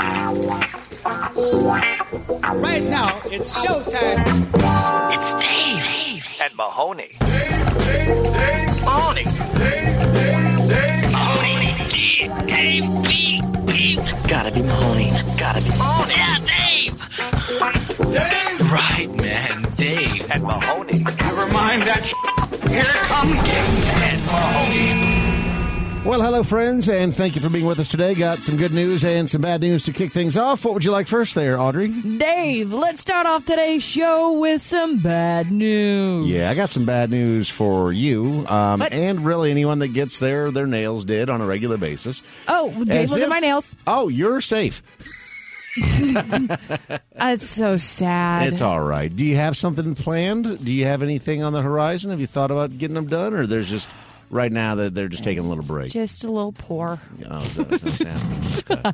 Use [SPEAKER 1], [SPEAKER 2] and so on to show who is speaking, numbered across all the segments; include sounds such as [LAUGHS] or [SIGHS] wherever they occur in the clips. [SPEAKER 1] Right now, it's showtime.
[SPEAKER 2] It's Dave.
[SPEAKER 3] and Mahoney.
[SPEAKER 2] Mahoney. Mahoney. Dave. Dave. Dave. Dave. Gotta be Mahoney. Gotta be Mahoney. Yeah, Dave.
[SPEAKER 4] Right, man, Dave.
[SPEAKER 3] And Mahoney.
[SPEAKER 1] Never mind that. Sh- Here comes Dave Mahoney.
[SPEAKER 5] Well, hello, friends, and thank you for being with us today. Got some good news and some bad news to kick things off. What would you like first, there, Audrey?
[SPEAKER 6] Dave, let's start off today's show with some bad news.
[SPEAKER 5] Yeah, I got some bad news for you, um, and really anyone that gets their their nails did on a regular basis.
[SPEAKER 6] Oh, Dave,
[SPEAKER 5] As
[SPEAKER 6] look
[SPEAKER 5] if-
[SPEAKER 6] at my nails.
[SPEAKER 5] Oh, you're safe.
[SPEAKER 6] That's Uh, so sad.
[SPEAKER 5] It's all right. Do you have something planned? Do you have anything on the horizon? Have you thought about getting them done, or there's just right now that they're just taking a little break?
[SPEAKER 6] Just a little poor.
[SPEAKER 5] Oh, that
[SPEAKER 6] [LAUGHS]
[SPEAKER 5] sounds nasty. Okay.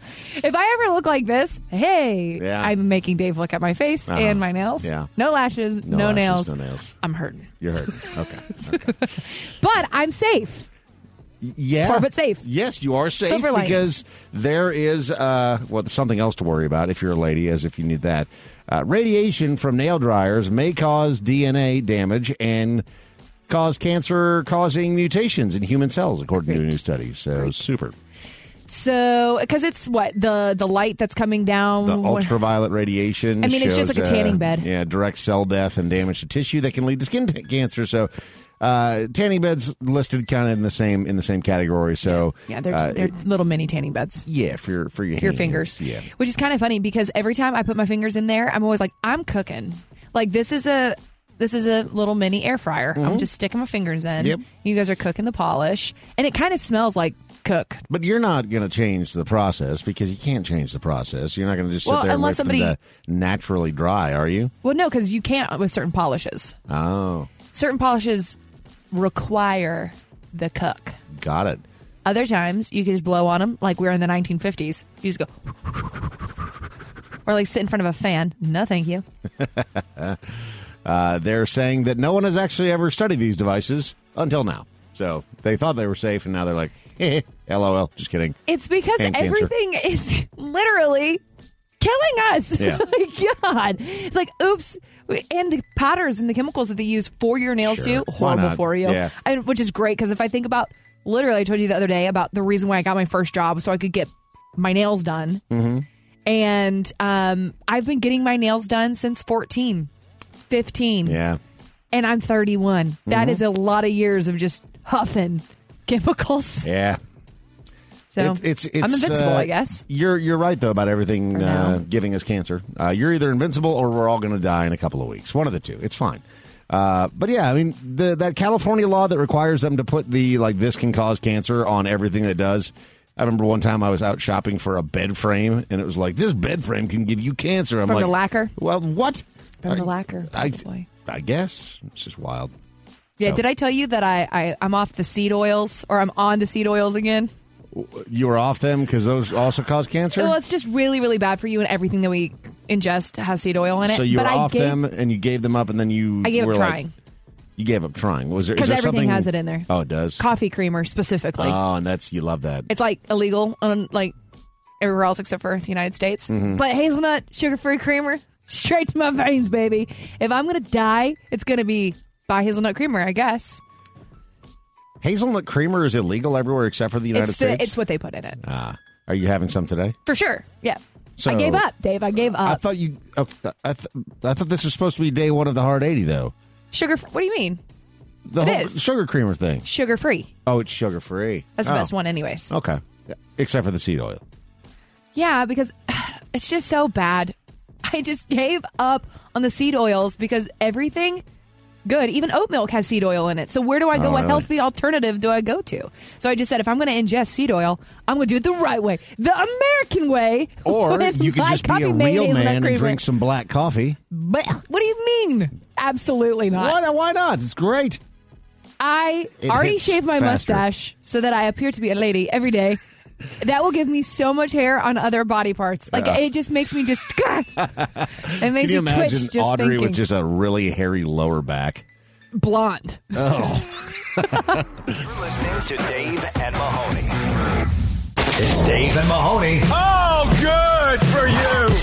[SPEAKER 6] If I ever look like this, hey,
[SPEAKER 5] Yeah.
[SPEAKER 6] I'm making Dave look at my face
[SPEAKER 5] Uh-huh.
[SPEAKER 6] and my nails.
[SPEAKER 5] Yeah.
[SPEAKER 6] No lashes, no,
[SPEAKER 5] lashes,
[SPEAKER 6] nails.
[SPEAKER 5] No nails.
[SPEAKER 6] I'm hurting.
[SPEAKER 5] You're hurting.
[SPEAKER 6] [LAUGHS]
[SPEAKER 5] Okay. okay.
[SPEAKER 6] But I'm safe.
[SPEAKER 5] Yeah.
[SPEAKER 6] Poor but safe.
[SPEAKER 5] Yes, you are safe
[SPEAKER 6] Silver linings.
[SPEAKER 5] because there is uh, well something else to worry about if you're a lady, as if you need that. Uh, radiation from nail dryers may cause DNA damage and cause cancer, causing mutations in human cells, according to a new study. So super.
[SPEAKER 6] So, because it's what? The the light that's coming down.
[SPEAKER 5] The
[SPEAKER 6] when-
[SPEAKER 5] ultraviolet radiation.
[SPEAKER 6] Oh, I mean, it's just
[SPEAKER 5] shows,
[SPEAKER 6] like a tanning
[SPEAKER 5] uh,
[SPEAKER 6] bed.
[SPEAKER 5] Yeah, direct cell death and damage to tissue that can lead to skin t- cancer. So. Uh, tanning beds listed kind of in the same in the same category. So
[SPEAKER 6] yeah, they're,
[SPEAKER 5] uh,
[SPEAKER 6] they're little mini tanning beds.
[SPEAKER 5] yeah for your for your,
[SPEAKER 6] your
[SPEAKER 5] hands,
[SPEAKER 6] fingers.
[SPEAKER 5] Yeah,
[SPEAKER 6] Which is kind of funny because every time I put my fingers in there, I'm always like, I'm cooking. Like this is a this is a little mini air fryer. I'm just sticking my fingers in.
[SPEAKER 5] Mm-hmm. Yep.
[SPEAKER 6] You guys are cooking the polish, and it kind of smells like cook.
[SPEAKER 5] But you're not going to change the process because you can't change the process. You're not going to just sit
[SPEAKER 6] Well,
[SPEAKER 5] there and wait
[SPEAKER 6] unless
[SPEAKER 5] for them
[SPEAKER 6] somebody-
[SPEAKER 5] to naturally dry, are you?
[SPEAKER 6] Well, no, because you can't with certain polishes.
[SPEAKER 5] Oh,
[SPEAKER 6] Certain polishes require the cook.
[SPEAKER 5] got it.
[SPEAKER 6] Other times you can just blow on them, like we're in the 1950s. You just go. [LAUGHS] Or like sit in front of a fan. No, thank you.
[SPEAKER 5] Uh, they're saying that no one has actually ever studied these devices until now. So they thought they were safe, and now they're like, [LAUGHS] eh, lol, just kidding.
[SPEAKER 6] It's because
[SPEAKER 5] And cancer.
[SPEAKER 6] everything is [LAUGHS] literally killing us. [LAUGHS]
[SPEAKER 5] Yeah.
[SPEAKER 6] Like, God. It's like, oops. And the powders and the chemicals that they use for your nails,
[SPEAKER 5] Sure.
[SPEAKER 6] too.
[SPEAKER 5] Why
[SPEAKER 6] Horrible
[SPEAKER 5] not?
[SPEAKER 6] for you.
[SPEAKER 5] Yeah.
[SPEAKER 6] And, which is great because if I think about, literally, I told you the other day about the reason why I got my first job so I could get my nails done.
[SPEAKER 5] Mm-hmm.
[SPEAKER 6] And um, I've been getting my nails done since 14, 15,
[SPEAKER 5] Yeah. Mm-hmm.
[SPEAKER 6] and I'm 31. That is a lot of years of just huffing chemicals.
[SPEAKER 5] Yeah.
[SPEAKER 6] So
[SPEAKER 5] It's- it's, it's,
[SPEAKER 6] I'm invincible,
[SPEAKER 5] uh,
[SPEAKER 6] I guess.
[SPEAKER 5] You're you're right though about everything uh,
[SPEAKER 6] now.
[SPEAKER 5] giving us cancer. Uh, you're either invincible or we're all going to die in a couple of weeks. One of the two. It's fine. Uh, but yeah, I mean the, that California law that requires them to put the like this can cause cancer on everything that does. I remember one time I was out shopping for a bed frame and it was like this bed frame can give you cancer. I'm
[SPEAKER 6] From
[SPEAKER 5] like
[SPEAKER 6] the lacquer?
[SPEAKER 5] Well, what?
[SPEAKER 6] From the
[SPEAKER 5] I-
[SPEAKER 6] lacquer,
[SPEAKER 5] I,
[SPEAKER 6] probably.
[SPEAKER 5] I guess it's just wild.
[SPEAKER 6] Yeah,
[SPEAKER 5] So-
[SPEAKER 6] did I tell you that I, I I'm off the seed oils or I'm on the seed oils again?
[SPEAKER 5] You were off them because those also cause cancer.
[SPEAKER 6] Well, it's just really really bad for you, and everything that we ingest has seed oil in it.
[SPEAKER 5] so you were
[SPEAKER 6] but
[SPEAKER 5] off
[SPEAKER 6] I gave,
[SPEAKER 5] them and you gave them up and then you
[SPEAKER 6] I gave
[SPEAKER 5] were
[SPEAKER 6] up
[SPEAKER 5] like-
[SPEAKER 6] trying
[SPEAKER 5] You gave up trying. Was there is
[SPEAKER 6] because
[SPEAKER 5] there something-
[SPEAKER 6] everything has it in there.
[SPEAKER 5] Oh, it does.
[SPEAKER 6] Coffee creamer specifically.
[SPEAKER 5] Oh, and that's you love that.
[SPEAKER 6] it's like illegal on like everywhere else except for the United States.
[SPEAKER 5] Mm-hmm.
[SPEAKER 6] But hazelnut sugar free creamer straight to my veins, baby. If I'm gonna die, it's gonna be by hazelnut creamer, I guess.
[SPEAKER 5] Hazelnut creamer is illegal everywhere except for the United
[SPEAKER 6] it's
[SPEAKER 5] States.
[SPEAKER 6] the, it's what they put in it
[SPEAKER 5] Ah. are you having some today?
[SPEAKER 6] for sure. Yeah.
[SPEAKER 5] So-
[SPEAKER 6] I gave up, Dave. I gave
[SPEAKER 5] I
[SPEAKER 6] up.
[SPEAKER 5] thought you. oh, I, th- I thought this was supposed to be day one of the hard eighty, though.
[SPEAKER 6] Sugar. What do you mean?
[SPEAKER 5] The
[SPEAKER 6] It
[SPEAKER 5] whole
[SPEAKER 6] is.
[SPEAKER 5] sugar creamer thing.
[SPEAKER 6] Sugar free.
[SPEAKER 5] Oh, it's sugar free.
[SPEAKER 6] That's the best one, anyways.
[SPEAKER 5] Okay, except for the seed oil.
[SPEAKER 6] Yeah, because [SIGHS] it's just [LAUGHS] so bad. I just gave up on the seed oils because everything good. Even oat milk has seed oil in it. So where do I go?
[SPEAKER 5] Oh,
[SPEAKER 6] what
[SPEAKER 5] really?
[SPEAKER 6] healthy alternative do I go to? So I just said if I'm going to ingest seed oil, I'm going to do it the right way, the American way.
[SPEAKER 5] Or
[SPEAKER 6] [LAUGHS] with
[SPEAKER 5] you could
[SPEAKER 6] my
[SPEAKER 5] just be
[SPEAKER 6] coffee
[SPEAKER 5] a real
[SPEAKER 6] mayonnaise
[SPEAKER 5] man and
[SPEAKER 6] creamer.
[SPEAKER 5] drink some black coffee.
[SPEAKER 6] But what do you mean? Absolutely not.
[SPEAKER 5] Why, why not? It's great.
[SPEAKER 6] I
[SPEAKER 5] It
[SPEAKER 6] already
[SPEAKER 5] hits
[SPEAKER 6] shaved my
[SPEAKER 5] faster.
[SPEAKER 6] mustache so that I appear to be a lady every day. that will give me so much hair on other body parts. Like it just makes me just. [LAUGHS] it makes
[SPEAKER 5] Can you
[SPEAKER 6] me
[SPEAKER 5] imagine
[SPEAKER 6] twitch just
[SPEAKER 5] Audrey
[SPEAKER 6] thinking.
[SPEAKER 5] with just a really hairy lower back?
[SPEAKER 6] blonde.
[SPEAKER 3] You're listening to Dave and Mahoney. It's Dave and Mahoney. Oh, good for you.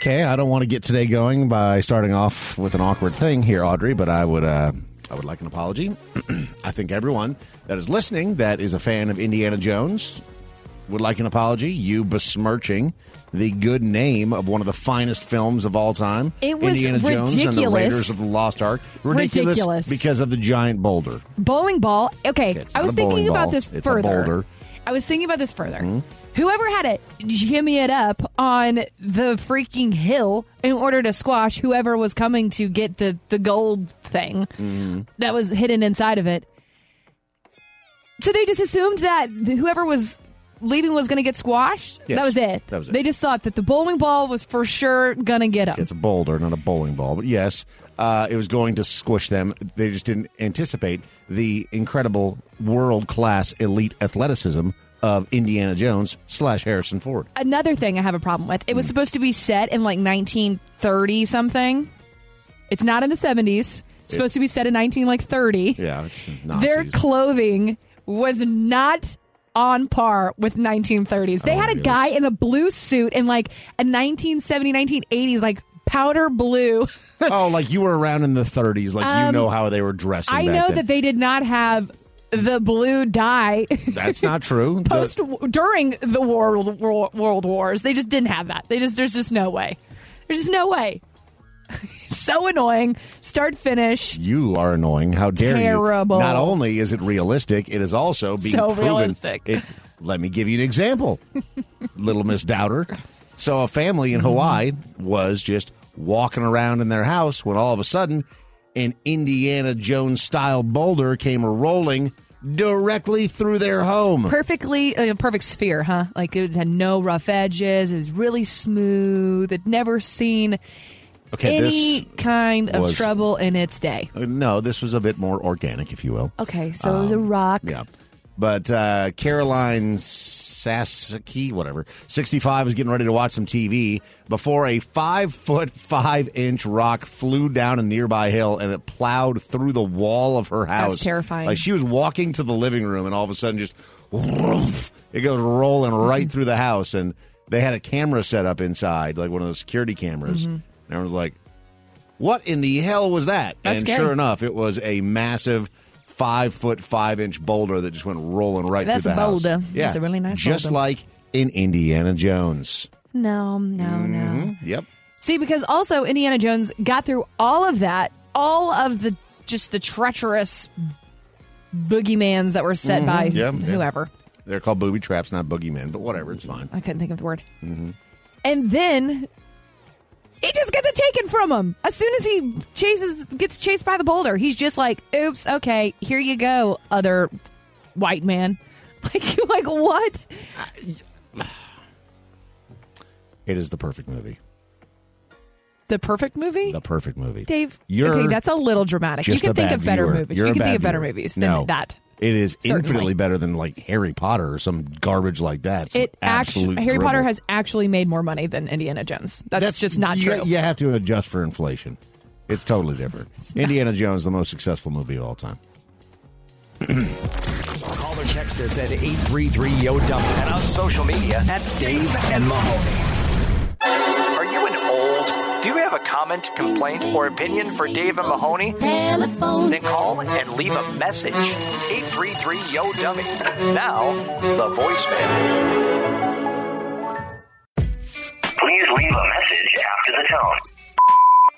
[SPEAKER 5] Okay, I don't want to get today going by starting off with an awkward thing here, Audrey, but I would uh, I would like an apology. [CLEARS THROAT] I think everyone that is listening that is a fan of Indiana Jones would like an apology. You besmirching the good name of one of the finest films of all time.
[SPEAKER 6] It was
[SPEAKER 5] Indiana Jones and the
[SPEAKER 6] ridiculous.
[SPEAKER 5] Raiders of the Lost Ark.
[SPEAKER 6] Ridiculous.
[SPEAKER 5] because of the giant boulder.
[SPEAKER 6] Bowling ball. Okay,
[SPEAKER 5] It's
[SPEAKER 6] I
[SPEAKER 5] not
[SPEAKER 6] was
[SPEAKER 5] a bowling
[SPEAKER 6] thinking about
[SPEAKER 5] ball.
[SPEAKER 6] this
[SPEAKER 5] It's a
[SPEAKER 6] further.
[SPEAKER 5] boulder. Hmm?
[SPEAKER 6] I was thinking about this further. Whoever had to jimmy it up on the freaking hill in order to squash whoever was coming to get the the gold thing
[SPEAKER 5] Hmm.
[SPEAKER 6] that was hidden inside of it. So they just assumed that whoever was leaving was going to get squashed.
[SPEAKER 5] Yes,
[SPEAKER 6] that was it.
[SPEAKER 5] that was it.
[SPEAKER 6] They just thought that the bowling ball was for sure going to get them.
[SPEAKER 5] It's a boulder, not a bowling ball, but yes, uh, it was going to squish them. They just didn't anticipate the incredible world class elite athleticism of Indiana Jones slash Harrison Ford.
[SPEAKER 6] another thing I have a problem with. It
[SPEAKER 5] Mm.
[SPEAKER 6] was supposed to be set in like 1930 something. It's not in the 70s. It's supposed to be set in 19 like 30.
[SPEAKER 5] Yeah, it's
[SPEAKER 6] Their
[SPEAKER 5] Nazis.
[SPEAKER 6] clothing was not on par with 1930s. They
[SPEAKER 5] Oh,
[SPEAKER 6] had a
[SPEAKER 5] really?
[SPEAKER 6] guy in a blue suit in like a 1970 1980s like powder blue.
[SPEAKER 5] oh, like you were around in the 30s, like you know how they were dressing.
[SPEAKER 6] Um, I
[SPEAKER 5] back
[SPEAKER 6] know
[SPEAKER 5] then.
[SPEAKER 6] that they did not have the blue dye
[SPEAKER 5] That's not true. The-
[SPEAKER 6] [LAUGHS] post during the world, world world wars. They just didn't have that. They just there's just no way. There's just no way. [LAUGHS] so annoying. Start finish.
[SPEAKER 5] you are annoying. How dare
[SPEAKER 6] Terrible.
[SPEAKER 5] you? Not only is it realistic, it is also being
[SPEAKER 6] So
[SPEAKER 5] proven.
[SPEAKER 6] realistic.
[SPEAKER 5] It- let me give you an example,
[SPEAKER 6] [LAUGHS]
[SPEAKER 5] Little Miss Doubter. So a family
[SPEAKER 6] Mm-hmm.
[SPEAKER 5] in Hawaii was just walking around in their house when all of a sudden an Indiana Jones style boulder came rolling directly through their home.
[SPEAKER 6] Perfectly like a perfect sphere, huh? Like it had no rough edges. It was really smooth. It never seen
[SPEAKER 5] Okay,
[SPEAKER 6] any kind of
[SPEAKER 5] was-
[SPEAKER 6] trouble in its day.
[SPEAKER 5] this no, this was a bit more organic, if you will.
[SPEAKER 6] Okay, so it was a rock.
[SPEAKER 5] Um, Yeah. But uh, Caroline Sasaki, whatever, 65, was getting ready to watch some TV before a five foot, five inch rock flew down a nearby hill and it plowed through the wall of her house.
[SPEAKER 6] terrifying.
[SPEAKER 5] Like she was walking to the living room and all of a sudden just woof, it goes rolling right through the house. And they had a camera set up inside, like one of those security cameras. And everyone's like, what in the hell was that?
[SPEAKER 6] That's
[SPEAKER 5] and
[SPEAKER 6] scary.
[SPEAKER 5] sure enough, it was a massive five foot five inch boulder that just went rolling right
[SPEAKER 6] That's
[SPEAKER 5] through
[SPEAKER 6] a
[SPEAKER 5] the house.
[SPEAKER 6] boulder. That's a really nice
[SPEAKER 5] just
[SPEAKER 6] boulder.
[SPEAKER 5] like in Indiana Jones.
[SPEAKER 6] No, no, no.
[SPEAKER 5] Yep.
[SPEAKER 6] See, because also Indiana Jones got through all of that, all of the just the treacherous boogeymans that were set by
[SPEAKER 5] Mm-hmm. Yeah, yeah.
[SPEAKER 6] whoever.
[SPEAKER 5] They're called booby traps, not boogeymen, but whatever, it's fine.
[SPEAKER 6] I couldn't think of the word.
[SPEAKER 5] Mm-hmm.
[SPEAKER 6] And then he just gets it taken from him as soon as he chases gets chased by the boulder. He's just like, "Oops, okay, here you go, other white man." [LAUGHS] Like, like what?
[SPEAKER 5] It is the perfect movie.
[SPEAKER 6] The perfect movie,
[SPEAKER 5] The perfect movie.
[SPEAKER 6] Dave.
[SPEAKER 5] You're
[SPEAKER 6] okay, that's a little dramatic. You
[SPEAKER 5] just
[SPEAKER 6] can
[SPEAKER 5] a
[SPEAKER 6] think
[SPEAKER 5] bad
[SPEAKER 6] of better
[SPEAKER 5] viewer.
[SPEAKER 6] movies.
[SPEAKER 5] You're
[SPEAKER 6] you
[SPEAKER 5] a
[SPEAKER 6] can
[SPEAKER 5] bad
[SPEAKER 6] think of better
[SPEAKER 5] viewer.
[SPEAKER 6] movies
[SPEAKER 5] No.
[SPEAKER 6] than that.
[SPEAKER 5] It is
[SPEAKER 6] Certainly.
[SPEAKER 5] infinitely better than like Harry Potter or some garbage like that. Some
[SPEAKER 6] it actually
[SPEAKER 5] absolute
[SPEAKER 6] Harry
[SPEAKER 5] dribble.
[SPEAKER 6] Potter has actually made more money than Indiana Jones. That's, just not
[SPEAKER 5] you,
[SPEAKER 6] true.
[SPEAKER 5] You have to adjust for inflation. It's totally different. Indiana Jones, the most successful movie of all time.
[SPEAKER 3] Call or text us at 833-YO-DUMP and on social media at Dave and Mahoney. Are you an old? Do you have a comment, complaint, or opinion for Dave and Mahoney? Then call and leave a message. 833-YO-DUMMY. Now, the voicemail.
[SPEAKER 7] Please leave a message after the tone.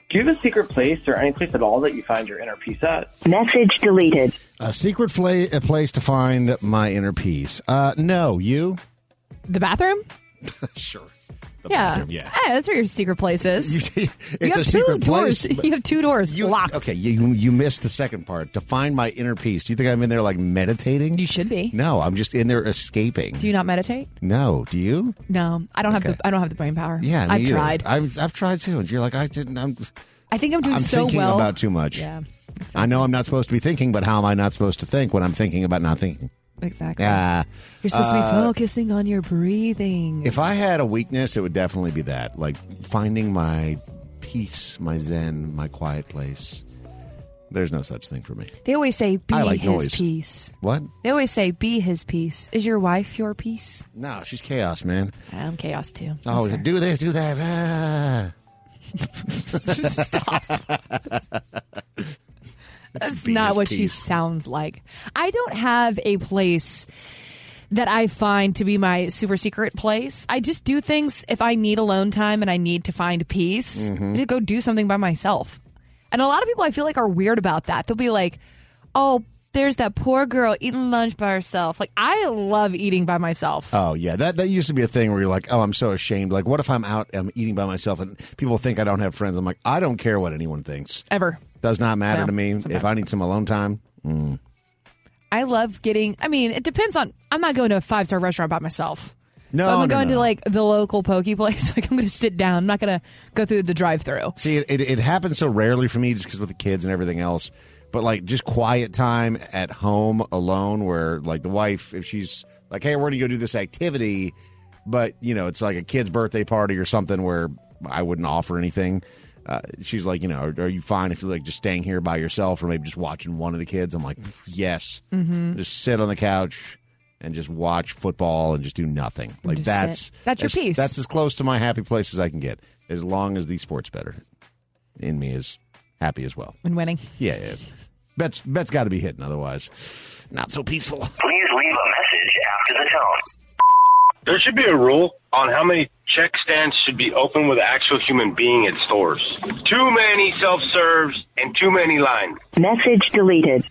[SPEAKER 8] Do you have a secret place or any place at all that you find your inner peace at?
[SPEAKER 9] Message deleted.
[SPEAKER 5] A secret fla- a place to find my inner peace. Uh, no, you?
[SPEAKER 6] the bathroom?
[SPEAKER 5] [LAUGHS] Sure. The the bathroom. Yeah.
[SPEAKER 6] that's where your secret place is.
[SPEAKER 5] [LAUGHS] You- it's a
[SPEAKER 6] have two
[SPEAKER 5] secret
[SPEAKER 6] doors.
[SPEAKER 5] place.
[SPEAKER 6] [LAUGHS] You have two doors
[SPEAKER 5] You-
[SPEAKER 6] locked.
[SPEAKER 5] Okay, you you missed the second part. To find my inner peace. Do you think I'm in there like meditating?
[SPEAKER 6] You should be.
[SPEAKER 5] No, I'm just in there escaping.
[SPEAKER 6] Do you not meditate?
[SPEAKER 5] no, do you?
[SPEAKER 6] No, I don't
[SPEAKER 5] Okay.
[SPEAKER 6] have the I don't have the brain power.
[SPEAKER 5] Yeah, me
[SPEAKER 6] I've
[SPEAKER 5] either.
[SPEAKER 6] tried. I,
[SPEAKER 5] I've, I've tried too. And you're like, I didn't. I'm,
[SPEAKER 6] think I'm doing
[SPEAKER 5] I'm
[SPEAKER 6] so
[SPEAKER 5] thinking
[SPEAKER 6] well.
[SPEAKER 5] about too much.
[SPEAKER 6] Yeah,
[SPEAKER 5] I know I'm not supposed to be thinking, but how am I not supposed to think when I'm thinking about not thinking?
[SPEAKER 6] exactly.
[SPEAKER 5] Yeah. uh,
[SPEAKER 6] You're supposed to be focusing on your breathing.
[SPEAKER 5] If I had a weakness, it would definitely be that, like finding my peace, my zen, my quiet place. There's no such thing for me.
[SPEAKER 6] they always say, "Be
[SPEAKER 5] I like
[SPEAKER 6] his
[SPEAKER 5] noise.
[SPEAKER 6] peace."
[SPEAKER 5] What?
[SPEAKER 6] They always say, "Be his peace." Is your wife your peace?
[SPEAKER 5] No, she's chaos, man.
[SPEAKER 6] I'm chaos too. That's
[SPEAKER 5] Oh,
[SPEAKER 6] fair.
[SPEAKER 5] do this, do that. Ah.
[SPEAKER 6] Stop. That's
[SPEAKER 5] Be
[SPEAKER 6] not
[SPEAKER 5] his
[SPEAKER 6] what she
[SPEAKER 5] peace.
[SPEAKER 6] sounds like. I don't have a place that I find to be my super secret place. I just do things if I need alone time and I need to find peace.
[SPEAKER 5] Mm-hmm.
[SPEAKER 6] I just go do something by myself. And a lot of people I feel like are weird about that. They'll be like, "Oh, there's that poor girl eating lunch by herself." Like I love eating by myself.
[SPEAKER 5] Oh yeah, that that used to be a thing where you're like, oh, I'm so ashamed. Like, what if I'm out, I'm eating by myself, and people think I don't have friends? I'm like, I don't care what anyone thinks.
[SPEAKER 6] Ever.
[SPEAKER 5] Does not matter
[SPEAKER 6] No,
[SPEAKER 5] to me.
[SPEAKER 6] doesn't
[SPEAKER 5] If
[SPEAKER 6] matter.
[SPEAKER 5] I need some alone time,
[SPEAKER 6] I love getting. I mean, it depends on. I'm not going to a five star restaurant by myself.
[SPEAKER 5] No,
[SPEAKER 6] but I'm
[SPEAKER 5] no,
[SPEAKER 6] going
[SPEAKER 5] no,
[SPEAKER 6] to
[SPEAKER 5] no.
[SPEAKER 6] like the local poke place. [LAUGHS] Like I'm going to sit down. I'm not going to go through the drive through.
[SPEAKER 5] See, it, it, it happens so rarely for me just because with the kids and everything else. But like just quiet time at home alone where like the wife, if she's like, hey, we're going to go do this activity, but you know, it's like a kid's birthday party or something where I wouldn't offer anything. Uh, she's like, you know, are, are you fine if you're like just staying here by yourself or maybe just watching one of the kids? I'm like, yes.
[SPEAKER 6] Mm-hmm.
[SPEAKER 5] Just sit on the couch and just watch football and just do nothing. Like
[SPEAKER 6] just sit.
[SPEAKER 5] that's
[SPEAKER 6] That's your
[SPEAKER 5] as-
[SPEAKER 6] peace.
[SPEAKER 5] That's as close to my happy place as I can get, as long as the sport's better in me is happy as well.
[SPEAKER 6] And winning.
[SPEAKER 5] Yeah, it is. Bet's bet's got to be hidden, otherwise, not so peaceful.
[SPEAKER 7] Please leave a message after the tone.
[SPEAKER 9] There should be a rule on how many check stands should be open with an actual human being at stores. Too many self serves and too many lines.
[SPEAKER 10] Message deleted.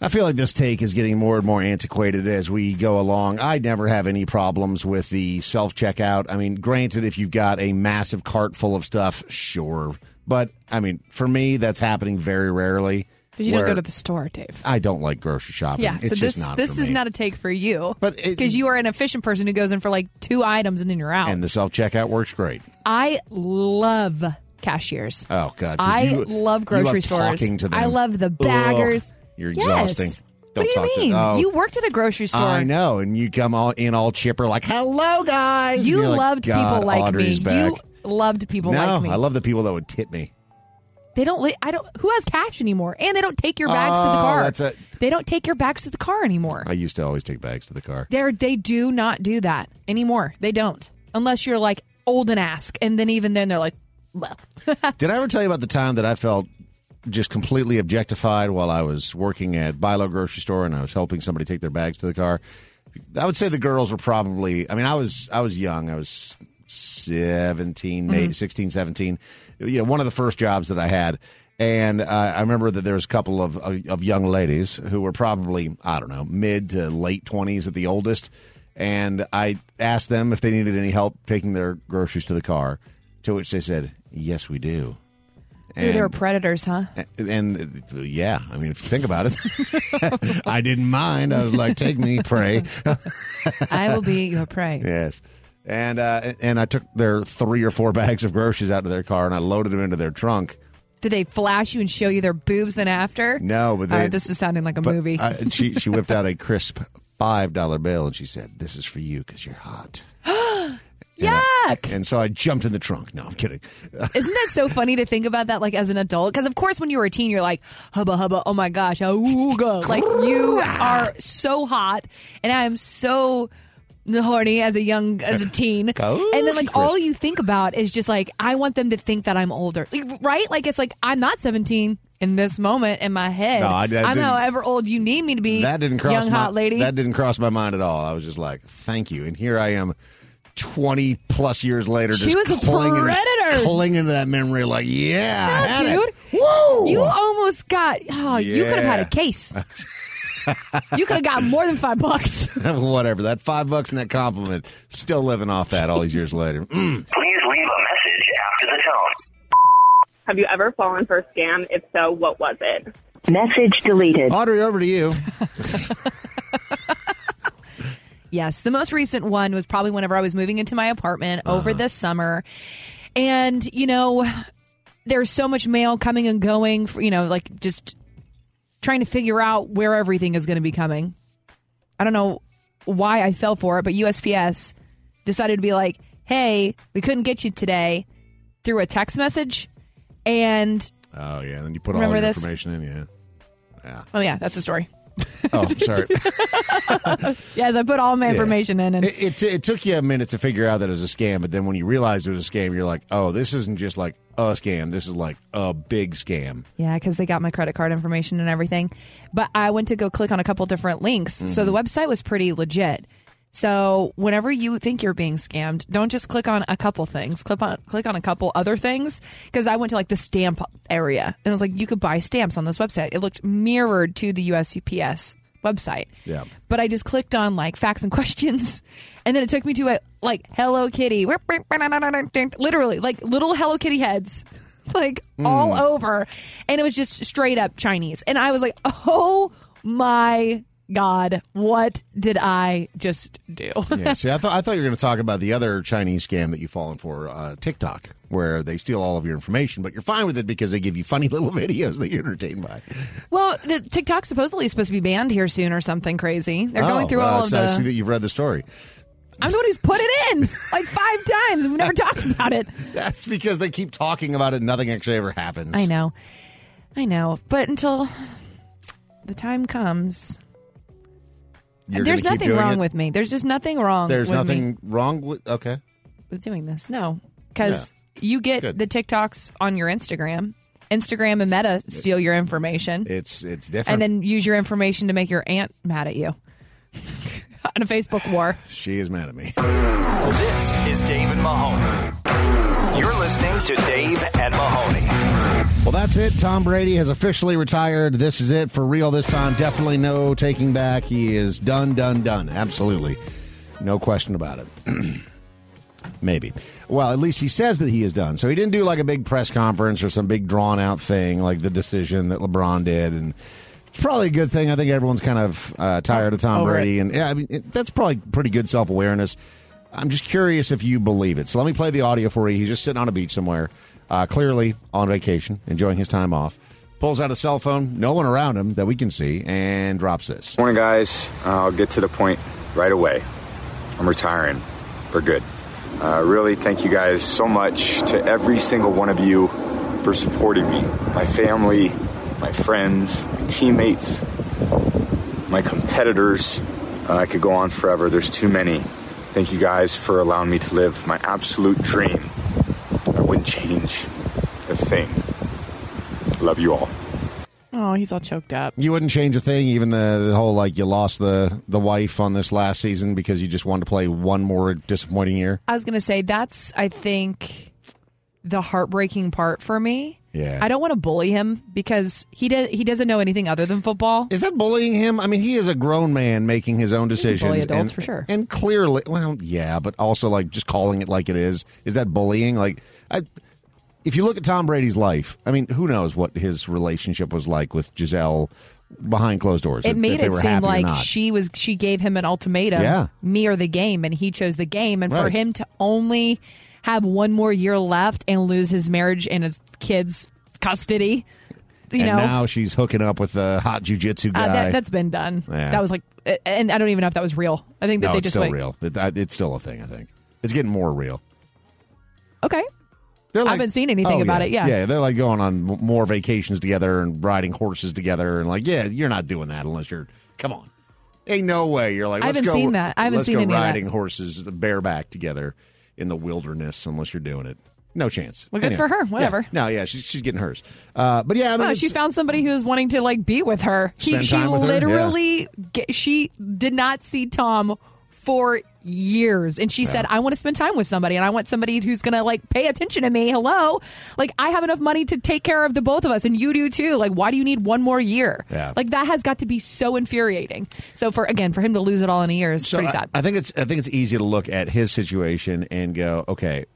[SPEAKER 5] I feel like this take is getting more and more antiquated as we go along. I never have any problems with the self checkout. I mean, granted, if you've got a massive cart full of stuff, sure, but I mean, for me, that's happening very rarely.
[SPEAKER 6] Because you don't
[SPEAKER 5] where
[SPEAKER 6] go to the store, Dave.
[SPEAKER 5] I don't like grocery shopping.
[SPEAKER 6] Yeah.
[SPEAKER 5] It's
[SPEAKER 6] so
[SPEAKER 5] just
[SPEAKER 6] this
[SPEAKER 5] not
[SPEAKER 6] this
[SPEAKER 5] for
[SPEAKER 6] is
[SPEAKER 5] me.
[SPEAKER 6] not a take for you.
[SPEAKER 5] But it-
[SPEAKER 6] because you are an efficient person who goes in for like two items and then you're out.
[SPEAKER 5] And the self checkout works great.
[SPEAKER 6] I love cashiers.
[SPEAKER 5] Oh God! 'cause
[SPEAKER 6] I
[SPEAKER 5] you-
[SPEAKER 6] love
[SPEAKER 5] you
[SPEAKER 6] grocery stores.
[SPEAKER 5] talking to them.
[SPEAKER 6] I love the baggers.
[SPEAKER 5] Ugh, you're
[SPEAKER 6] Yes.
[SPEAKER 5] exhausting. Don't
[SPEAKER 6] what do you
[SPEAKER 5] talk to-
[SPEAKER 6] mean?
[SPEAKER 5] oh.
[SPEAKER 6] you worked at a grocery store.
[SPEAKER 5] I know, and you come all in all chipper, like "Hello, guys." And
[SPEAKER 6] You
[SPEAKER 5] you're like,
[SPEAKER 6] loved
[SPEAKER 5] "God,
[SPEAKER 6] people like
[SPEAKER 5] Audrey's
[SPEAKER 6] me.
[SPEAKER 5] Back.
[SPEAKER 6] You loved people
[SPEAKER 5] no,
[SPEAKER 6] like me.
[SPEAKER 5] I love the people that would tip me.
[SPEAKER 6] they don't. Li- I don't. Who has cash anymore? And they don't take your bags to the
[SPEAKER 5] Oh,
[SPEAKER 6] car.
[SPEAKER 5] that's it.
[SPEAKER 6] They don't take your bags to the car anymore.
[SPEAKER 5] I used to always take bags to the car.
[SPEAKER 6] They they do not do that anymore. They don't unless you're like old and ask, and then even then they're like, well,
[SPEAKER 5] Did I ever tell you about the time that I felt just completely objectified while I was working at Bilo grocery store and I was helping somebody take their bags to the car? I would say the girls were probably I mean I was I was young. I was 17, maybe 16, 17. You know, one of the first jobs that I had and uh, I remember that there was a couple of, of of young ladies who were probably I don't know, mid to late 20s at the oldest and I asked them if they needed any help taking their groceries to the car, to which they said, "Yes, we do."
[SPEAKER 6] maybe they were predators, huh?
[SPEAKER 5] And, and uh, yeah, I mean, if you think about it, [LAUGHS] I didn't mind. I was like, "Take me,
[SPEAKER 6] [LAUGHS]
[SPEAKER 5] pray."
[SPEAKER 6] I will be
[SPEAKER 5] [LAUGHS]
[SPEAKER 6] your prey.
[SPEAKER 5] yes, and uh, and I took their three or four bags of groceries out of their car and I loaded them into their trunk.
[SPEAKER 6] Did they flash you and show you their boobs then after?
[SPEAKER 5] No, but they,
[SPEAKER 6] Uh, this is sounding like a
[SPEAKER 5] but
[SPEAKER 6] movie.
[SPEAKER 5] I- she
[SPEAKER 6] [LAUGHS]
[SPEAKER 5] she whipped out a crisp five dollar bill and she said, "This is for you because you're hot."
[SPEAKER 6] Yuck!
[SPEAKER 5] And so I jumped in the trunk. No, I'm kidding.
[SPEAKER 6] Isn't that so funny to think about that like as an adult? Because of course, when you were a teen, you're like hubba hubba. Oh my gosh, ooga! Like you are so hot, and I'm so horny as a young as a
[SPEAKER 5] [LAUGHS]
[SPEAKER 6] teen. and then like all you think about is just like I want them to think that I'm older, Like, right? Like it's like I'm not 17 in this moment in my head.
[SPEAKER 5] No, I- I
[SPEAKER 6] am
[SPEAKER 5] didn't-
[SPEAKER 6] however old you need me to be.
[SPEAKER 5] That didn't cross
[SPEAKER 6] young
[SPEAKER 5] my
[SPEAKER 6] hot lady.
[SPEAKER 5] That didn't cross my mind at all. I was just like, "Thank you." And here I am, twenty plus years later.
[SPEAKER 6] She
[SPEAKER 5] just
[SPEAKER 6] was a
[SPEAKER 5] clinging,
[SPEAKER 6] predator.
[SPEAKER 5] clinging to that memory, like, "Yeah, I had
[SPEAKER 6] dude.
[SPEAKER 5] it. Woo! [LAUGHS]
[SPEAKER 6] You almost got. Oh, you could have had
[SPEAKER 5] Yeah. [LAUGHS]
[SPEAKER 6] a case. you could have got more than five bucks.
[SPEAKER 5] Whatever. That five bucks and that compliment, still living off that all these years later. Mm.
[SPEAKER 7] Please after the tone.
[SPEAKER 10] Have you ever fallen for a scam? If so, what was it?
[SPEAKER 5] Message deleted. Audrey, over to you.
[SPEAKER 6] Yes, the most recent one was probably whenever I was moving into my apartment over the summer. And, you know, there's so much mail coming and going, for, you know, like just trying to figure out where everything is going to be coming. I don't know why I fell for it, but USPS decided to be like, hey, we couldn't get you today through a text message. And,
[SPEAKER 5] Oh yeah, then you put all
[SPEAKER 6] Remember
[SPEAKER 5] your
[SPEAKER 6] this?
[SPEAKER 5] information in. Yeah, yeah.
[SPEAKER 6] oh, yeah, that's the story.
[SPEAKER 5] Oh,
[SPEAKER 6] [LAUGHS]
[SPEAKER 5] sorry.
[SPEAKER 6] Yes, I put all my
[SPEAKER 5] Yeah.
[SPEAKER 6] information in. And
[SPEAKER 5] it, it, t- it took you a minute to figure out that it was a scam, but then when you realized it was a scam, you're like, oh, this isn't just like a scam. This is like a big scam.
[SPEAKER 6] Yeah, because they got my credit card information and everything. But I went to go click on a couple different links. So the website was pretty legit. So whenever you think you're being scammed, don't just click on a couple things. Click on click on a couple other things because I went to like the stamp area and it was like you could buy stamps on this website. It looked mirrored to the USUPS website.
[SPEAKER 5] Yeah.
[SPEAKER 6] But I just clicked on like facts and questions, [LAUGHS] and then it took me to a like Hello Kitty, literally like little Hello Kitty heads, [LAUGHS] like all
[SPEAKER 11] Mm.
[SPEAKER 6] over, and it was just straight up Chinese, and I was like, oh my god, what did I just do? [LAUGHS]
[SPEAKER 5] Yeah. See, I thought I thought you were going to talk about the other Chinese scam that you've fallen for, uh, TikTok, where they steal all of your information, but you're fine with it because they give you funny [LAUGHS] little videos that you're entertained by.
[SPEAKER 6] well, the TikTok supposedly is supposed to be banned here soon or something crazy. They're
[SPEAKER 5] Oh,
[SPEAKER 6] going through
[SPEAKER 5] uh,
[SPEAKER 6] all of
[SPEAKER 5] so I see
[SPEAKER 6] the.
[SPEAKER 5] that you've read the story.
[SPEAKER 6] I'm the one who's put it in like five times. We've [LAUGHS] never talked about it.
[SPEAKER 5] That's because they keep talking about it, and nothing actually ever happens.
[SPEAKER 6] I know. I know. But until the time comes,
[SPEAKER 5] You're
[SPEAKER 6] there's
[SPEAKER 5] gonna keep
[SPEAKER 6] nothing
[SPEAKER 5] doing
[SPEAKER 6] wrong
[SPEAKER 5] it?
[SPEAKER 6] with me. There's just nothing wrong
[SPEAKER 5] There's
[SPEAKER 6] with
[SPEAKER 5] nothing
[SPEAKER 6] me
[SPEAKER 5] wrong with. Okay.
[SPEAKER 6] with doing this. No. Because
[SPEAKER 5] Yeah.
[SPEAKER 6] you
[SPEAKER 5] It's
[SPEAKER 6] get
[SPEAKER 5] good.
[SPEAKER 6] the TikToks on your Instagram. Instagram and Meta steal your information
[SPEAKER 5] It's it's different.
[SPEAKER 6] and then use your information to make your aunt mad at you [LAUGHS] on a Facebook war.
[SPEAKER 5] she is mad at me. [LAUGHS]
[SPEAKER 3] This is Dave and Mahoney. You're listening to Dave and Mahoney.
[SPEAKER 5] Well, that's it. Tom Brady has officially retired. This is it for real this time. Definitely no taking back. He is done, done, done. Absolutely. No question about it. Maybe. Well, at least he says that he is done. So he didn't do like a big press conference or some big drawn out thing like the decision that LeBron did. And it's probably a good thing. I think everyone's kind of uh, tired of Tom
[SPEAKER 12] Over
[SPEAKER 5] Brady.
[SPEAKER 12] it.
[SPEAKER 5] And yeah, I mean, it, that's probably pretty good self awareness. I'm just curious if you believe it. So let me play the audio for you. He's just sitting on a beach somewhere, uh, clearly on vacation, enjoying his time off. Pulls out a cell phone, no one around him that we can see, and drops this.
[SPEAKER 13] Morning, guys. I'll get to the point right away. I'm retiring for good. Uh, really, thank you guys so much to every single one of you for supporting me, my family, my friends, my teammates, my competitors. Uh, I could go on forever. There's too many. Thank you guys for allowing me to live my absolute dream. I wouldn't change a thing. Love you all.
[SPEAKER 6] Oh, he's all choked up.
[SPEAKER 5] You wouldn't change a thing, even the, the whole like you lost the the wife on this last season because you just wanted to play one more disappointing year.
[SPEAKER 6] I was going to say that's I think the heartbreaking part for me.
[SPEAKER 5] Yeah.
[SPEAKER 6] I don't want to bully him because he did he doesn't know anything other than football.
[SPEAKER 5] Is that bullying him? I mean, he is a grown man making his own decisions.
[SPEAKER 6] bully adults
[SPEAKER 5] and,
[SPEAKER 6] for sure.
[SPEAKER 5] And clearly, well, yeah, but also like just calling it like it is. Is that bullying? Like, I, if you look at Tom Brady's life, I mean, who knows what his relationship was like with Giselle behind closed doors?
[SPEAKER 6] It
[SPEAKER 5] if-
[SPEAKER 6] made
[SPEAKER 5] if they
[SPEAKER 6] it
[SPEAKER 5] were
[SPEAKER 6] seem
[SPEAKER 5] happy or
[SPEAKER 6] like
[SPEAKER 5] not.
[SPEAKER 6] she was she gave him an ultimatum,
[SPEAKER 5] Yeah.
[SPEAKER 6] me or the game, and he chose the game. And for
[SPEAKER 5] Right.
[SPEAKER 6] him to only have one more year left and lose his marriage and his kids' custody, you
[SPEAKER 5] and
[SPEAKER 6] know,
[SPEAKER 5] now she's hooking up with the hot jujitsu guy.
[SPEAKER 6] uh, that, that's been done.
[SPEAKER 5] Yeah.
[SPEAKER 6] That was like, and I don't even know if that was real. I think that
[SPEAKER 5] no,
[SPEAKER 6] they
[SPEAKER 5] it's
[SPEAKER 6] just
[SPEAKER 5] still
[SPEAKER 6] like,
[SPEAKER 5] real. It, I- it's still a thing. I think it's getting more real.
[SPEAKER 6] okay,
[SPEAKER 5] They're
[SPEAKER 6] I haven't seen anything
[SPEAKER 5] Oh,
[SPEAKER 6] about
[SPEAKER 5] yeah.
[SPEAKER 6] it. Yeah,
[SPEAKER 5] they're like going on m- more vacations together and riding horses together, and like, yeah, you're not doing that unless you're. Come on, ain't no way. You're like,
[SPEAKER 6] I
[SPEAKER 5] let's
[SPEAKER 6] haven't
[SPEAKER 5] go-
[SPEAKER 6] seen that. I haven't
[SPEAKER 5] let's
[SPEAKER 6] seen
[SPEAKER 5] go
[SPEAKER 6] any of that.
[SPEAKER 5] riding horses bareback together in the wilderness unless you're doing it. No chance.
[SPEAKER 6] Well, good
[SPEAKER 5] Anyway.
[SPEAKER 6] for her.
[SPEAKER 5] Yeah.
[SPEAKER 6] Whatever. Oh,
[SPEAKER 5] No, yeah, she's, she's getting hers. Uh, but yeah, I mean,
[SPEAKER 6] Wow,
[SPEAKER 5] it's-
[SPEAKER 6] she found somebody who was wanting to like be with her. She
[SPEAKER 5] Spend
[SPEAKER 6] she
[SPEAKER 5] time with her, yeah.
[SPEAKER 6] literally ge- she did not see Tom for years and she said I want to spend time with somebody and I want somebody who's going to like pay attention to me. Hello. Like I have enough money to take care of the both of us and you do too. Like why do you need one more year?
[SPEAKER 5] Yeah.
[SPEAKER 6] Like that has got to be so infuriating. So for again for him to lose it all in a year is
[SPEAKER 5] So
[SPEAKER 6] pretty
[SPEAKER 5] I-
[SPEAKER 6] sad.
[SPEAKER 5] I, think it's I think it's easy to look at his situation and go, okay,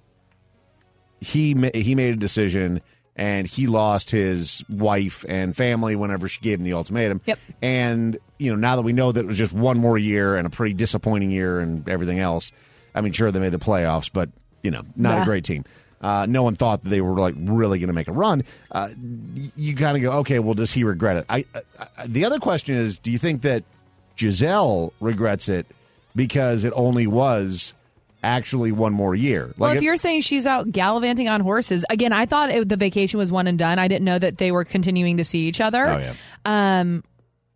[SPEAKER 5] he ma- he made a decision and he lost his wife and family whenever she gave him the ultimatum. Yep. And you know, now that we know that it was just one more year and a pretty disappointing year and everything else, I mean, sure they made the playoffs, but you know, not
[SPEAKER 11] Yeah.
[SPEAKER 5] a great team. Uh, no one thought that they were like really going to make a run. Uh, y- you kind of go, okay, well, does he regret it? I, I, I the other question is, do you think that Giselle regrets it because it only was actually one more year?
[SPEAKER 6] Well,
[SPEAKER 5] Like
[SPEAKER 6] if
[SPEAKER 5] it-
[SPEAKER 6] you're saying she's out gallivanting on horses, again, I thought it, the vacation was one and done. I didn't know that they were continuing to see each other.
[SPEAKER 5] Oh, yeah.
[SPEAKER 6] Um,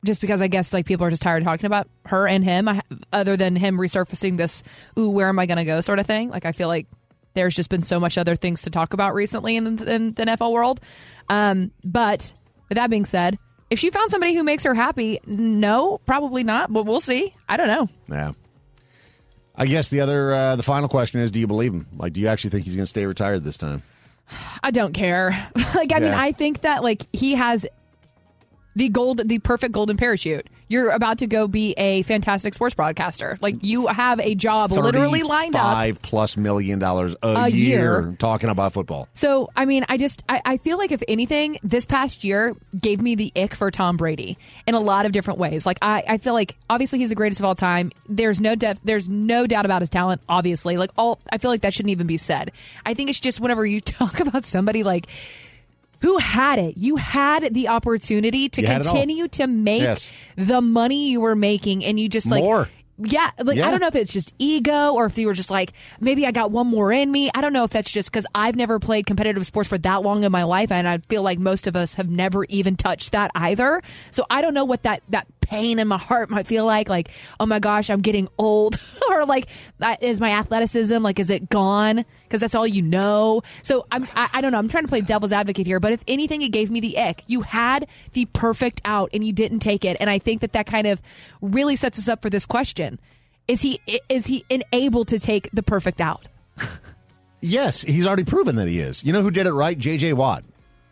[SPEAKER 6] just because I guess like people are just tired of talking about her and him, I, other than him resurfacing this, ooh, where am I going to go sort of thing. Like I feel like there's just been so much other things to talk about recently in the, in the NFL world. Um, but with that being said, if she found somebody who makes her happy, no, probably not. But we'll see. I don't know.
[SPEAKER 5] Yeah. I guess the other, uh, the final question is: Do you believe him? Like, do you actually think he's going to stay retired this time?
[SPEAKER 6] I don't care. [LAUGHS] like, I mean,
[SPEAKER 5] Yeah.
[SPEAKER 6] I think that like he has the gold, the perfect golden parachute. You're about to go be a fantastic sports broadcaster. Like, you have a job literally lined up.
[SPEAKER 5] five plus million dollars a,
[SPEAKER 6] A year.
[SPEAKER 5] talking about football.
[SPEAKER 6] So, I mean, I just, I, I feel like if anything, this past year gave me the ick for Tom Brady in a lot of different ways. Like, I, I feel like obviously he's the greatest of all time. There's no def, there's no doubt about his talent, obviously. Like, all, I feel like that shouldn't even be said. I think it's just whenever you [LAUGHS] talk about somebody like who had it, you had the opportunity to
[SPEAKER 2] You had it all.
[SPEAKER 6] continue to make
[SPEAKER 2] Yes.
[SPEAKER 6] the money you were making and you just like,
[SPEAKER 2] More.
[SPEAKER 6] yeah, like
[SPEAKER 2] Yeah.
[SPEAKER 6] I don't know if it's just ego or if you were just like maybe I got one more in me. I don't know if that's just because I've never played competitive sports for that long in my life, and I feel like most of us have never even touched that either. So I don't know what that that pain in my heart might feel like. Like oh my gosh, I'm getting old, [LAUGHS] or like I- is my athleticism like is it gone? Because that's all you know. So I'm I, I don't know. I'm trying to play devil's advocate here, but if anything, it gave me the ick. You had the perfect out and you didn't take it, and I think that that kind of really sets us up for this question. Is he is he able to take the perfect out?
[SPEAKER 5] Yes, he's already proven that he is. You know who did it right? J.J. Watt.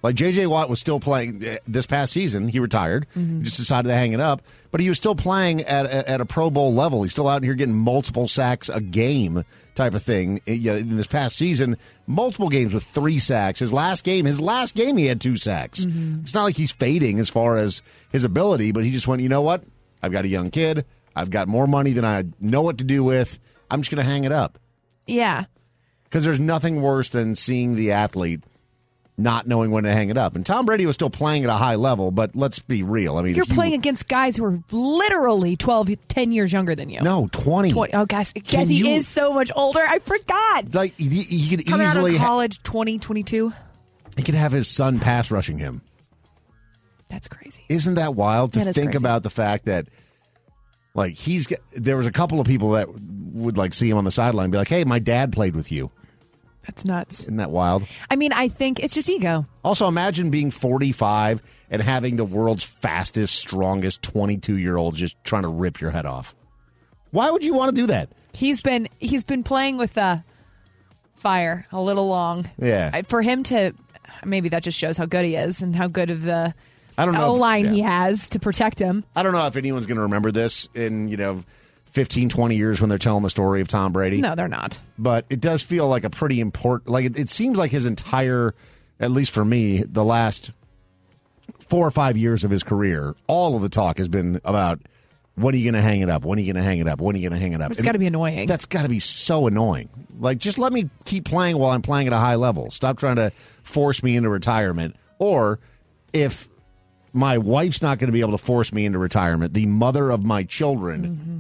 [SPEAKER 5] Like J.J. Watt was still playing eh, this past season. He retired, just decided to hang it up. But he was still playing at a, at a Pro Bowl level. He's still out here getting multiple sacks a game type of thing. Eh, yeah, In this past season, multiple games with three sacks. His last game, his last game, he had two sacks. It's not like he's fading as far as his ability, but he just went. You know what? I've got a young kid. I've got more money than I know what to do with. I'm just going to hang it up.
[SPEAKER 6] Yeah.
[SPEAKER 5] Because there's nothing worse than seeing the athlete not knowing when to hang it up. And Tom Brady was still playing at a high level, but let's be real. I mean,
[SPEAKER 6] You're
[SPEAKER 5] if you-
[SPEAKER 6] playing against guys who are literally 12, 10 years younger than you.
[SPEAKER 5] no twenty.
[SPEAKER 6] Twen- oh, guys, yes, he
[SPEAKER 5] you-
[SPEAKER 6] is so much older. I forgot.
[SPEAKER 5] Like he, he could
[SPEAKER 6] Coming out
[SPEAKER 5] easily
[SPEAKER 6] of
[SPEAKER 5] ha-
[SPEAKER 6] college, 20, 22.
[SPEAKER 5] he could have his son pass rushing him.
[SPEAKER 6] That's crazy.
[SPEAKER 5] Isn't that wild to
[SPEAKER 6] That is
[SPEAKER 5] think
[SPEAKER 6] crazy.
[SPEAKER 5] about the fact that like he's got- there was a couple of people that would like see him on the sideline and be like, "Hey, my dad played with you."
[SPEAKER 6] That's nuts.
[SPEAKER 5] Isn't that wild?
[SPEAKER 6] I mean, I think it's just ego.
[SPEAKER 5] Also, imagine being 45 and having the world's fastest, strongest 22 year old just trying to rip your head off. Why would you want to do that?
[SPEAKER 6] He's been he's been playing with uh, fire a little long.
[SPEAKER 5] Yeah.
[SPEAKER 6] I- for him to maybe that just shows how good he is and how good of the
[SPEAKER 5] I don't know if-
[SPEAKER 6] O line he
[SPEAKER 5] yeah.
[SPEAKER 6] has to protect him.
[SPEAKER 5] I don't know if anyone's going to remember this in, you know, 15, 20 years when they're telling the story of Tom Brady.
[SPEAKER 6] No, they're not.
[SPEAKER 5] But it does feel like a pretty important, like, it, it seems like his entire, at least for me, the last four or five years of his career, all of the talk has been about when are you going to hang it up? When are you going to hang it up? When are you going to hang it up?
[SPEAKER 6] It's
[SPEAKER 5] And
[SPEAKER 6] got to be annoying.
[SPEAKER 5] That's got to be so annoying. Like, just let me keep playing while I'm playing at a high level. Stop trying to force me into retirement. Or if my wife's not going to be able to force me into retirement, the mother of my children,
[SPEAKER 6] Mm-hmm.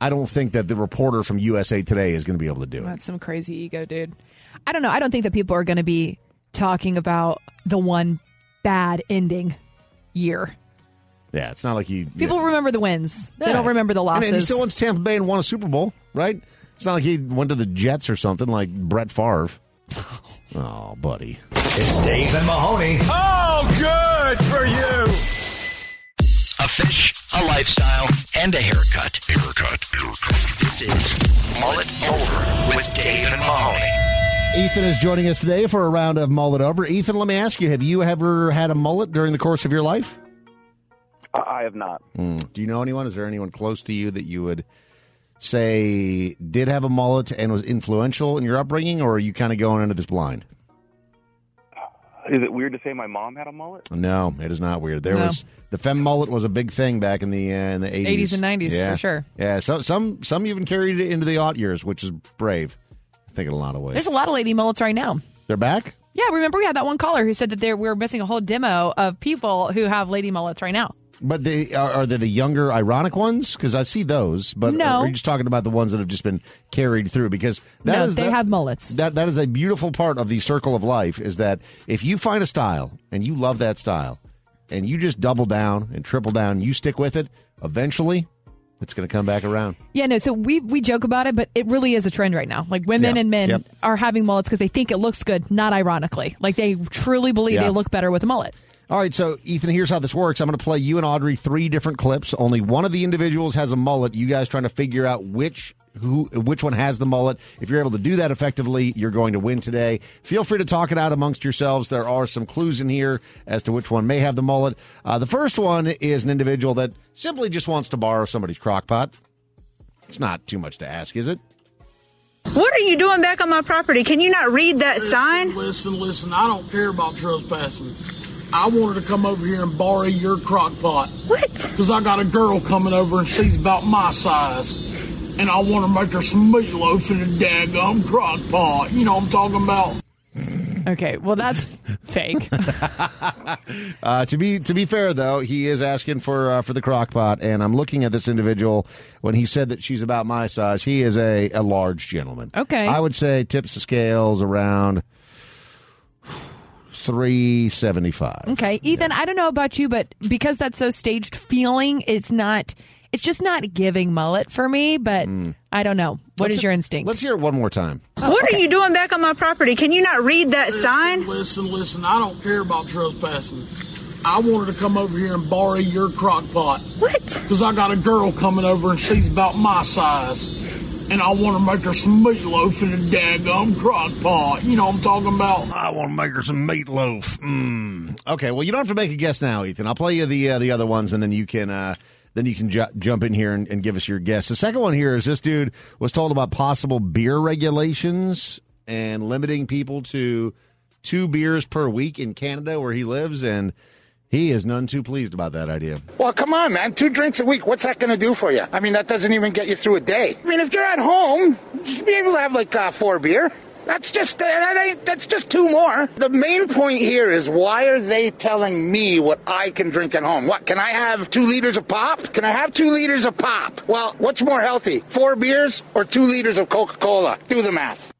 [SPEAKER 5] I don't think that the reporter from USA Today is going to be able to do it.
[SPEAKER 6] That's some crazy ego, dude. I don't know. I don't think that people are going to be talking about the one bad ending year.
[SPEAKER 5] Yeah, it's not like you.
[SPEAKER 6] People remember the wins. They don't remember the
[SPEAKER 5] And-
[SPEAKER 6] losses.
[SPEAKER 5] And he still went to Tampa Bay and won a Super Bowl, right? It's not like he went to the Jets or something like Brett Favre. [LAUGHS] oh, buddy.
[SPEAKER 3] It's Dave and Mahoney. Oh, good for you.
[SPEAKER 4] A fish, a lifestyle, and a haircut. Haircut, haircut. This is Mullet Over with Dave and Mahoney.
[SPEAKER 5] Ethan is joining us today for a round of mullet over. Ethan, let me ask you: Have you ever had a mullet during the course of your life? Hmm.
[SPEAKER 12] I I have not.
[SPEAKER 5] Do you know anyone? Is there anyone close to you that you would say did have a mullet and was influential in your upbringing, or are you kind of going into this blind?
[SPEAKER 11] Is it weird to say my mom had a mullet?
[SPEAKER 5] No, it is not weird. There
[SPEAKER 11] No.
[SPEAKER 5] was the fem mullet was a big thing back in the uh, in the 80s.
[SPEAKER 6] 80s and 90s, for sure.
[SPEAKER 5] Yeah, so, some some even carried it into the aught years, which is brave. I think in a lot of ways.
[SPEAKER 6] There's a lot of lady mullets right now.
[SPEAKER 5] They're back.
[SPEAKER 6] Yeah, remember we had that one caller who said that there, we were missing a whole demo of people who have lady mullets right now.
[SPEAKER 5] But they are, are they the younger ironic ones? Because I see those, but
[SPEAKER 6] No.
[SPEAKER 5] are you just talking about the ones that have just been carried through? Because that
[SPEAKER 6] No,
[SPEAKER 5] is-
[SPEAKER 6] they
[SPEAKER 5] that-
[SPEAKER 6] have mullets.
[SPEAKER 5] That that is a beautiful part of the circle of life is that if you find a style and you love that style, and you just double down and triple down, you stick with it. Eventually, it's going to come back around.
[SPEAKER 6] Yeah, no. So we we joke about it, but it really is a trend right now. Like women
[SPEAKER 5] Yeah,
[SPEAKER 6] and men
[SPEAKER 5] yep.
[SPEAKER 6] are having mullets because they think it looks good, not ironically. Like they truly believe
[SPEAKER 5] Yeah.
[SPEAKER 6] they look better with a mullet.
[SPEAKER 5] All right, so Ethan, here's how this works. I'm going to play you and Audrey three different clips. Only one of the individuals has a mullet. You guys trying to figure out which who which one has the mullet. If you're able to do that effectively, you're going to win today. Feel free to talk it out amongst yourselves. There are some clues in here as to which one may have the mullet. Uh, the first one is an individual that simply just wants to borrow somebody's crock pot. It's not too much to ask, is it?
[SPEAKER 12] What are you doing back on my property? Can you not read that
[SPEAKER 14] Listen,
[SPEAKER 12] sign?
[SPEAKER 14] Listen, listen, I don't care about trespassing. I wanted to come over here and borrow your crock pot. What? Because I got a girl coming over and she's about my size. And I want to make her some meatloaf in a daggum crock pot. You know what I'm talking about?
[SPEAKER 6] Okay, well [LAUGHS] that's fake.
[SPEAKER 5] Uh, to be to be fair though, he is asking for uh, for the crock pot, and I'm looking at this individual when he said that she's about my size. He is a, a large gentleman.
[SPEAKER 6] Okay.
[SPEAKER 5] I would say tips the scales around [SIGHS] three seventy five.
[SPEAKER 6] Okay, Ethan, I don't know about you, but because that's so staged feeling, it's not. It's just not giving mullet for me. But
[SPEAKER 5] Hmm.
[SPEAKER 6] I don't know. What is your instinct?
[SPEAKER 5] Let's hear it one more time.
[SPEAKER 12] What are you doing back on my property? Can you not read that
[SPEAKER 14] Listen,
[SPEAKER 12] sign?
[SPEAKER 14] Listen, listen, I don't care about trespassing. I wanted to come over here and borrow your crock pot. What? Because I got a girl coming over and she's about my size. And I want to make her some meatloaf in a daggum crock pot. You know what I'm talking about?
[SPEAKER 5] I want to make her some meatloaf. Mm. Okay, well you don't have to make a guess now, Ethan. I'll play you the uh, the other ones, and then you can uh, then you can ju- jump in here and, and give us your guess. The second one here is this dude was told about possible beer regulations and limiting people to two beers per week in Canada where he lives, and he is none too pleased about that idea.
[SPEAKER 15] Well, come on, man. Two drinks a week. What's that going to do for you? I mean, that doesn't even get you through a day. I mean, if you're at home, you should be able to have like uh, four beer. That's just uh, that ain't, that's just two more. The main point here is why are they telling me what I can drink at home? What can I have? Two liters of pop? Can I have two liters of
[SPEAKER 4] [LAUGHS]
[SPEAKER 15] pop? Well, what's more healthy, four beers or two liters of Coca Cola? Do the math.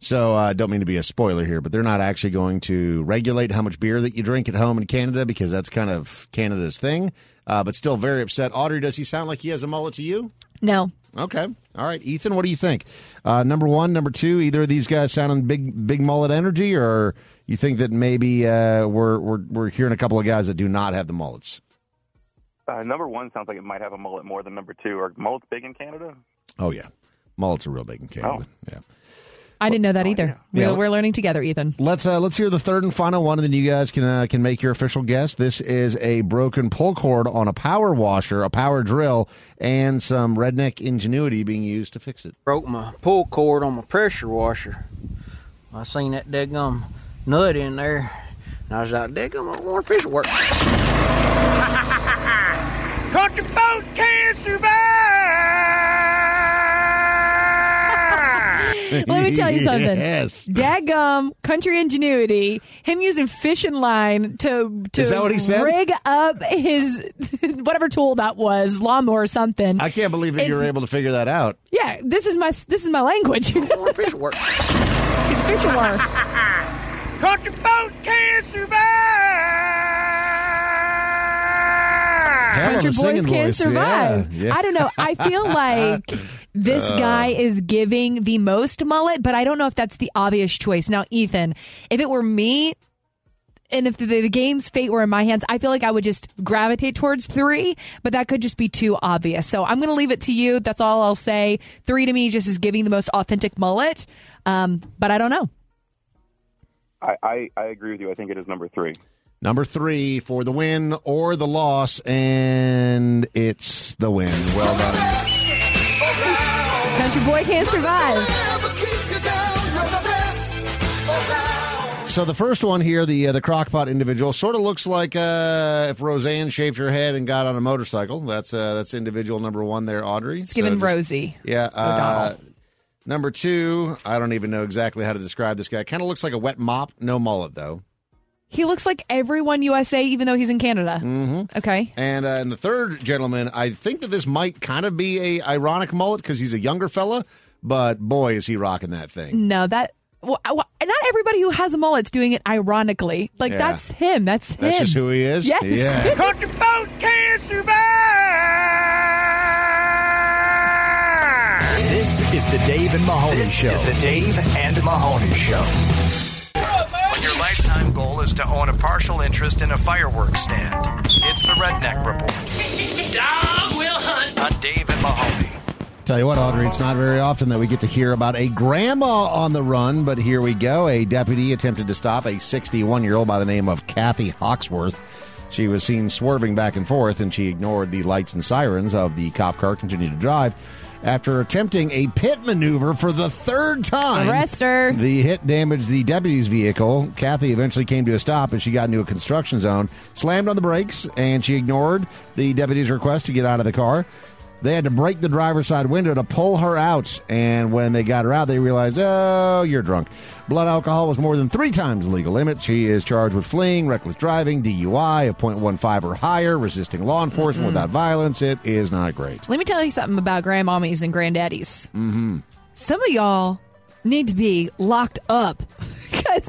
[SPEAKER 5] So I uh, don't mean to be a spoiler here, but they're not actually going to regulate how much beer that you drink at home in Canada because that's kind of Canada's thing. Uh, but still very upset. Audrey, does he sound like he has a mullet to you?
[SPEAKER 6] No.
[SPEAKER 5] Okay. All right, Ethan, what do you think? Uh, number one, number two, either of these guys sounding big, big mullet energy, or you think that maybe uh, we're, we're we're hearing a couple of guys that do not have the mullets?
[SPEAKER 11] Uh, number one sounds like it might have a mullet more than number two. Are mullets big in Canada?
[SPEAKER 5] Oh yeah, mullets are real big in Canada. Yeah.
[SPEAKER 6] I didn't know that either.
[SPEAKER 5] Yeah.
[SPEAKER 6] We're, we're learning together, Ethan.
[SPEAKER 5] Let's uh, let's hear the third and final one, and then you guys can uh, can make your official guess. This is a broken pull cord on a power washer, a power drill, and some redneck ingenuity being used to fix it.
[SPEAKER 16] broke my pull cord on my pressure washer. I seen that daggum nut in there, and I was like, daggum, I want a piece of work.
[SPEAKER 1] Country folks can't survive.
[SPEAKER 6] [LAUGHS] Let me tell you something.
[SPEAKER 1] Yes.
[SPEAKER 6] Dadgum, country ingenuity, him using fishing line to to
[SPEAKER 5] Is that what he said?
[SPEAKER 6] rig up his [LAUGHS] whatever tool that was, lawnmower or something.
[SPEAKER 5] I can't believe that you
[SPEAKER 6] If-
[SPEAKER 5] were able to figure that out.
[SPEAKER 6] Yeah, this is my this is my language.
[SPEAKER 16] fish work.
[SPEAKER 6] It's fishing line.
[SPEAKER 1] Country folks can't survive.
[SPEAKER 6] Country boys can't survive. I don't know. I feel like this
[SPEAKER 1] Uh.
[SPEAKER 6] guy is giving the most mullet, but I don't know if that's the obvious choice. Now, Ethan, if it were me, and if the, the game's fate were in my hands, I feel like I would just gravitate towards three, but that could just be too obvious. So I'm going to leave it to you. That's all I'll say. Three to me just is giving the most authentic mullet, um, but I don't know.
[SPEAKER 11] I, I, I agree with you. I think it is number three.
[SPEAKER 5] Number three for the win or the loss, and it's the win. Well done.
[SPEAKER 6] Country boy can't survive.
[SPEAKER 5] So the first one here, the uh, the crockpot individual, sort of looks like uh, if Roseanne shaved her head and got on a motorcycle. That's uh, that's individual number one there, Audrey.
[SPEAKER 6] It's given Rosie.
[SPEAKER 5] Yeah. Uh, number two, I don't even know exactly how to describe this guy. Kind of looks like a wet mop, no mullet though.
[SPEAKER 6] He looks like everyone USA, even though he's in Canada. Mm-hmm. Okay.
[SPEAKER 5] And uh, and the third gentleman, I think that this might kind of be a ironic mullet because he's a younger fella, but boy is he rocking that thing.
[SPEAKER 6] No, that. Well, I- well, not everybody who has a mullet's doing it ironically. Like
[SPEAKER 5] Yeah.
[SPEAKER 6] that's him. That's him.
[SPEAKER 5] That's just who he is?
[SPEAKER 6] Yes.
[SPEAKER 5] Yeah.
[SPEAKER 2] Country folks can't survive.
[SPEAKER 3] This is the Dave and Mahoney Show. This is the Dave and Mahoney Show.
[SPEAKER 4] When your lifetime goal is to own a partial interest in a fireworks stand, it's the Redneck Report
[SPEAKER 2] Dog will hunt.
[SPEAKER 4] on Dave and Mahoney.
[SPEAKER 5] Tell you what, Audrey, it's not very often that we get to hear about a grandma on the run, but here we go. A deputy attempted to stop a 61 year old by the name of Kathy Hawksworth. She was seen swerving back and forth, and she ignored the lights and sirens of the cop car, continued to drive. After attempting a pit maneuver for the third time,
[SPEAKER 6] Arrest her.
[SPEAKER 5] the hit damaged the deputy's vehicle. Kathy eventually came to a stop and she got into a construction zone, slammed on the brakes, and she ignored the deputy's request to get out of the car. They had to break the driver's side window to pull her out, and when they got her out, they realized, oh, you're drunk. Blood alcohol was more than three times the legal limit. She is charged with fleeing, reckless driving, DUI of 0.15 or higher, resisting law enforcement without violence. It is not great.
[SPEAKER 6] Let me tell you something about grandmommies and granddaddies.
[SPEAKER 5] Mm-hmm.
[SPEAKER 6] Some of y'all need to be locked up [LAUGHS] because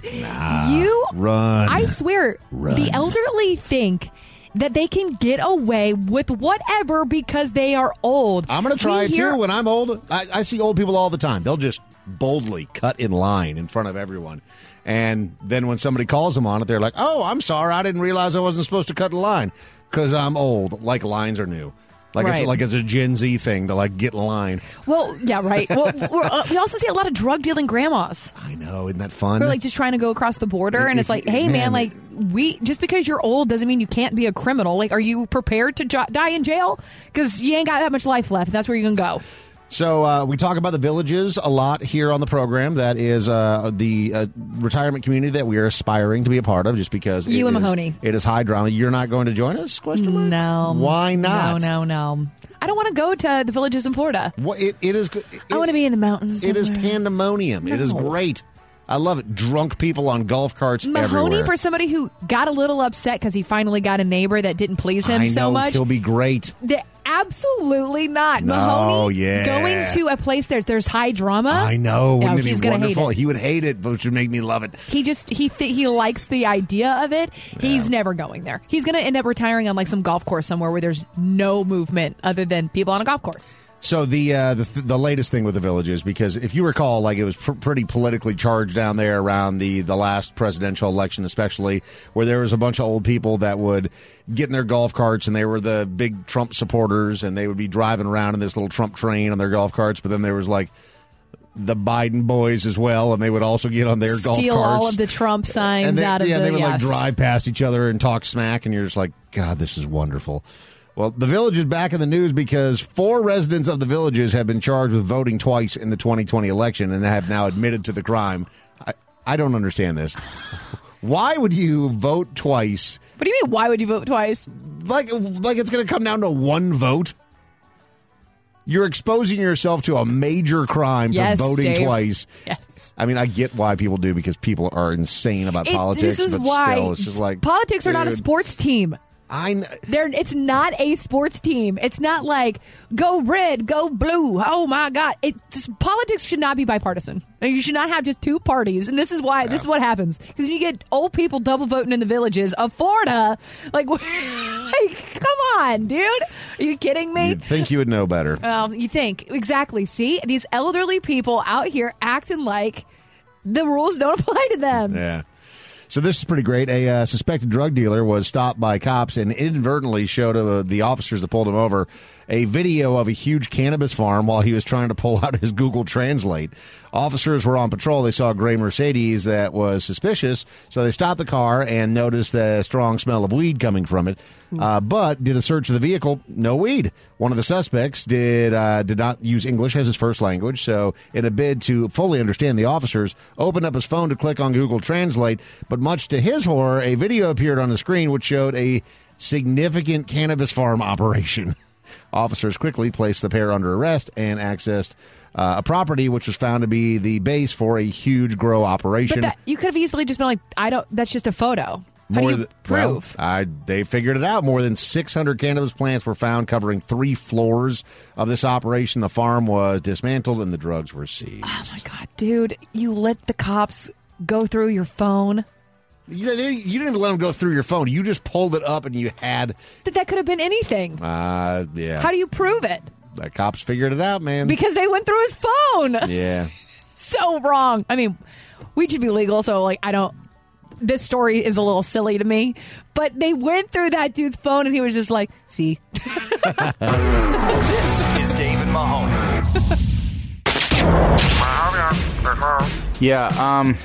[SPEAKER 6] you
[SPEAKER 5] Run.
[SPEAKER 6] I swear,
[SPEAKER 5] Run.
[SPEAKER 6] the elderly think that they can get away with whatever because they are old.
[SPEAKER 5] I'm going to try
[SPEAKER 6] We
[SPEAKER 5] it
[SPEAKER 6] hear-
[SPEAKER 5] too. When I'm old, I, I see old people all the time. They'll just boldly cut in line in front of everyone. And then when somebody calls them on it, they're like, oh, I'm sorry. I didn't realize I wasn't supposed to cut in line because I'm old. Like lines are new. Like it's
[SPEAKER 6] Right.
[SPEAKER 5] like it's a Gen Z thing to like get in line.
[SPEAKER 6] Well, yeah, right. well, [LAUGHS] we're, uh, we also see a lot of drug dealing grandmas.
[SPEAKER 5] I know, isn't that fun?
[SPEAKER 6] They're like just trying to go across the border, and it's like, hey,
[SPEAKER 5] Man.
[SPEAKER 6] man, like we just because you're old doesn't mean you can't be a criminal. Like, are you prepared to jo- die in jail? Because you ain't got that much life left, and that's where you're gonna go.
[SPEAKER 5] So uh, we talk about the villages a lot here on the program. That is uh, the uh, retirement community that we are aspiring to be a part of, just because it
[SPEAKER 6] You and
[SPEAKER 5] is-
[SPEAKER 6] Mahoney.
[SPEAKER 5] It is high drama. You're not going to join us? Question mark.
[SPEAKER 6] No.
[SPEAKER 5] Why not?
[SPEAKER 6] No, no, no. I don't want to go to the villages in Florida.
[SPEAKER 5] What it, it is?
[SPEAKER 6] I want to be in the mountains.
[SPEAKER 5] It is
[SPEAKER 6] somewhere.
[SPEAKER 5] pandemonium. It is great. I love it. Drunk people on golf carts
[SPEAKER 6] Mahoney
[SPEAKER 5] everywhere.
[SPEAKER 6] for somebody who got a little upset because he finally got a neighbor that didn't please him
[SPEAKER 5] I
[SPEAKER 6] so
[SPEAKER 5] know,
[SPEAKER 6] much.
[SPEAKER 5] He'll be great.
[SPEAKER 6] That- absolutely not.
[SPEAKER 5] No,
[SPEAKER 6] Mahoney
[SPEAKER 5] yeah.
[SPEAKER 6] going to a place there's there's high drama.
[SPEAKER 5] I know.
[SPEAKER 6] No,
[SPEAKER 5] Wouldn't it
[SPEAKER 6] he's
[SPEAKER 5] be
[SPEAKER 6] gonna
[SPEAKER 5] wonderful?
[SPEAKER 6] hate it.
[SPEAKER 5] He would hate it, but it would make me love it.
[SPEAKER 6] He just he th- he likes the idea of it. He's never going there. He's going to end up retiring on like some golf course somewhere where there's no movement other than people on a golf course.
[SPEAKER 5] So the uh, the, th- the latest thing with the villages, because if you recall, like it was pr- pretty politically charged down there around the the last presidential election, especially where there was a bunch of old people that would get in their golf carts and they were the big Trump supporters and they would be driving around in this little Trump train on their golf carts. But then there was like the Biden boys as well, and they would also get on their
[SPEAKER 6] Steal
[SPEAKER 5] golf carts
[SPEAKER 6] all of the Trump signs
[SPEAKER 5] and they,
[SPEAKER 6] out of
[SPEAKER 5] yeah,
[SPEAKER 6] the
[SPEAKER 5] they would like
[SPEAKER 6] yes.
[SPEAKER 5] drive past each other and talk smack, and you're just like, God, this is wonderful. Well, the village is back in the news because four residents of the villages have been charged with voting twice in the 2020 election and have now admitted to the crime. I, I don't understand
[SPEAKER 6] [LAUGHS]
[SPEAKER 5] this. Why would you vote twice?
[SPEAKER 6] What do you mean? Why would you vote twice?
[SPEAKER 5] Like, like it's going to come down to one vote. You're exposing yourself to a major crime
[SPEAKER 6] Yes,
[SPEAKER 5] for voting
[SPEAKER 6] Dave.
[SPEAKER 5] twice.
[SPEAKER 6] Yes.
[SPEAKER 5] I mean, I get why people do because people are insane about
[SPEAKER 6] It-
[SPEAKER 5] politics.
[SPEAKER 6] this is
[SPEAKER 5] but
[SPEAKER 6] why
[SPEAKER 5] still, it's just like
[SPEAKER 6] politics are not a
[SPEAKER 5] dude.
[SPEAKER 6] sports team.
[SPEAKER 5] I kn-
[SPEAKER 6] They're, it's not a sports team. It's not like go red, go blue. Oh my god! It just, politics should not be bipartisan. Like, You should not have just two parties. And this is why this is what happens because you get old people double voting in the villages of Florida. Like, [LAUGHS] like come on, dude. Are you kidding me?
[SPEAKER 5] You'd think you would know better.
[SPEAKER 6] Um, you think exactly? See these elderly people out here acting like the rules don't [LAUGHS] apply to them.
[SPEAKER 5] Yeah. So this is pretty great. A uh, suspected drug dealer was stopped by cops and inadvertently showed uh, the officers that pulled him over a video of a huge cannabis farm while he was trying to pull out his Google Translate. Officers were on patrol. They saw a gray Mercedes that was suspicious, so they stopped the car and noticed the strong smell of weed coming from it. Uh, but did a search of the vehicle, no weed. One of the suspects did uh, did not use English as his first language, so in a bid to fully understand the officers, opened up his phone to click on Google Translate. But much to his horror, a video appeared on the screen which showed a significant cannabis farm operation. [LAUGHS] Officers quickly placed the pair under arrest and accessed uh, a property which was found to be the base for a huge grow operation.
[SPEAKER 6] But that, you could have easily just been like, I don't. That's just a photo. How do you
[SPEAKER 5] than- well,
[SPEAKER 6] prove?
[SPEAKER 5] I, they figured it out. More than 600 cannabis plants were found covering three floors of this operation. The farm was dismantled and the drugs were seized.
[SPEAKER 6] Dude, you let the cops go through your phone.
[SPEAKER 5] You, they- you didn't even let them go through your phone. You just pulled it up and you had.
[SPEAKER 6] That that could have been anything.
[SPEAKER 5] Uh, yeah.
[SPEAKER 6] How do you prove it?
[SPEAKER 5] The cops figured it out, man.
[SPEAKER 6] Because they went through his phone.
[SPEAKER 5] yeah.
[SPEAKER 6] [LAUGHS] so wrong. I mean, we should be legal, so like I don't. This story is a little silly to me, but they went through that dude's phone and he was just like, "See,
[SPEAKER 3] this is Dave and Mahoney.
[SPEAKER 17] Yeah, um.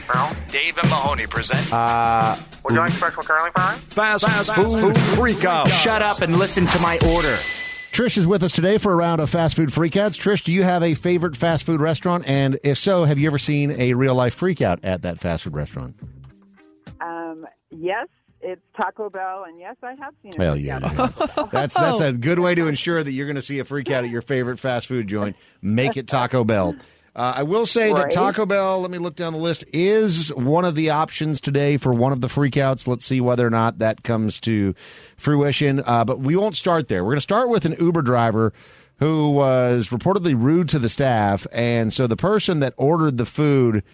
[SPEAKER 3] Dave and Mahoney present
[SPEAKER 17] Uh.
[SPEAKER 3] Would you like
[SPEAKER 17] special
[SPEAKER 3] curly fries?
[SPEAKER 17] Fast, food, freak out. Shut up and listen to my order.
[SPEAKER 5] Trish is with us today for a round of fast food freakouts. Trish, do you have a favorite fast food restaurant? And if so, have you ever seen a real life freakout at that fast food restaurant?
[SPEAKER 18] Um, yes, it's Taco Bell, and yes, I have seen it.
[SPEAKER 5] Hell yeah, you [LAUGHS] have. that's that's a good way [LAUGHS] to ensure that you're going to see a freak out at your favorite fast food joint. Make it Taco Bell. Uh, I will say
[SPEAKER 3] Right.
[SPEAKER 5] that Taco Bell. Let me look down the list. Is one of the options today for one of the freakouts. Let's see whether or not that comes to fruition. Uh, but we won't start there. We're going to start with an Uber driver who was reportedly rude to the staff, and so the person that ordered the food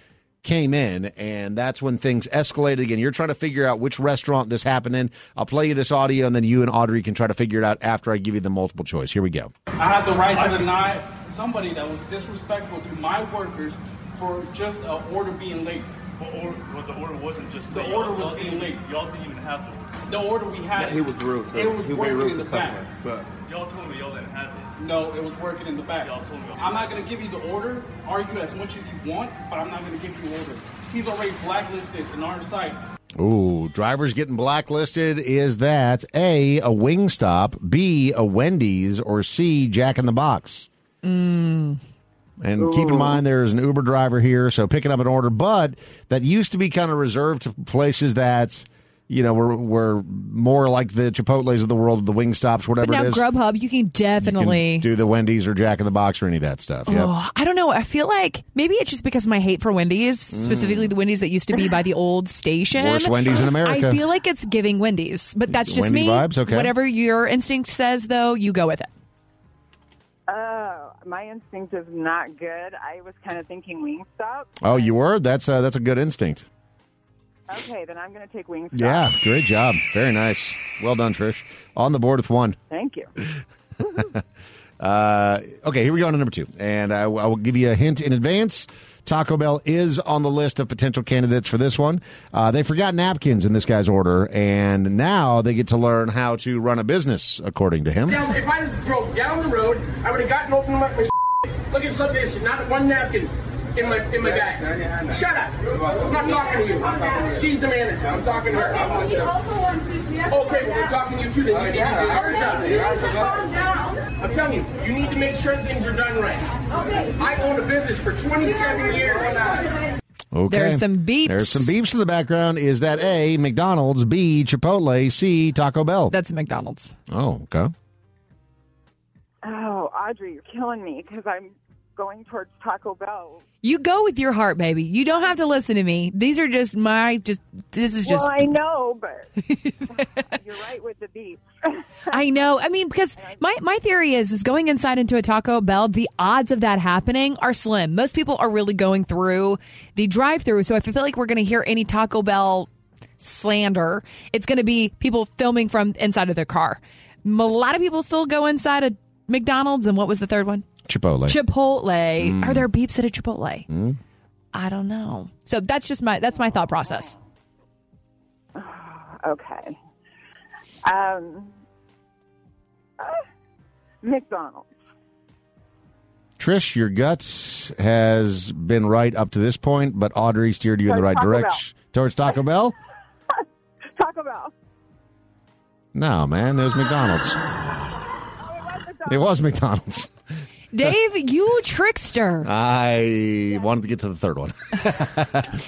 [SPEAKER 5] came in, and that's when things escalated again. You're trying to figure out which restaurant this happened in. I'll play you this audio, and then you and Audrey can try to figure it out after I give you the multiple choice. Here we go.
[SPEAKER 19] I have the right to deny somebody that was disrespectful to my workers for just an order being late. But, order, but the order wasn't just the
[SPEAKER 20] late.
[SPEAKER 19] order was
[SPEAKER 20] Y'all
[SPEAKER 19] being
[SPEAKER 20] didn't-
[SPEAKER 19] late. Y'all didn't even have the The order we had.
[SPEAKER 20] Yeah, he was rude, so
[SPEAKER 19] it was
[SPEAKER 20] he was very
[SPEAKER 19] working
[SPEAKER 20] rude
[SPEAKER 19] in
[SPEAKER 20] to
[SPEAKER 19] the
[SPEAKER 20] the
[SPEAKER 19] back.
[SPEAKER 20] customer,
[SPEAKER 19] Y'all told me y'all didn't have it. No, it was working in the back. Y'all told me. I'm not gonna give you the order. Argue as much as you want, but I'm not gonna give you order. He's already blacklisted in our site.
[SPEAKER 5] Ooh, drivers getting blacklisted. Is that A, a Wingstop, B, a Wendy's, or C, Jack in the Box?
[SPEAKER 6] mm,
[SPEAKER 5] And keep in
[SPEAKER 6] Ooh.
[SPEAKER 5] mind, there's an Uber driver here, so picking up an order. But that used to be kind of reserved to places that, you know, were, were more like the Chipotle's of the world, the Wingstops,
[SPEAKER 6] but
[SPEAKER 5] whatever
[SPEAKER 6] now
[SPEAKER 5] it is.
[SPEAKER 6] Grubhub, you can
[SPEAKER 5] You can
[SPEAKER 6] definitely."
[SPEAKER 5] do the Wendy's or Jack in the Box or any of that stuff. Yep.
[SPEAKER 6] Oh, I don't know. I feel like maybe it's just because of my hate for Wendy's, specifically the Wendy's that used to be by the old station.
[SPEAKER 5] Mm. Worst Wendy's in America.
[SPEAKER 6] [GASPS] I feel like it's giving Wendy's, but that's just
[SPEAKER 5] Wendy
[SPEAKER 6] me.
[SPEAKER 5] vibes? Okay.
[SPEAKER 6] Whatever your instinct says, though, you go with it.
[SPEAKER 18] Oh, my instinct is not good. I was kind of thinking Wingstop.
[SPEAKER 5] Oh, you were? That's uh, that's a good instinct.
[SPEAKER 18] Okay, then I'm going to take Wingstop.
[SPEAKER 5] Yeah, great job. Very nice. Well done, Trish. On the board with one.
[SPEAKER 18] Thank you.
[SPEAKER 5] Uh, okay, here we go on to number two. And I, I will give you a hint in advance. Taco Bell is on the list of potential candidates for this one. Uh, they forgot napkins in this guy's order, and now they get to learn how to run a business, according to him.
[SPEAKER 19] Now, if I drove down the road, I would have gotten open my, [LAUGHS] my Look at some issue, not one napkin in my in my bag. Shut up! I'm not talking to you. She's the manager. I'm talking to her. Oh, great. Well, we're talking to you too. Then you need to do your job. I'm telling you, you need to make sure things are done right. I owned a business for 27 years.
[SPEAKER 5] Okay.
[SPEAKER 19] There's some beeps.
[SPEAKER 5] There's some beeps in the background. Is that A, McDonald's, B, Chipotle, C, Taco Bell?
[SPEAKER 6] That's McDonald's.
[SPEAKER 5] Oh, okay.
[SPEAKER 18] Oh, Audrey, you're killing me because I'm going towards Taco Bell.
[SPEAKER 6] You go with your heart, baby. You don't have to listen to me. These are just my just. This is just.
[SPEAKER 18] well, I know, but you're right with the beef.
[SPEAKER 6] I know. I mean, because my, my theory is is going inside into a Taco Bell, the odds of that happening are slim. Most people are really going through the drive through. So if I feel like we're going to hear any Taco Bell slander, it's going to be people filming from inside of their car. M- A lot of people still go inside a McDonald's. And what was the third one?
[SPEAKER 5] Chipotle.
[SPEAKER 6] Chipotle.
[SPEAKER 5] Mm.
[SPEAKER 6] Are there beeps at a Chipotle?
[SPEAKER 5] Mm.
[SPEAKER 6] I don't know. So that's just my that's my thought process.
[SPEAKER 18] Okay. [LAUGHS] Um, uh, McDonald's.
[SPEAKER 5] Trish, your guts has been right up to this point, but Audrey steered you in the right
[SPEAKER 10] Towards Taco
[SPEAKER 5] direction. Towards Taco Bell?
[SPEAKER 10] Taco Bell.
[SPEAKER 5] No, man, it was McDonald's. It was McDonald's.
[SPEAKER 6] Dave, you trickster.
[SPEAKER 5] I wanted to get to the third
[SPEAKER 6] [LAUGHS]
[SPEAKER 5] one.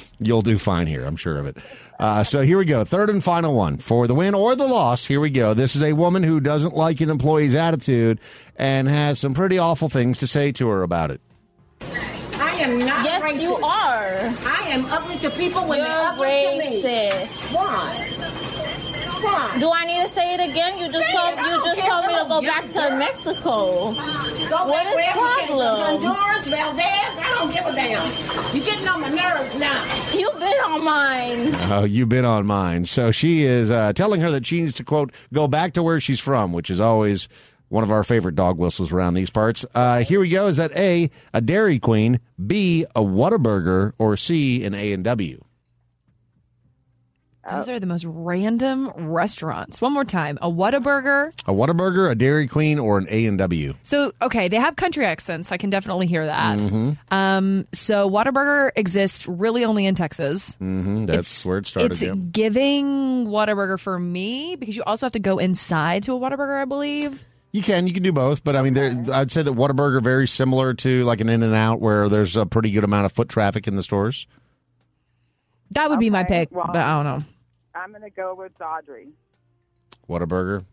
[SPEAKER 5] [LAUGHS] You'll do fine here, I'm sure of it. Uh, so here we go. Third and final one for the win or the loss. Here we go. This is a woman who doesn't like an employee's attitude and has some pretty awful things to say to her about it.
[SPEAKER 20] I am not
[SPEAKER 21] Yes,
[SPEAKER 20] racist.
[SPEAKER 21] you are.
[SPEAKER 20] I am ugly to people when
[SPEAKER 21] You're
[SPEAKER 20] they're ugly to me.
[SPEAKER 21] racist.
[SPEAKER 20] Why? Why?
[SPEAKER 21] Do I need to say it again? You just
[SPEAKER 20] Say it.
[SPEAKER 21] told
[SPEAKER 20] I
[SPEAKER 21] you
[SPEAKER 20] don't
[SPEAKER 21] just
[SPEAKER 20] care.
[SPEAKER 21] told me
[SPEAKER 20] I'm
[SPEAKER 21] to
[SPEAKER 20] a
[SPEAKER 21] go
[SPEAKER 20] young
[SPEAKER 21] back
[SPEAKER 20] girl.
[SPEAKER 21] to Mexico.
[SPEAKER 20] Go
[SPEAKER 21] What
[SPEAKER 20] back
[SPEAKER 21] is
[SPEAKER 20] wherever you came from,
[SPEAKER 21] problem?
[SPEAKER 20] Honduras, Valdez, I don't give a damn. You're getting on my nerves now.
[SPEAKER 21] You've been on mine.
[SPEAKER 5] Oh, you've been on mine. So she is uh, telling her that she needs to, quote, go back to where she's from, which is always one of our favorite dog whistles around these parts. Uh, here we go. Is that A, a Dairy Queen, B, a Whataburger, or C, an A&W?
[SPEAKER 6] Those are the most random restaurants. One more time. A Whataburger.
[SPEAKER 5] A Whataburger, a Dairy Queen, or an A&W?
[SPEAKER 6] So, okay, they have country accents. I can definitely hear that.
[SPEAKER 5] Mhm.
[SPEAKER 6] Um, so Whataburger exists really only in Texas.
[SPEAKER 5] Mm-hmm. That's where it started.
[SPEAKER 6] It's
[SPEAKER 5] yeah.
[SPEAKER 6] giving Whataburger for me because you also have to go inside to a Whataburger, I believe.
[SPEAKER 5] You can you can do both, but I mean, there, I'd say that Whataburger very similar to like an In and Out, where there's a pretty good amount of foot traffic in the stores.
[SPEAKER 6] That would be my
[SPEAKER 18] Okay,
[SPEAKER 6] pick, but I don't know.
[SPEAKER 18] I'm going to go with Audrey.
[SPEAKER 5] Whataburger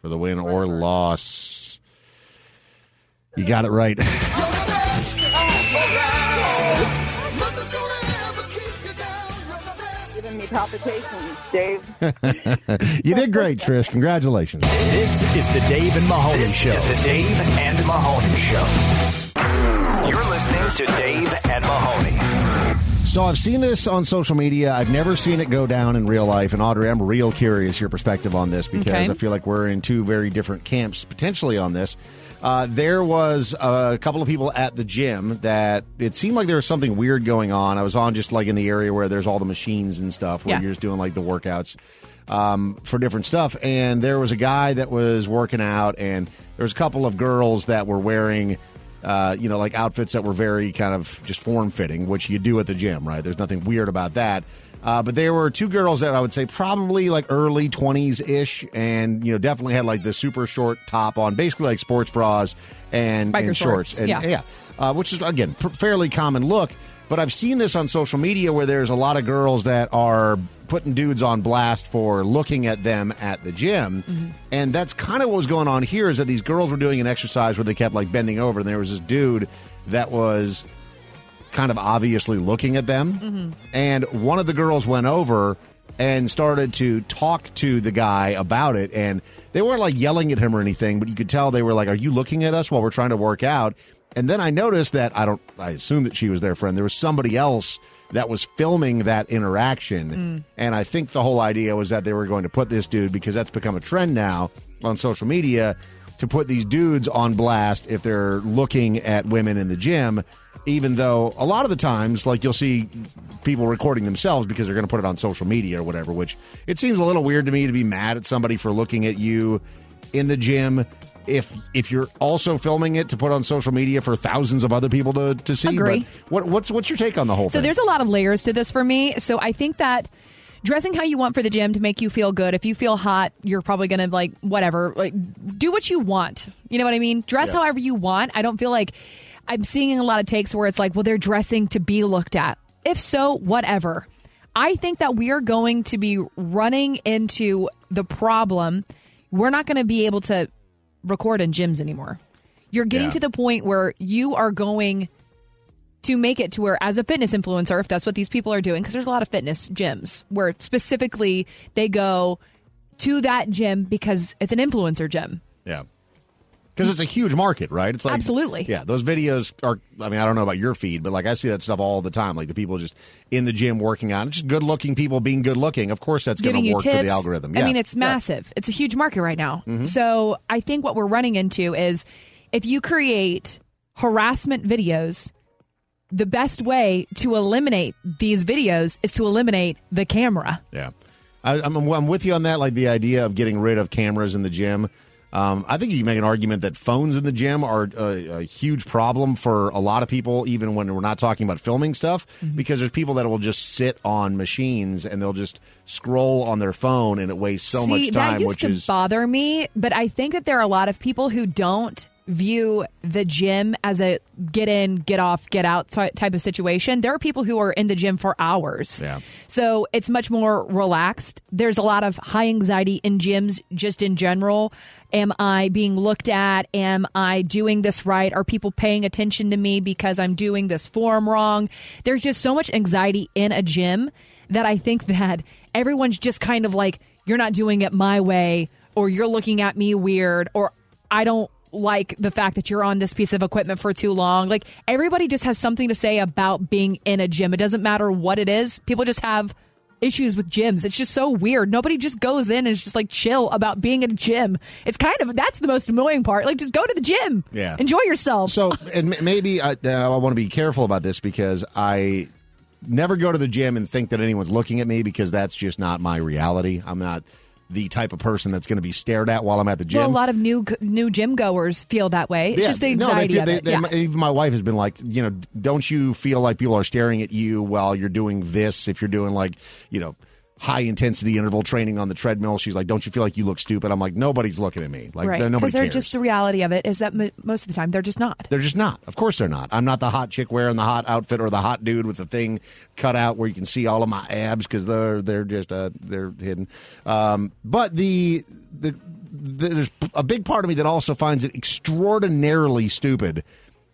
[SPEAKER 5] for the win or loss. You got it right. [LAUGHS]
[SPEAKER 18] Giving me palpitations, Dave.
[SPEAKER 5] you did great, Trish. Congratulations.
[SPEAKER 3] This is the Dave and Mahoney Show. the Dave and Mahoney Show. You're listening to Dave and Mahoney.
[SPEAKER 5] So I've seen this on social media. I've never seen it go down in real life. And Audrey, I'm real curious your perspective on this because
[SPEAKER 4] Okay.
[SPEAKER 5] I feel like we're in two very different camps potentially on this. Uh, there was a couple of people at the gym that it seemed like there was something weird going on. I was on just like in the area where there's all the machines and stuff where
[SPEAKER 4] Yeah.
[SPEAKER 5] you're just doing like the workouts um, for different stuff. And there was a guy that was working out, and there was a couple of girls that were wearing uh, you know, like outfits that were very kind of just form fitting, which you do at the gym, right? There's nothing weird about that. Uh, but there were two girls that I would say probably like early 20s ish, and you know, definitely had like the super short top on, basically like sports bras and,
[SPEAKER 4] Biker
[SPEAKER 5] and shorts.
[SPEAKER 4] shorts,
[SPEAKER 5] And,
[SPEAKER 4] yeah.
[SPEAKER 5] uh, which is again pr- fairly common look. But I've seen this on social media where there's a lot of girls that are putting dudes on blast for looking at them at the gym, and that's kind of what was going on here. Is that these girls were doing an exercise where they kept like bending over, and there was this dude that was kind of obviously looking at them. And one of the girls went over and started to talk to the guy about it. And they weren't like yelling at him or anything, but you could tell they were like, Are you looking at us while we're trying to work out? And then I noticed that I don't, I assume that she was their friend. There was somebody else that was filming that interaction. And I think the whole idea was that they were going to put this dude, because that's become a trend now on social media, to put these dudes on blast if they're looking at women in the gym, even though a lot of the times, like you'll see people recording themselves because they're going to put it on social media or whatever, which it seems a little weird to me to be mad at somebody for looking at you in the gym. If if you're also filming it to put on social media for thousands of other people to, to see,
[SPEAKER 6] Agree.
[SPEAKER 5] But what, what's what's your take on the whole
[SPEAKER 6] So
[SPEAKER 5] thing?
[SPEAKER 6] there's a lot of layers to this for me. So I think that dressing how you want for the gym to make you feel good. If you feel hot, you're probably going to like whatever, like do what you want. You know what I mean? Dress
[SPEAKER 22] Yeah.
[SPEAKER 6] however you want. I don't feel like I'm seeing a lot of takes where it's like, well, they're dressing to be looked at. If so, whatever. I think that we are going to be running into the problem. We're not going to be able to record in gyms anymore. You're getting
[SPEAKER 22] Yeah.
[SPEAKER 6] to the point where you are going to make it to where as a fitness influencer if that's what these people are doing because there's a lot of fitness gyms where specifically they go to that gym because it's an influencer gym
[SPEAKER 5] Yeah. Because it's a huge market, right? It's like
[SPEAKER 6] Absolutely.
[SPEAKER 5] Yeah, those videos are. I mean, I don't know about your feed, but like I see that stuff all the time. Like the people just in the gym working out, just good looking people being good looking. Of course, that's going
[SPEAKER 6] giving
[SPEAKER 5] to
[SPEAKER 6] you
[SPEAKER 5] work
[SPEAKER 6] tips
[SPEAKER 5] for the algorithm.
[SPEAKER 6] i
[SPEAKER 5] Yeah.
[SPEAKER 6] mean it's
[SPEAKER 5] Yeah.
[SPEAKER 6] massive it's a huge market right now
[SPEAKER 5] Mhm.
[SPEAKER 6] so i think what we're running into is if you create harassment videos the best way to eliminate these videos is to eliminate the camera
[SPEAKER 5] Yeah, I, I'm, I'm with you on that. Like the idea of getting rid of cameras in the gym. Um, I think you can make an argument that phones in the gym are a, a huge problem for a lot of people, even when we're not talking about filming stuff,
[SPEAKER 6] Mm-hmm.
[SPEAKER 5] because there's people that will just sit on machines and they'll just scroll on their phone, and it wastes so
[SPEAKER 6] See,
[SPEAKER 5] much time,
[SPEAKER 6] that used
[SPEAKER 5] which
[SPEAKER 6] to
[SPEAKER 5] is
[SPEAKER 6] bother me, but I think that there are a lot of people who don't view the gym as a get in, get off, get out ty- type of situation. There are people who are in the gym for hours.
[SPEAKER 5] Yeah.
[SPEAKER 6] So it's much more relaxed. There's a lot of high anxiety in gyms just in general. Am I being looked at? Am I doing this right? Are people paying attention to me because I'm doing this form wrong? There's just so much anxiety in a gym that I think [LAUGHS] that everyone's just kind of like, you're not doing it my way, or you're looking at me weird, or I don't like the fact that you're on this piece of equipment for too long. Like everybody just has something to say about being in a gym. It doesn't matter what it is. People just have issues with gyms. It's just so weird. Nobody just goes in and is just like chill about being in a gym. It's kind of that's the most annoying part. Like just go to the gym.
[SPEAKER 5] Yeah.
[SPEAKER 6] Enjoy yourself.
[SPEAKER 5] So and m- maybe I, uh, I want to be careful about this because I never go to the gym and think that anyone's looking at me because that's just not my reality. I'm not the type of person that's going to be stared at while I'm at the gym.
[SPEAKER 6] Well, a lot of new new gym goers feel that way. It's
[SPEAKER 5] Yeah,
[SPEAKER 6] just the
[SPEAKER 5] no, they
[SPEAKER 6] anxiety
[SPEAKER 5] feel-
[SPEAKER 6] of
[SPEAKER 5] they-
[SPEAKER 6] it.
[SPEAKER 5] they-
[SPEAKER 6] yeah.
[SPEAKER 5] my- Even my wife has been like, you know, don't you feel like people are staring at you while you're doing this? If you're doing like, you know, high intensity interval training on the treadmill, she's like, don't you feel like you look stupid? I'm like, nobody's looking at me. Like,
[SPEAKER 6] right.
[SPEAKER 5] there- nobody
[SPEAKER 6] they're
[SPEAKER 5] cares.
[SPEAKER 6] just the reality of it is that m- most of the time they're just not.
[SPEAKER 5] They're just not. Of course they're not. I'm not the hot chick wearing the hot outfit or the hot dude with the thing cut out where you can see all of my abs because they're they're just uh, they're hidden. Um, but the the there's a big part of me that also finds it extraordinarily stupid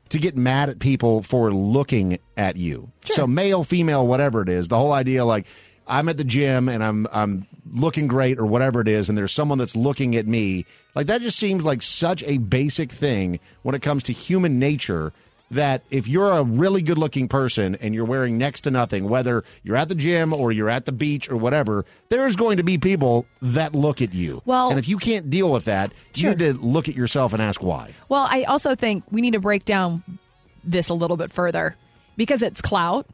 [SPEAKER 5] to get mad at people for looking at you. So male, female, whatever it is, the whole idea like I'm at the gym and I'm I'm looking great or whatever it is and there's someone that's looking at me. Like that just seems like such a basic thing when it comes to human nature that if you're a really good looking person and you're wearing next to nothing whether you're at the gym or you're at the beach or whatever there's going to be people that look at you
[SPEAKER 6] Well-
[SPEAKER 5] and if you can't deal with that you need to look at yourself and ask why
[SPEAKER 6] Well, I also think we need to break down this a little bit further because it's clout.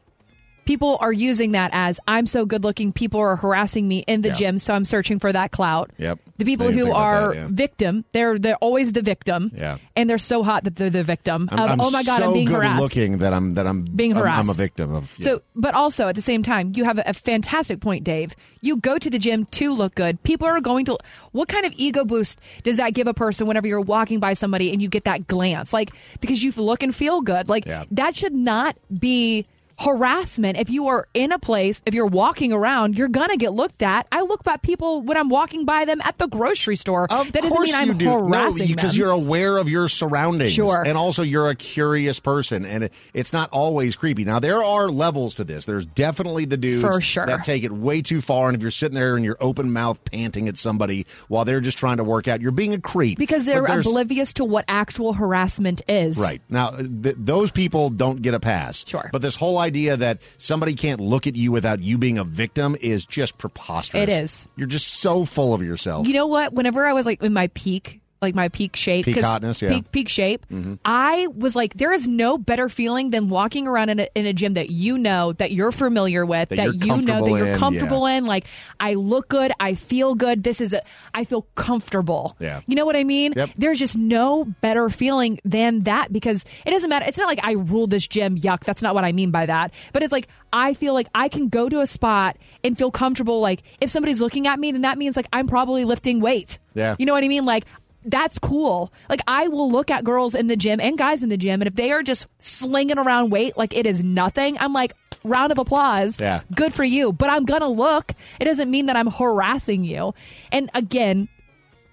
[SPEAKER 6] People are using that as I'm so good looking, people are harassing me in the
[SPEAKER 5] Yeah.
[SPEAKER 6] gym, so I'm searching for that clout.
[SPEAKER 5] Yep.
[SPEAKER 6] The people
[SPEAKER 5] They didn't
[SPEAKER 6] who
[SPEAKER 5] think about
[SPEAKER 6] are
[SPEAKER 5] that, yeah.
[SPEAKER 6] victim, they're they're always the victim.
[SPEAKER 5] Yeah.
[SPEAKER 6] And they're so hot that they're the victim
[SPEAKER 5] I'm,
[SPEAKER 6] of
[SPEAKER 5] I'm
[SPEAKER 6] oh my god,
[SPEAKER 5] so
[SPEAKER 6] I'm being
[SPEAKER 5] good
[SPEAKER 6] harassed.
[SPEAKER 5] looking that I'm that I'm
[SPEAKER 6] Being
[SPEAKER 5] I'm- I'm,
[SPEAKER 6] harassed.
[SPEAKER 5] a victim of. yeah.
[SPEAKER 6] So, but also at the same time, you have a, a fantastic point, Dave. You go to the gym to look good. People are going to. What kind of ego boost does that give a person whenever you're walking by somebody and you get that glance? Like, because you look and feel good. Like, that should not be harassment. If you are in a place, if you're walking around, you're going to get looked at. I look at people when I'm walking by them at the grocery store. that doesn't mean I'm harassing
[SPEAKER 5] because
[SPEAKER 6] them.
[SPEAKER 5] you're aware of your surroundings.
[SPEAKER 6] Sure.
[SPEAKER 5] and also you're a curious person, and it, it's not always creepy. Now there are levels to this. There's definitely the dudes
[SPEAKER 6] For sure.
[SPEAKER 5] that take it way too far, and if you're sitting there and you're open mouth panting at somebody while they're just trying to work out, you're being a creep
[SPEAKER 6] because
[SPEAKER 5] But
[SPEAKER 6] they're
[SPEAKER 5] there's-
[SPEAKER 6] oblivious to what actual harassment is.
[SPEAKER 5] Right. Now, th- those people don't get a pass. Sure. But this whole idea that somebody can't look at you without you being a victim is just preposterous.
[SPEAKER 6] It is.
[SPEAKER 5] You're just so full of yourself.
[SPEAKER 6] You know what? Whenever I was like in my peak, like my peak shape,
[SPEAKER 5] Peak
[SPEAKER 6] 'cause
[SPEAKER 5] hotness, yeah.
[SPEAKER 6] peak, peak shape,
[SPEAKER 5] Mhm.
[SPEAKER 6] I was like, there is no better feeling than walking around in a, in a gym that you know, that you're familiar with,
[SPEAKER 5] That
[SPEAKER 6] that,
[SPEAKER 5] you're
[SPEAKER 6] you know, that
[SPEAKER 5] comfortable
[SPEAKER 6] you're
[SPEAKER 5] in,
[SPEAKER 6] comfortable in. Like, I look good, I feel good. This is a, I feel comfortable.
[SPEAKER 5] Yeah.
[SPEAKER 6] You know what I mean? There's just no better feeling than that because it doesn't matter. It's not like I rule this gym. Yuck. That's not what I mean by that. But it's like I feel like I can go to a spot and feel comfortable. Like if somebody's looking at me, then that means like I'm probably lifting weight.
[SPEAKER 5] Yeah.
[SPEAKER 6] You know what I mean? Like that's cool. Like I will look at girls in the gym and guys in the gym, and if they are just slinging around weight like it is nothing, I'm like, round of applause.
[SPEAKER 5] Yeah.
[SPEAKER 6] Good for you. But I'm gonna look. It doesn't mean that I'm harassing you. And again,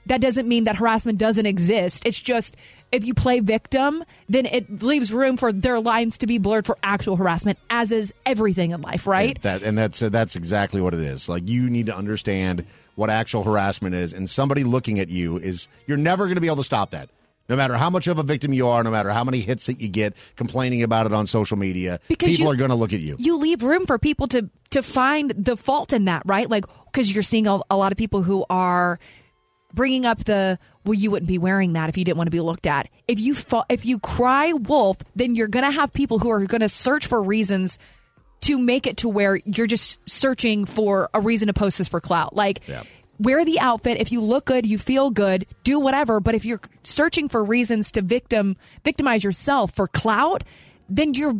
[SPEAKER 6] that doesn't mean that harassment doesn't exist. It's just if you play victim, then it leaves room for their lines to be blurred for actual harassment, as is everything in life, right?
[SPEAKER 5] That and that's that's exactly what it is. Like you need to understand what actual harassment is, and somebody looking at you is you're never going to be able to stop that. No matter how much of a victim you are, no matter how many hits that you get complaining about it on social media,
[SPEAKER 6] Because
[SPEAKER 5] people
[SPEAKER 6] you-
[SPEAKER 5] are going to look at you.
[SPEAKER 6] You leave room for people to to find the fault in that, right? Like because you're seeing a, a lot of people who are bringing up the well, you wouldn't be wearing that if you didn't want to be looked at. If you fa- if you cry wolf, then you're gonna have people who are gonna search for reasons to make it to where you're just searching for a reason to post this for clout, like. wear the outfit. If you look good, you feel good, do whatever. But if you're searching for reasons to victim victimize yourself for clout, then you're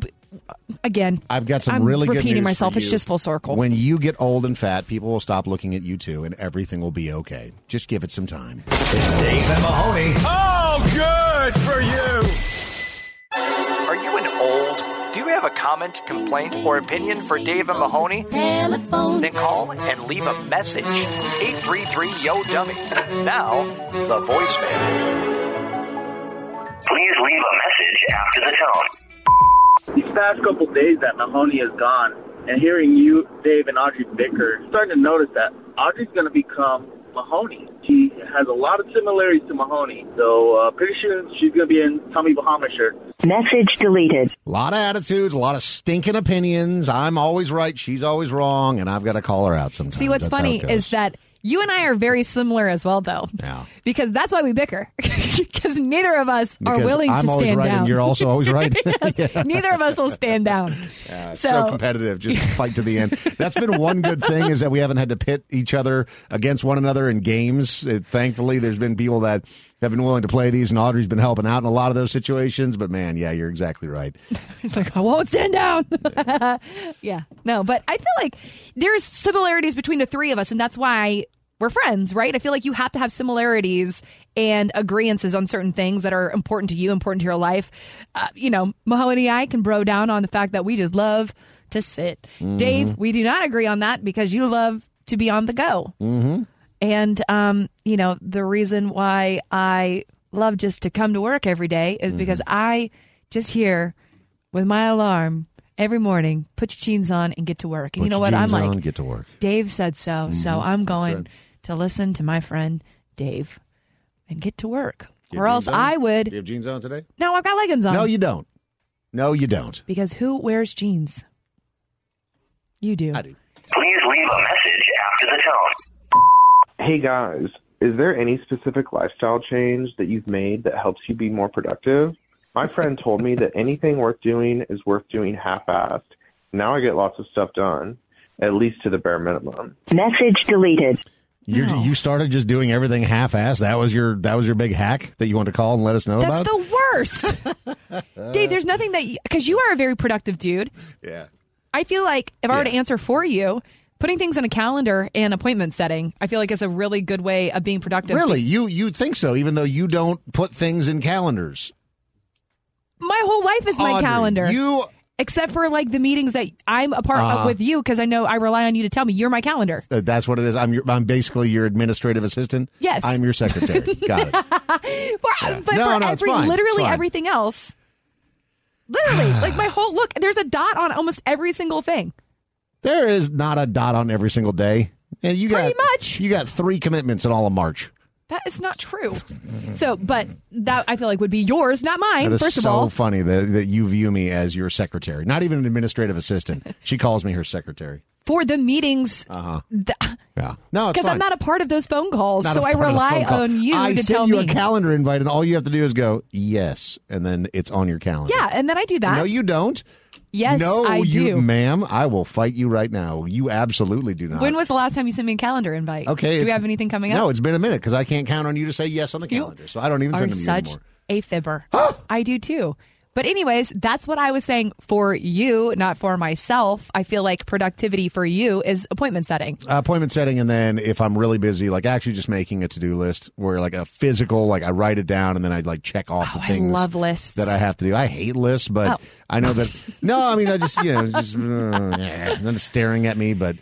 [SPEAKER 6] again.
[SPEAKER 5] I've got some
[SPEAKER 6] I'm
[SPEAKER 5] really good
[SPEAKER 6] repeating
[SPEAKER 5] news for
[SPEAKER 6] myself. It's
[SPEAKER 5] you.
[SPEAKER 6] just full circle.
[SPEAKER 5] When you get old and fat, people will stop looking at you too, and everything will be okay. Just give it some time.
[SPEAKER 3] Dave and Mahoney.
[SPEAKER 4] Oh, good for you.
[SPEAKER 3] Are you an old? Do you have a comment, complaint, or opinion for Dave and Mahoney? Then call and leave a message. 833 Yo Dummy. Now, the voicemail.
[SPEAKER 7] Please leave a message after the tone.
[SPEAKER 23] These past couple days that Mahoney is gone, and hearing you, Dave, and Audrey bicker, I'm starting to notice that Audrey's going to become Mahoney. She has a lot of similarities to Mahoney, so uh, pretty soon she's going to be in Tommy Bahama shirt.
[SPEAKER 5] Message deleted. A lot of attitudes, a lot of stinking opinions. I'm always right, she's always wrong, and I've got to call her out sometimes.
[SPEAKER 6] See, what's
[SPEAKER 5] That's how
[SPEAKER 6] funny
[SPEAKER 5] it goes.
[SPEAKER 6] is that you and I are very similar as well, though.
[SPEAKER 5] Yeah.
[SPEAKER 6] [LAUGHS] Because that's why we bicker. [LAUGHS] Because neither of us
[SPEAKER 5] Because
[SPEAKER 6] are willing
[SPEAKER 5] I'm
[SPEAKER 6] to
[SPEAKER 5] always
[SPEAKER 6] stand
[SPEAKER 5] right
[SPEAKER 6] down.
[SPEAKER 5] and
[SPEAKER 6] [LAUGHS]
[SPEAKER 5] you're also always right. [LAUGHS] Yeah.
[SPEAKER 6] neither of us will stand down.
[SPEAKER 5] Yeah, it's so,
[SPEAKER 6] So-
[SPEAKER 5] competitive, just fight to the end. That's been one good thing is that we haven't had to pit each other against one another in games. Uh, thankfully, there's been people that have been willing to play these, and Audrey's been helping out in a lot of those situations. But man, yeah, you're exactly right.
[SPEAKER 6] [LAUGHS] It's like, I won't stand down. [LAUGHS] yeah. No, but I feel like there's similarities between the three of us, and that's why we're friends, right? I feel like you have to have similarities and agreements on certain things that are important to you, important to your life. Uh, you know, Mahoney and I can bro down on the fact that we just love to sit. Dave, we do not agree on that because you love to be on the go.
[SPEAKER 5] Mm-hmm.
[SPEAKER 6] And um, you know, the reason why I love just to come to work every day is
[SPEAKER 5] Mm-hmm.
[SPEAKER 6] because I just hear with my alarm every morning, put your jeans on and get to work. And you know what? I'm like,
[SPEAKER 5] get to work.
[SPEAKER 6] Dave said so, so
[SPEAKER 5] Mhm,
[SPEAKER 6] I'm
[SPEAKER 5] that's
[SPEAKER 6] going
[SPEAKER 5] right.
[SPEAKER 6] to listen to my friend Dave and get to work.
[SPEAKER 5] You have
[SPEAKER 6] or else
[SPEAKER 5] jeans on?
[SPEAKER 6] I
[SPEAKER 5] Do you
[SPEAKER 6] would
[SPEAKER 5] have jeans on today?
[SPEAKER 6] No, I've got leggings on.
[SPEAKER 5] No, you don't. No, you don't.
[SPEAKER 6] Because who wears jeans? You do. I
[SPEAKER 5] do.
[SPEAKER 7] Please leave a message after the tone.
[SPEAKER 8] Hey guys, is there any specific lifestyle change that you've made that helps you be more productive? My friend told me that anything worth doing is worth doing half assed. Now I get lots of stuff done, at least to the bare minimum.
[SPEAKER 5] Message deleted. You you started just doing everything half assed. That was your that was your big hack that you wanted to call and let us know
[SPEAKER 6] That's
[SPEAKER 5] about.
[SPEAKER 6] the
[SPEAKER 5] [LAUGHS]
[SPEAKER 6] worst. Dave, there's nothing that because you are a very productive dude.
[SPEAKER 5] yeah.
[SPEAKER 6] I feel like if I were to answer for you, putting things in a calendar and appointment setting, I feel like is a really good way of being productive.
[SPEAKER 5] Really, you you think so? Even though you don't put things in calendars.
[SPEAKER 6] My whole life is my
[SPEAKER 5] Audrey,
[SPEAKER 6] calendar.
[SPEAKER 5] you-
[SPEAKER 6] except for like the meetings that I'm a part
[SPEAKER 5] Uh-huh.
[SPEAKER 6] of with you because I know I rely on you to tell me you're my calendar.
[SPEAKER 5] Uh, That's what it is. I'm your, I'm basically your administrative assistant.
[SPEAKER 6] Yes.
[SPEAKER 5] I'm your secretary.
[SPEAKER 6] [LAUGHS]
[SPEAKER 5] Got it.
[SPEAKER 6] But, but
[SPEAKER 5] No,
[SPEAKER 6] for
[SPEAKER 5] no, it's
[SPEAKER 6] every
[SPEAKER 5] fine. It's
[SPEAKER 6] literally
[SPEAKER 5] fine.
[SPEAKER 6] everything else. Literally,
[SPEAKER 5] [SIGHS]
[SPEAKER 6] like my whole look, there's a dot on almost every single thing.
[SPEAKER 5] There is not a dot on every single day. And you got much. You got three commitments in all of March.
[SPEAKER 6] That is
[SPEAKER 5] [LAUGHS]
[SPEAKER 6] not true. So, but that I feel like would be yours, not mine.
[SPEAKER 5] That is
[SPEAKER 6] First of
[SPEAKER 5] so
[SPEAKER 6] all,
[SPEAKER 5] funny that, that you view me as your secretary, not even an administrative
[SPEAKER 6] [LAUGHS]
[SPEAKER 5] assistant. she calls me her secretary.
[SPEAKER 6] for the meetings,
[SPEAKER 5] Uh huh.
[SPEAKER 6] because
[SPEAKER 5] Yeah. No, it's
[SPEAKER 6] I'm
[SPEAKER 5] fine.
[SPEAKER 6] not a part of those phone calls,
[SPEAKER 5] Not
[SPEAKER 6] so
[SPEAKER 5] a
[SPEAKER 6] I
[SPEAKER 5] part of the
[SPEAKER 6] rely
[SPEAKER 5] phone call.
[SPEAKER 6] on you
[SPEAKER 5] I
[SPEAKER 6] to
[SPEAKER 5] send
[SPEAKER 6] tell
[SPEAKER 5] you
[SPEAKER 6] me.
[SPEAKER 5] a calendar invite, and all you have to do is go yes, and then it's on your calendar.
[SPEAKER 6] yeah, and then I do that.
[SPEAKER 5] No, you don't.
[SPEAKER 6] yes,
[SPEAKER 5] no,
[SPEAKER 6] I
[SPEAKER 5] you,
[SPEAKER 6] do.
[SPEAKER 5] ma'am. I will fight you right now. You absolutely do not.
[SPEAKER 6] When was the last time you sent me a calendar invite?
[SPEAKER 5] Okay,
[SPEAKER 6] Do we
[SPEAKER 5] it's-
[SPEAKER 6] have anything coming up?
[SPEAKER 5] No, it's been a minute because I can't count on you to say yes on the
[SPEAKER 6] You
[SPEAKER 5] calendar, so I don't even
[SPEAKER 6] are
[SPEAKER 5] send them to you
[SPEAKER 6] such
[SPEAKER 5] anymore. [GASPS]
[SPEAKER 6] a fibber. I do too. But anyways, that's what I was saying for you, not for myself. I feel like productivity for you is appointment setting.
[SPEAKER 5] Uh, appointment setting, and then if I'm really busy, like actually just making a to do list where like a physical, like I write it down and then I like check off the things
[SPEAKER 6] Oh, love lists.
[SPEAKER 5] that I have to do. I hate lists, but
[SPEAKER 6] Oh.
[SPEAKER 5] I know
[SPEAKER 6] [LAUGHS]
[SPEAKER 5] that. no, I mean I just you know just uh, yeah, and then it's staring at me, but.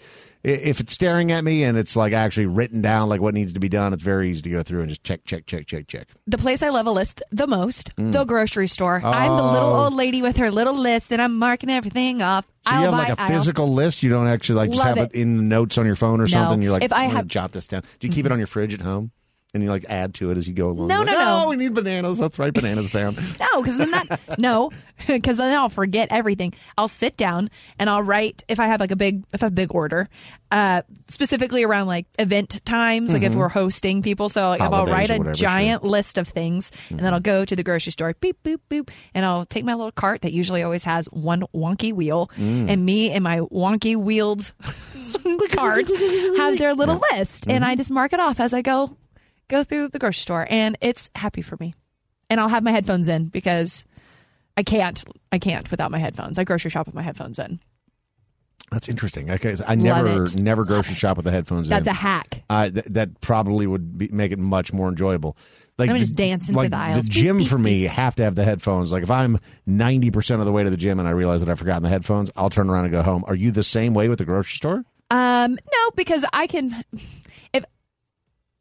[SPEAKER 5] i- If it's staring at me and it's like actually written down, like what needs to be done, it's very easy to go through and just check, check, check, check, check.
[SPEAKER 6] The place I love a list the most,
[SPEAKER 5] Mm.
[SPEAKER 6] the grocery store. I'm the little
[SPEAKER 5] Oh.
[SPEAKER 6] old lady with her little list, and I'm marking everything off.
[SPEAKER 5] So you
[SPEAKER 6] aisle
[SPEAKER 5] have
[SPEAKER 6] by
[SPEAKER 5] like a
[SPEAKER 6] aisle.
[SPEAKER 5] physical list. You don't actually like just
[SPEAKER 6] Love
[SPEAKER 5] have it.
[SPEAKER 6] it.
[SPEAKER 5] in the notes on your phone or
[SPEAKER 6] No.
[SPEAKER 5] something. You're like,
[SPEAKER 6] If I
[SPEAKER 5] I'm gonna
[SPEAKER 6] have- Mm-hmm.
[SPEAKER 5] jot this down. Do you keep it on your fridge at home? And you like add to it as you go along.
[SPEAKER 6] No,
[SPEAKER 5] You're
[SPEAKER 6] no,
[SPEAKER 5] like,
[SPEAKER 6] no.
[SPEAKER 5] Oh, we need bananas. Let's write bananas
[SPEAKER 6] [LAUGHS]
[SPEAKER 5] down.
[SPEAKER 6] No, because then that [LAUGHS] no, because then I'll forget everything. I'll sit down and I'll write if I have like a big if I have a big order, uh, specifically around like event times, like
[SPEAKER 5] Mhm.
[SPEAKER 6] if we're hosting people. So like, if I'll
[SPEAKER 5] Holidays
[SPEAKER 6] write
[SPEAKER 5] or
[SPEAKER 6] a
[SPEAKER 5] whatever, sure.
[SPEAKER 6] giant list of things, and then I'll go to the grocery store, beep boop boop, and I'll take my little cart that usually always has one wonky wheel,
[SPEAKER 5] Mm. [LAUGHS]
[SPEAKER 6] and me and my wonky wheeled cards have their little list, and
[SPEAKER 5] Mm-hmm.
[SPEAKER 6] I just mark it off as I go go through the grocery store, and it's happy for me. And I'll have my headphones in because I can't I can't without my headphones. I grocery shop with my headphones in.
[SPEAKER 5] That's interesting. Okay, so I
[SPEAKER 6] Love
[SPEAKER 5] never
[SPEAKER 6] it.
[SPEAKER 5] never grocery shop with the headphones.
[SPEAKER 6] That's
[SPEAKER 5] in.
[SPEAKER 6] a hack.
[SPEAKER 5] I- th- that probably would be, make it much more enjoyable.
[SPEAKER 6] And I'm
[SPEAKER 5] the-
[SPEAKER 6] just dancing through
[SPEAKER 5] like
[SPEAKER 6] the aisles.
[SPEAKER 5] The
[SPEAKER 6] Beep,
[SPEAKER 5] gym
[SPEAKER 6] beep,
[SPEAKER 5] for me have to have the headphones. Like if I'm ninety percent of the way to the gym and I realize that I've forgotten the headphones, I'll turn around and go home. Are you the same way with the grocery store?
[SPEAKER 6] Um, no, because I can if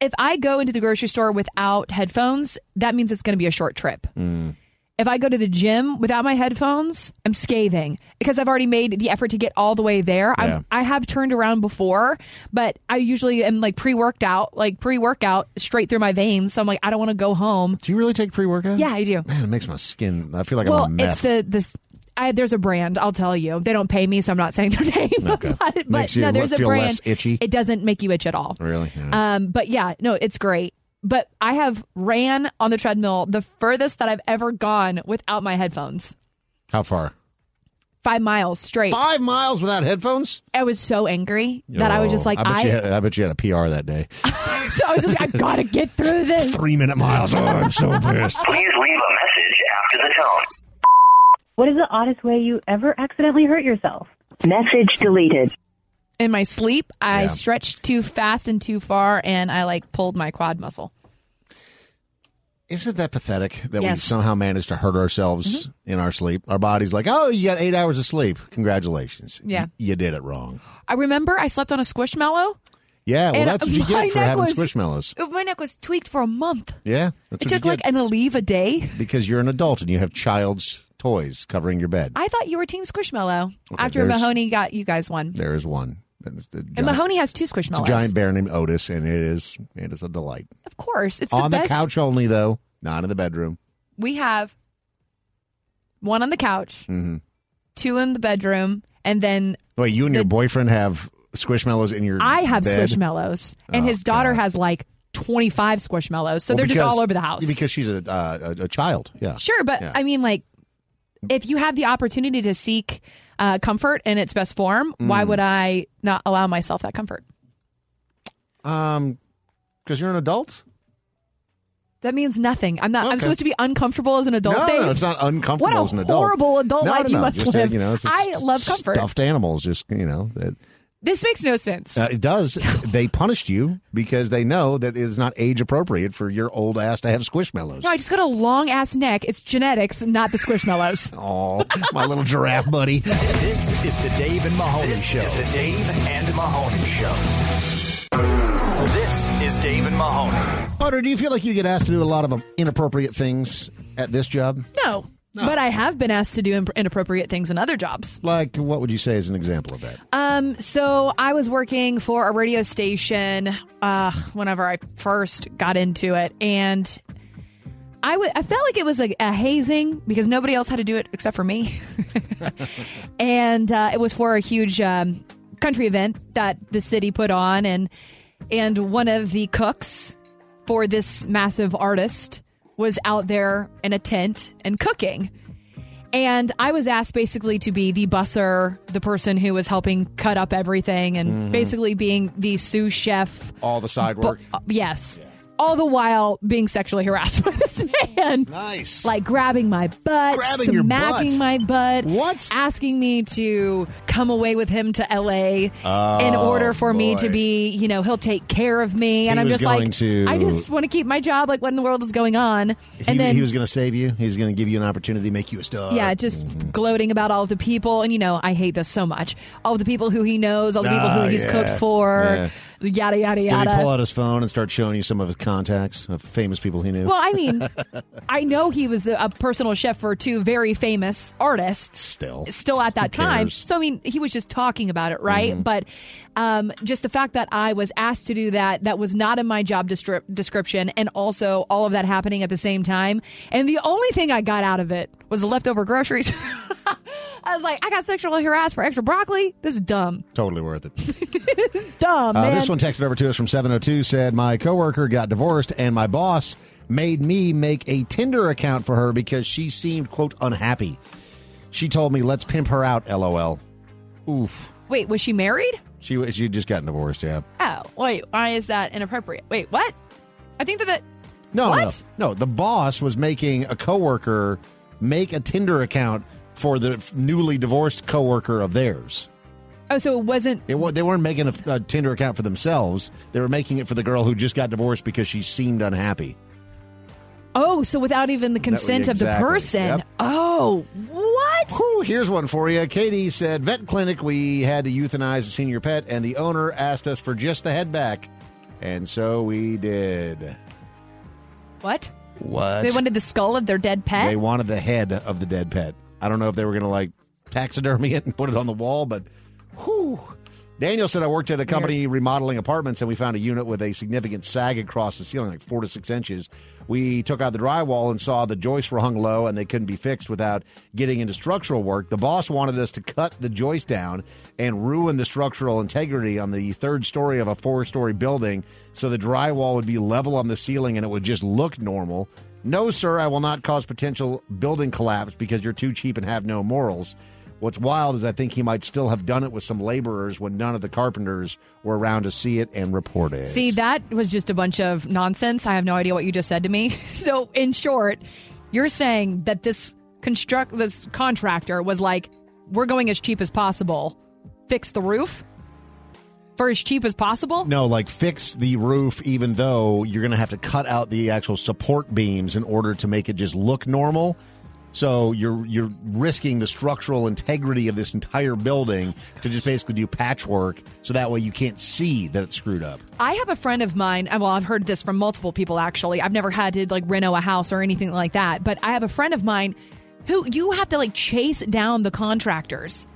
[SPEAKER 6] if I go into the grocery store without headphones, that means it's going to be a short trip.
[SPEAKER 5] Mm.
[SPEAKER 6] If I go to the gym without my headphones, I'm scathing because I've already made the effort to get all the way there.
[SPEAKER 5] Yeah.
[SPEAKER 6] I'm, I have turned around before, but I usually am like pre worked out, like pre workout straight through my veins. So I'm like, I don't want to go home.
[SPEAKER 5] Do you really take pre workout?
[SPEAKER 6] Yeah, I do.
[SPEAKER 5] Man, it makes my skin. I feel like
[SPEAKER 6] well,
[SPEAKER 5] I'm a mess.
[SPEAKER 6] it's the this. I, there's a brand. I'll tell you. They don't pay me, so I'm not saying their [LAUGHS] name.
[SPEAKER 5] Okay.
[SPEAKER 6] But, but
[SPEAKER 5] Makes you
[SPEAKER 6] no, there's
[SPEAKER 5] look-
[SPEAKER 6] a
[SPEAKER 5] feel
[SPEAKER 6] brand.
[SPEAKER 5] less itchy?
[SPEAKER 6] It doesn't make you itch at all.
[SPEAKER 5] really. Hmm. Yeah.
[SPEAKER 6] Um, but yeah, no, it's great. But I have ran on the treadmill the furthest that I've ever gone without my headphones.
[SPEAKER 5] How far?
[SPEAKER 6] Five miles straight.
[SPEAKER 5] Five miles without headphones?
[SPEAKER 6] I was so angry that I was just
[SPEAKER 5] Oh,
[SPEAKER 6] like,
[SPEAKER 5] I bet,
[SPEAKER 6] I.
[SPEAKER 5] you had, I bet you had a PR that day.
[SPEAKER 6] [LAUGHS] so I was just like, I've
[SPEAKER 5] [LAUGHS]
[SPEAKER 6] got to get through this.
[SPEAKER 5] Three minute miles. Oh, I'm so pissed.
[SPEAKER 7] Please leave a message after the tone.
[SPEAKER 9] What is the oddest way you ever accidentally hurt yourself? Message deleted.
[SPEAKER 6] In my sleep, I
[SPEAKER 5] Yeah.
[SPEAKER 6] stretched too fast and too far, and I like pulled my quad muscle.
[SPEAKER 5] Isn't that pathetic that we
[SPEAKER 6] Yes. Mm-hmm.
[SPEAKER 5] somehow managed to hurt ourselves in our sleep? Our body's like, oh, you got eight hours of sleep. Congratulations.
[SPEAKER 6] Yeah.
[SPEAKER 5] Y- you did it wrong.
[SPEAKER 6] I remember I slept on a squishmallow.
[SPEAKER 5] Yeah, well,
[SPEAKER 6] And,
[SPEAKER 5] that's
[SPEAKER 6] uh,
[SPEAKER 5] what you
[SPEAKER 6] my
[SPEAKER 5] get for
[SPEAKER 6] neck
[SPEAKER 5] having
[SPEAKER 6] was-
[SPEAKER 5] squishmallows.
[SPEAKER 6] My neck was tweaked for a month.
[SPEAKER 5] Yeah, that's
[SPEAKER 6] it
[SPEAKER 5] what you
[SPEAKER 6] took like
[SPEAKER 5] get
[SPEAKER 6] an Aleve a day.
[SPEAKER 5] because you're an adult and you have child's toys covering your bed.
[SPEAKER 6] I thought you were Team Squishmallow
[SPEAKER 5] Okay,
[SPEAKER 6] after
[SPEAKER 5] there's-
[SPEAKER 6] Mahoney got you guys one.
[SPEAKER 5] There is one. It's a giant,
[SPEAKER 6] And Mahoney has two
[SPEAKER 5] it's a
[SPEAKER 6] Squishmallows.
[SPEAKER 5] giant bear named Otis, and it is it is a delight.
[SPEAKER 6] Of course, it's
[SPEAKER 5] on
[SPEAKER 6] the
[SPEAKER 5] the,
[SPEAKER 6] best.
[SPEAKER 5] couch only, though, not in the bedroom.
[SPEAKER 6] We have one on the couch,
[SPEAKER 5] hmm
[SPEAKER 6] two in the bedroom, and then
[SPEAKER 5] Wait, you and your boyfriend have squishmallows in your?
[SPEAKER 6] I have
[SPEAKER 5] bed?
[SPEAKER 6] Squishmallows, and
[SPEAKER 5] Oh,
[SPEAKER 6] his daughter has like twenty-five Squishmallows. So
[SPEAKER 5] Well,
[SPEAKER 6] they're just
[SPEAKER 5] because-
[SPEAKER 6] all over the house.
[SPEAKER 5] because she's a uh, a, a child. Yeah,
[SPEAKER 6] sure, but
[SPEAKER 5] Yeah.
[SPEAKER 6] I mean, like, if you have the opportunity to seek uh, comfort in its best form, why
[SPEAKER 5] Mm.
[SPEAKER 6] would I not allow myself that comfort?
[SPEAKER 5] Um, because you're an adult.
[SPEAKER 6] That means nothing. I'm not. I'm
[SPEAKER 5] Okay.
[SPEAKER 6] supposed to be uncomfortable as an adult.
[SPEAKER 5] no,
[SPEAKER 6] Dave.
[SPEAKER 5] no, it's not uncomfortable
[SPEAKER 6] What a
[SPEAKER 5] as an adult.
[SPEAKER 6] horrible adult
[SPEAKER 5] no,
[SPEAKER 6] life
[SPEAKER 5] no,
[SPEAKER 6] you
[SPEAKER 5] no,
[SPEAKER 6] must
[SPEAKER 5] just, uh,
[SPEAKER 6] live.
[SPEAKER 5] you know, it's just
[SPEAKER 6] I love comfort.
[SPEAKER 5] Stuffed animals, just you know that.
[SPEAKER 6] This makes no sense.
[SPEAKER 5] Uh, it does. they punished you because they know that it is not age appropriate for your old ass to have squishmallows.
[SPEAKER 6] no, I just got a long ass neck. It's genetics, not the
[SPEAKER 5] [LAUGHS]
[SPEAKER 6] squishmallows.
[SPEAKER 5] Oh, my little giraffe buddy.
[SPEAKER 3] This is the Dave and Mahoney Show. This is the Dave and Mahoney Show. This is Dave and Mahoney.
[SPEAKER 5] Carter, do you feel like you get asked to do a lot of um, inappropriate things at this job?
[SPEAKER 6] No, but I have been asked to do imp- inappropriate things in other jobs.
[SPEAKER 5] Like, what would you say is an example of that?
[SPEAKER 6] Um, so I was working for a radio station uh, whenever I first got into it, and I wa- I felt like it was a, a hazing because nobody else had to do it except for me, [LAUGHS] and uh, it was for a huge um, country event that the city put on, and and one of the cooks for this massive artist was out there in a tent and cooking. And I was asked basically to be the busser, the person who was helping cut up everything, and
[SPEAKER 5] Mhm.
[SPEAKER 6] basically being the sous chef.
[SPEAKER 5] All the side
[SPEAKER 6] bu-
[SPEAKER 5] work.
[SPEAKER 6] uh, yes. All the while being sexually harassed by this man.
[SPEAKER 5] Nice.
[SPEAKER 6] Like grabbing my butt,
[SPEAKER 5] Grabbing your
[SPEAKER 6] smacking
[SPEAKER 5] butt.
[SPEAKER 6] my butt.
[SPEAKER 5] What?
[SPEAKER 6] Asking me to come away with him to LA in
[SPEAKER 5] Oh,
[SPEAKER 6] order for me to
[SPEAKER 5] boy.
[SPEAKER 6] be, you know, he'll take care of me. and I'm
[SPEAKER 5] was
[SPEAKER 6] just
[SPEAKER 5] going
[SPEAKER 6] like,
[SPEAKER 5] to-
[SPEAKER 6] I just want to keep my job. Like, what in the world is going on?
[SPEAKER 5] He,
[SPEAKER 6] and then
[SPEAKER 5] he was going to save you. He was going to give you an opportunity to make you a star.
[SPEAKER 6] yeah, just
[SPEAKER 5] Mm-hmm.
[SPEAKER 6] gloating about all of the people, and you know, I hate this so much. All of the people who he knows, all the people
[SPEAKER 5] Ah,
[SPEAKER 6] who he's
[SPEAKER 5] yeah.
[SPEAKER 6] cooked for, yada yada
[SPEAKER 5] Did he
[SPEAKER 6] yada.
[SPEAKER 5] pull out his phone and start showing you some of his contacts of famous people he knew?
[SPEAKER 6] well, I mean, I know he was a personal chef for two very famous artists.
[SPEAKER 5] Still.
[SPEAKER 6] still at that
[SPEAKER 5] Who
[SPEAKER 6] time.
[SPEAKER 5] cares?
[SPEAKER 6] So I mean, he was just talking about it, right?
[SPEAKER 5] Mhm.
[SPEAKER 6] But um, just the fact that I was asked to do that that was not in my job destri- description, and also all of that happening at the same time, and the only thing I got out of it was the leftover groceries. [LAUGHS] I was like, I got sexually harassed for extra broccoli. This is dumb,
[SPEAKER 5] Totally
[SPEAKER 6] [LAUGHS]
[SPEAKER 5] worth it.
[SPEAKER 6] dumb.
[SPEAKER 5] Uh,
[SPEAKER 6] man.
[SPEAKER 5] this one texted over to us from 702 said, My coworker got divorced and my boss made me make a Tinder account for her because she seemed, quote, unhappy. She told me, let's pimp her out, lol. Oof.
[SPEAKER 6] Wait, was she married?
[SPEAKER 5] She wa- she just gotten divorced. Yeah.
[SPEAKER 6] Oh, wait. Why is that inappropriate? Wait, what? I think that that.
[SPEAKER 5] No,
[SPEAKER 6] What?
[SPEAKER 5] no, no. The boss was making a coworker make a Tinder account for the f- newly divorced coworker of theirs.
[SPEAKER 6] Oh, so it wasn't.
[SPEAKER 5] It, wa- they weren't making a, f- a Tinder account for themselves. They were making it for the girl who just got divorced because she seemed unhappy.
[SPEAKER 6] Oh, so without even the
[SPEAKER 5] That was-
[SPEAKER 6] consent of the
[SPEAKER 5] exactly.
[SPEAKER 6] person.
[SPEAKER 5] Yep.
[SPEAKER 6] Oh, what?
[SPEAKER 5] Whew, here's one for you. Katie said, "Vet clinic. We had to euthanize a senior pet, and the owner asked us for just the head back, and so we did.
[SPEAKER 6] What?
[SPEAKER 5] What?
[SPEAKER 6] They wanted the skull of their dead pet?
[SPEAKER 5] They wanted the head of the dead pet. I don't know if they were going to like taxidermy it and put it on the wall, but whew. Daniel said I worked at a company remodeling apartments and we found a unit with a significant sag across the ceiling, like four to six inches. We took out the drywall and saw the joists were hung low and they couldn't be fixed without getting into structural work. The boss wanted us to cut the joist down and ruin the structural integrity on the third story of a four story building so the drywall would be level on the ceiling and it would just look normal. No, sir, I will not cause potential building collapse because you're too cheap and have no morals. What's wild is I think he might still have done it with some laborers when none of the carpenters were around to see it and report it.
[SPEAKER 6] See, that was just a bunch of nonsense. I have no idea what you just said to me. [LAUGHS] So, in short, you're saying that this construct this contractor was like, "We're going as cheap as possible. Fix the roof for as cheap as possible."
[SPEAKER 5] No, like fix the roof, even though you're going to have to cut out the actual support beams in order to make it just look normal. So you're you're risking the structural integrity of this entire building to just basically do patchwork, so that way you can't see that it's screwed up.
[SPEAKER 6] I have a friend of mine. uh, Well, I've heard this from multiple people actually. I've never had to like reno a house or anything like that, but I have a friend of mine who you have to like chase down the contractors,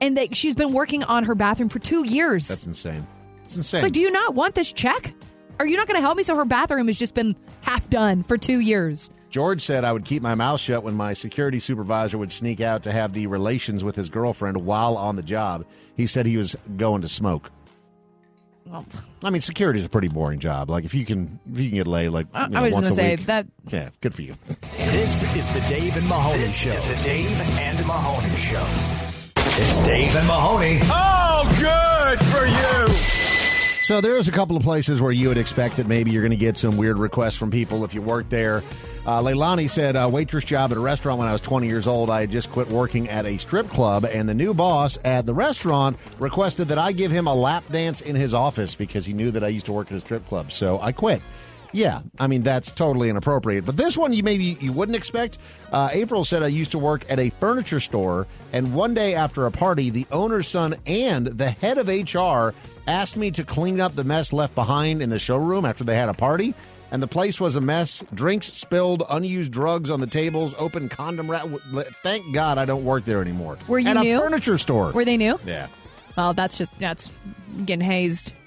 [SPEAKER 6] and they, she's been working on her bathroom for two years.
[SPEAKER 5] That's insane. It's insane.
[SPEAKER 6] It's like, do you not want this check? Are you not going to help me? So her bathroom has just been half done for two years.
[SPEAKER 5] George said I would keep my mouth shut when my security supervisor would sneak out to have the relations with his girlfriend while on the job. He said he was going to smoke. I mean, security's a pretty boring job. Like if you can if you can get laid like
[SPEAKER 6] I-
[SPEAKER 5] you know,
[SPEAKER 6] I was
[SPEAKER 5] once
[SPEAKER 6] gonna
[SPEAKER 5] a
[SPEAKER 6] say
[SPEAKER 5] week,
[SPEAKER 6] that-
[SPEAKER 5] Yeah, good for you.
[SPEAKER 3] This is the Dave and Mahoney Show. This is the Dave and Mahoney Show. It's Dave and Mahoney. Oh, good for you.
[SPEAKER 5] So there's a couple of places where you would expect that maybe you're going to get some weird requests from people if you work there. Uh, Leilani said, uh, waitress job at a restaurant when I was 20 years old. I had just quit working at a strip club, and the new boss at the restaurant requested that I give him a lap dance in his office because he knew that I used to work at a strip club. So I quit. Yeah, I mean that's totally inappropriate. But this one you maybe you wouldn't expect. Uh, April said I used to work at a furniture store, and one day after a party, the owner's son and the head of HR asked me to clean up the mess left behind in the showroom after they had a party. And the place was a mess. Drinks spilled, unused drugs on the tables, open condom wrap. Thank God I don't work there anymore.
[SPEAKER 6] Were you
[SPEAKER 5] at
[SPEAKER 6] new?
[SPEAKER 5] a furniture store?
[SPEAKER 6] Were they new?
[SPEAKER 5] Yeah.
[SPEAKER 6] Well, that's just that's getting hazed. [LAUGHS]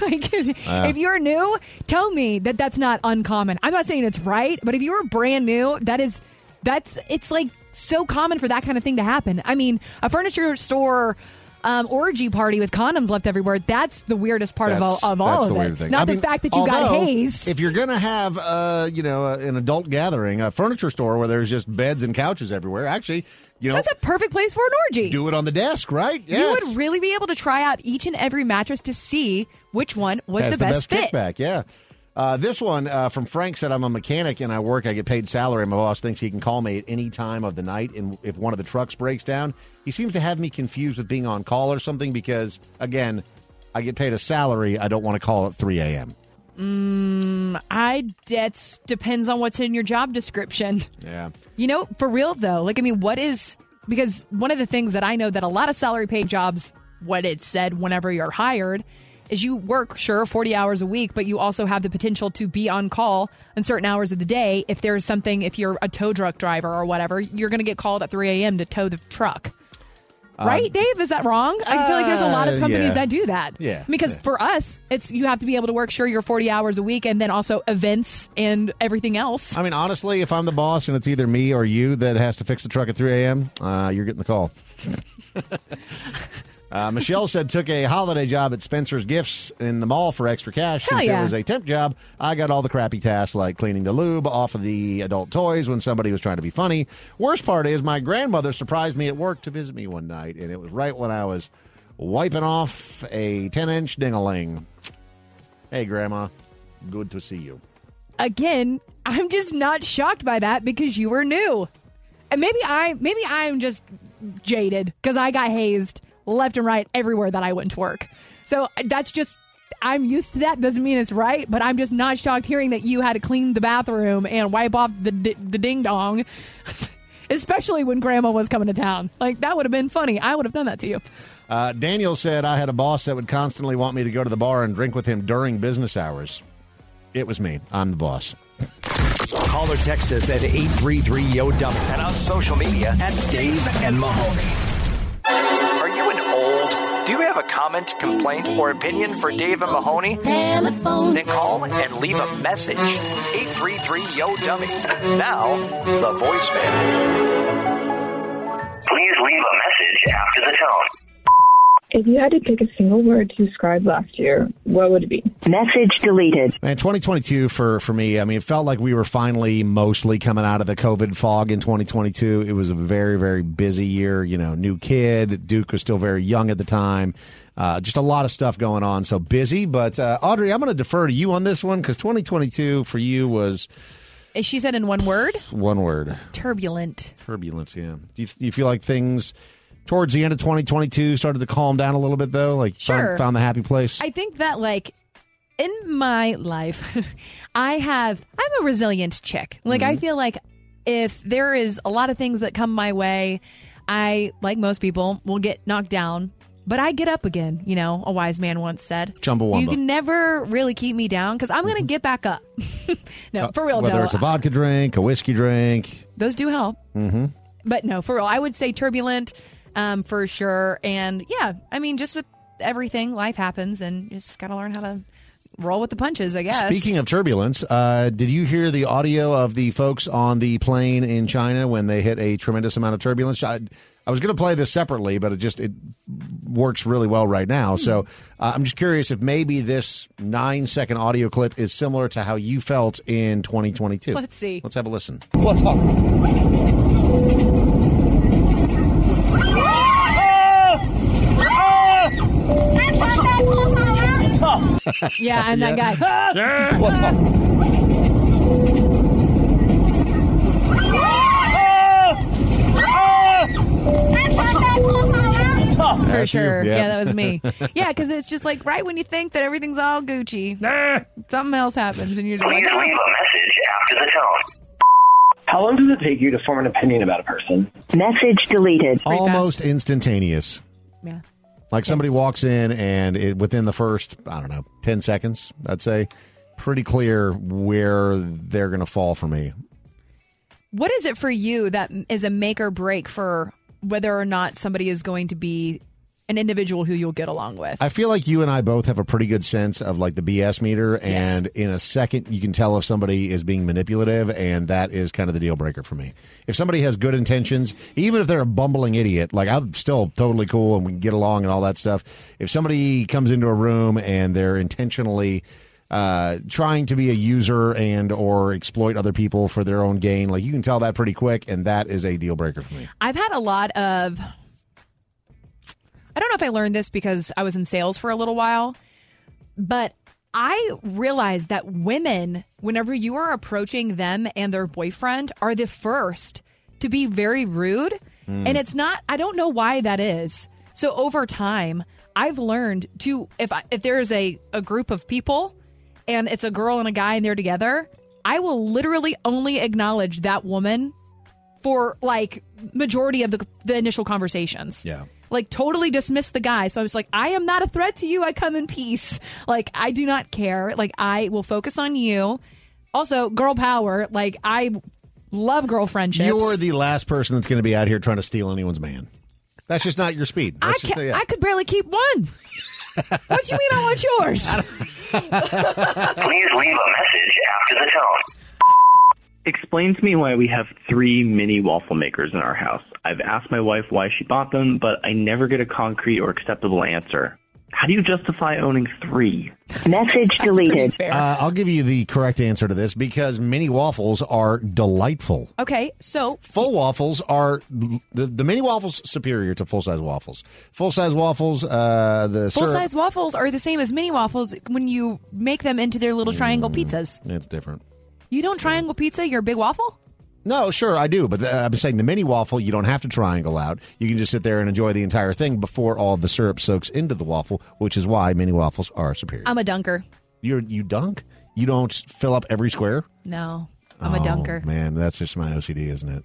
[SPEAKER 6] like,
[SPEAKER 5] Yeah.
[SPEAKER 6] if you're new, tell me that that's not uncommon. I'm not saying it's right, but if you were brand new, that is that's it's like so common for that kind of thing to happen. I mean, a furniture store um, orgy party with condoms left everywhere. That's the weirdest part of all
[SPEAKER 5] That's-
[SPEAKER 6] of all
[SPEAKER 5] that's
[SPEAKER 6] of
[SPEAKER 5] the
[SPEAKER 6] it.
[SPEAKER 5] weird thing.
[SPEAKER 6] Not
[SPEAKER 5] I
[SPEAKER 6] the
[SPEAKER 5] mean,
[SPEAKER 6] fact that you got
[SPEAKER 5] although,
[SPEAKER 6] hazed.
[SPEAKER 5] If you're gonna have, uh, you know, uh, an adult gathering, a furniture store where there's just beds and couches everywhere, actually, you know,
[SPEAKER 6] That's a perfect place for an orgy.
[SPEAKER 5] do it on the desk, right? Yeah,
[SPEAKER 6] you
[SPEAKER 5] it's-
[SPEAKER 6] would really be able to try out each and every mattress to see which one was
[SPEAKER 5] has
[SPEAKER 6] the best, fit.
[SPEAKER 5] kickback. Yeah. Uh, this one uh, from Frank said, I'm a mechanic and I work. I get paid salary. My boss thinks he can call me at any time of the night. And if one of the trucks breaks down, he seems to have me confused with being on call or something because, again, I get paid a salary. I don't want to call at 3 a.m.
[SPEAKER 6] Mm, I that depends on what's in your job description.
[SPEAKER 5] Yeah.
[SPEAKER 6] You know, for real though, like I mean, what is because one of the things that I know that a lot of salary paid jobs, what it said whenever you're hired, is you work sure 40 hours a week, but you also have the potential to be on call on certain hours of the day. If there's something, if you're a tow truck driver or whatever, you're going to get called at 3 a.m. to tow the truck.
[SPEAKER 5] Um,
[SPEAKER 6] Right, Dave? Is that wrong? I feel like there's a lot
[SPEAKER 5] uh,
[SPEAKER 6] of companies
[SPEAKER 5] yeah.
[SPEAKER 6] that do that.
[SPEAKER 5] Yeah.
[SPEAKER 6] Because
[SPEAKER 5] Yeah.
[SPEAKER 6] for us, it's you have to be able to work sure your 40 hours a week and then also events and everything else.
[SPEAKER 5] I mean, honestly, if I'm the boss and it's either me or you that has to fix the truck at 3 a.m., uh, you're getting the call.
[SPEAKER 6] [LAUGHS]
[SPEAKER 5] uh, Michelle said took a holiday job at Spencer's Gifts in the mall for extra cash.
[SPEAKER 6] Hell
[SPEAKER 5] Since
[SPEAKER 6] yeah.
[SPEAKER 5] it was a temp job, I got all the crappy tasks like cleaning the lube off of the adult toys when somebody was trying to be funny. Worst part is my grandmother surprised me at work to visit me one night, and it was right when I was wiping off a 10 inch ding-a-ling. Hey, Grandma. Good to see you.
[SPEAKER 6] Again, I'm just not shocked by that because you were new. And maybe I maybe I'm just jaded because I got hazed left and right everywhere that I went to work. So that's just I'm used to that. Doesn't mean it's right, but I'm just not shocked hearing that you had to clean the bathroom and wipe off the d- the ding dong, [LAUGHS] especially when Grandma was coming to town. Like that would have been funny. I would have done that to you.
[SPEAKER 5] Uh, Daniel said I had a boss that would constantly want me to go to the bar and drink with him during business hours. It was me. I'm the boss.
[SPEAKER 3] Call or text us at 833 yo dummy and on social media at Dave and Mahoney. Are you an old? Do you have a comment, complaint, or opinion for Dave and Mahoney? Then call and leave a message. 833 yo dummy. Now, the voicemail.
[SPEAKER 7] Please leave a message after the tone.
[SPEAKER 12] If you had to pick a single word to describe last year, what would it be? Message deleted.
[SPEAKER 5] Man, 2022 for for me, I mean, it felt like we were finally mostly coming out of the COVID fog in 2022. It was a very very busy year. You know, new kid, Duke was still very young at the time. Uh, just a lot of stuff going on, so busy. But uh, Audrey, I'm going to defer to you on this one because 2022 for you was
[SPEAKER 6] She said in one word,
[SPEAKER 5] one word:
[SPEAKER 6] turbulent.
[SPEAKER 5] turbulence. Yeah. Do you, do you feel like things? Towards the end of 2022, started to calm down a little bit though. Like found-
[SPEAKER 6] Sure.
[SPEAKER 5] found, the happy place.
[SPEAKER 6] I think that like in my life, [LAUGHS] I have I'm a resilient chick. Like I
[SPEAKER 5] Mm-hmm.
[SPEAKER 13] Mhm.
[SPEAKER 6] feel like if there is a lot of things that come my way, I like most people will get knocked down, but I get up again. You know, a wise man once said,
[SPEAKER 5] Chumbawamba. Mm-hmm.
[SPEAKER 6] You can never really keep me down because I'm gonna get back up." [LAUGHS] no, for real
[SPEAKER 5] Uh, Whether
[SPEAKER 6] though,
[SPEAKER 5] it's a vodka drink, a whiskey drink.
[SPEAKER 6] those do help.
[SPEAKER 5] Mm-hmm.
[SPEAKER 6] But no, for real, I would say turbulent um, for sure. And yeah, I mean, just with everything, life happens, and you just got to learn how to roll with the punches, I guess.
[SPEAKER 5] Speaking of turbulence, uh, did you hear the audio of the folks on the plane in China when they hit a tremendous amount of turbulence? I, I was going to play this separately, but it just it works really well right
[SPEAKER 6] Hmm.
[SPEAKER 5] now. So uh, I'm just curious if maybe this nine second audio clip is similar to how you felt in 2022.
[SPEAKER 6] Let's see.
[SPEAKER 5] Let's have a listen.
[SPEAKER 22] What's up?
[SPEAKER 6] yeah, I'm that guy.
[SPEAKER 22] What's up?
[SPEAKER 6] For
[SPEAKER 22] That's you.
[SPEAKER 6] sure.
[SPEAKER 22] Yeah.
[SPEAKER 6] Yeah. that was me. yeah, because it's just like right when you think that everything's all Gucci, something else happens, and you're just like,
[SPEAKER 7] Please leave a message after the tone.
[SPEAKER 24] How long does it take you to form an opinion about a person? Message deleted.
[SPEAKER 5] Almost instantaneous.
[SPEAKER 6] oh, Yeah.
[SPEAKER 5] Like somebody walks in and it, within the first, I don't know, 10 seconds, I'd say, pretty clear where they're going to fall for me.
[SPEAKER 6] What is it for you that is a make or break for whether or not somebody is going to be an individual who you'll get along with?
[SPEAKER 5] I feel like you and I both have a pretty good sense of like the BS meter, and in a second, you can tell if somebody is being manipulative, and that is kind of the deal breaker for me. If somebody has good intentions, even if they're a bumbling idiot, like I'm still totally cool and we can get along and all that stuff. If somebody comes into a room and they're intentionally uh, trying to be a user and or exploit other people for their own gain, like you can tell that pretty quick, and that is a deal breaker for me.
[SPEAKER 6] I've had a lot of. I don't know if I learned this because I was in sales for a little while, but I realized that women, whenever you are approaching them and their boyfriend, are the first to be very rude.
[SPEAKER 13] Mm.
[SPEAKER 6] And it's not, I don't know why that is. So over time, I've learned to, if, I, if there is a, a group of people and it's a girl and a guy and they're together, I will literally only acknowledge that woman for like majority of the, the initial conversations.
[SPEAKER 5] Yeah.
[SPEAKER 6] Like totally dismiss the guy. So I was like, I am not a threat to you. I come in peace. Like I do not care. Like I will focus on you. Also, girl power. Like I love girl friendships.
[SPEAKER 5] You're the last person that's going to be out here trying to steal anyone's man. That's just not your speed. That's
[SPEAKER 6] I,
[SPEAKER 5] just,
[SPEAKER 6] ca-
[SPEAKER 5] yeah.
[SPEAKER 6] I could barely
[SPEAKER 5] [LAUGHS]
[SPEAKER 6] keep one. what do you mean I want yours?
[SPEAKER 7] Please leave a message after the tone.
[SPEAKER 24] Explain to me why we have three mini waffle makers in our house. I've asked my wife why she bought them, but I never get a concrete or acceptable answer. How do you justify owning three?
[SPEAKER 9] Message deleted.
[SPEAKER 5] Uh, I'll give you the correct answer to this because mini waffles are delightful.
[SPEAKER 6] Okay, so
[SPEAKER 5] Full waffles are the, the mini waffles superior to full size waffles. Full size waffles, uh, the
[SPEAKER 6] full
[SPEAKER 5] syrup-
[SPEAKER 6] size waffles are the same as mini waffles when you make them into their little triangle
[SPEAKER 5] Mm.
[SPEAKER 6] pizzas.
[SPEAKER 5] It's different.
[SPEAKER 6] You don't triangle pizza, you're a big waffle?
[SPEAKER 5] No, sure, I do, but the, I'm saying the mini waffle you don't have to triangle out. You can just sit there and enjoy the entire thing before all the syrup soaks into the waffle, which is why mini waffles are superior.
[SPEAKER 6] I'm a dunker.
[SPEAKER 5] You you dunk. You don't fill up every square.
[SPEAKER 6] No, I'm
[SPEAKER 5] Oh,
[SPEAKER 6] a dunker.
[SPEAKER 5] Man, that's just my OCD, isn't it?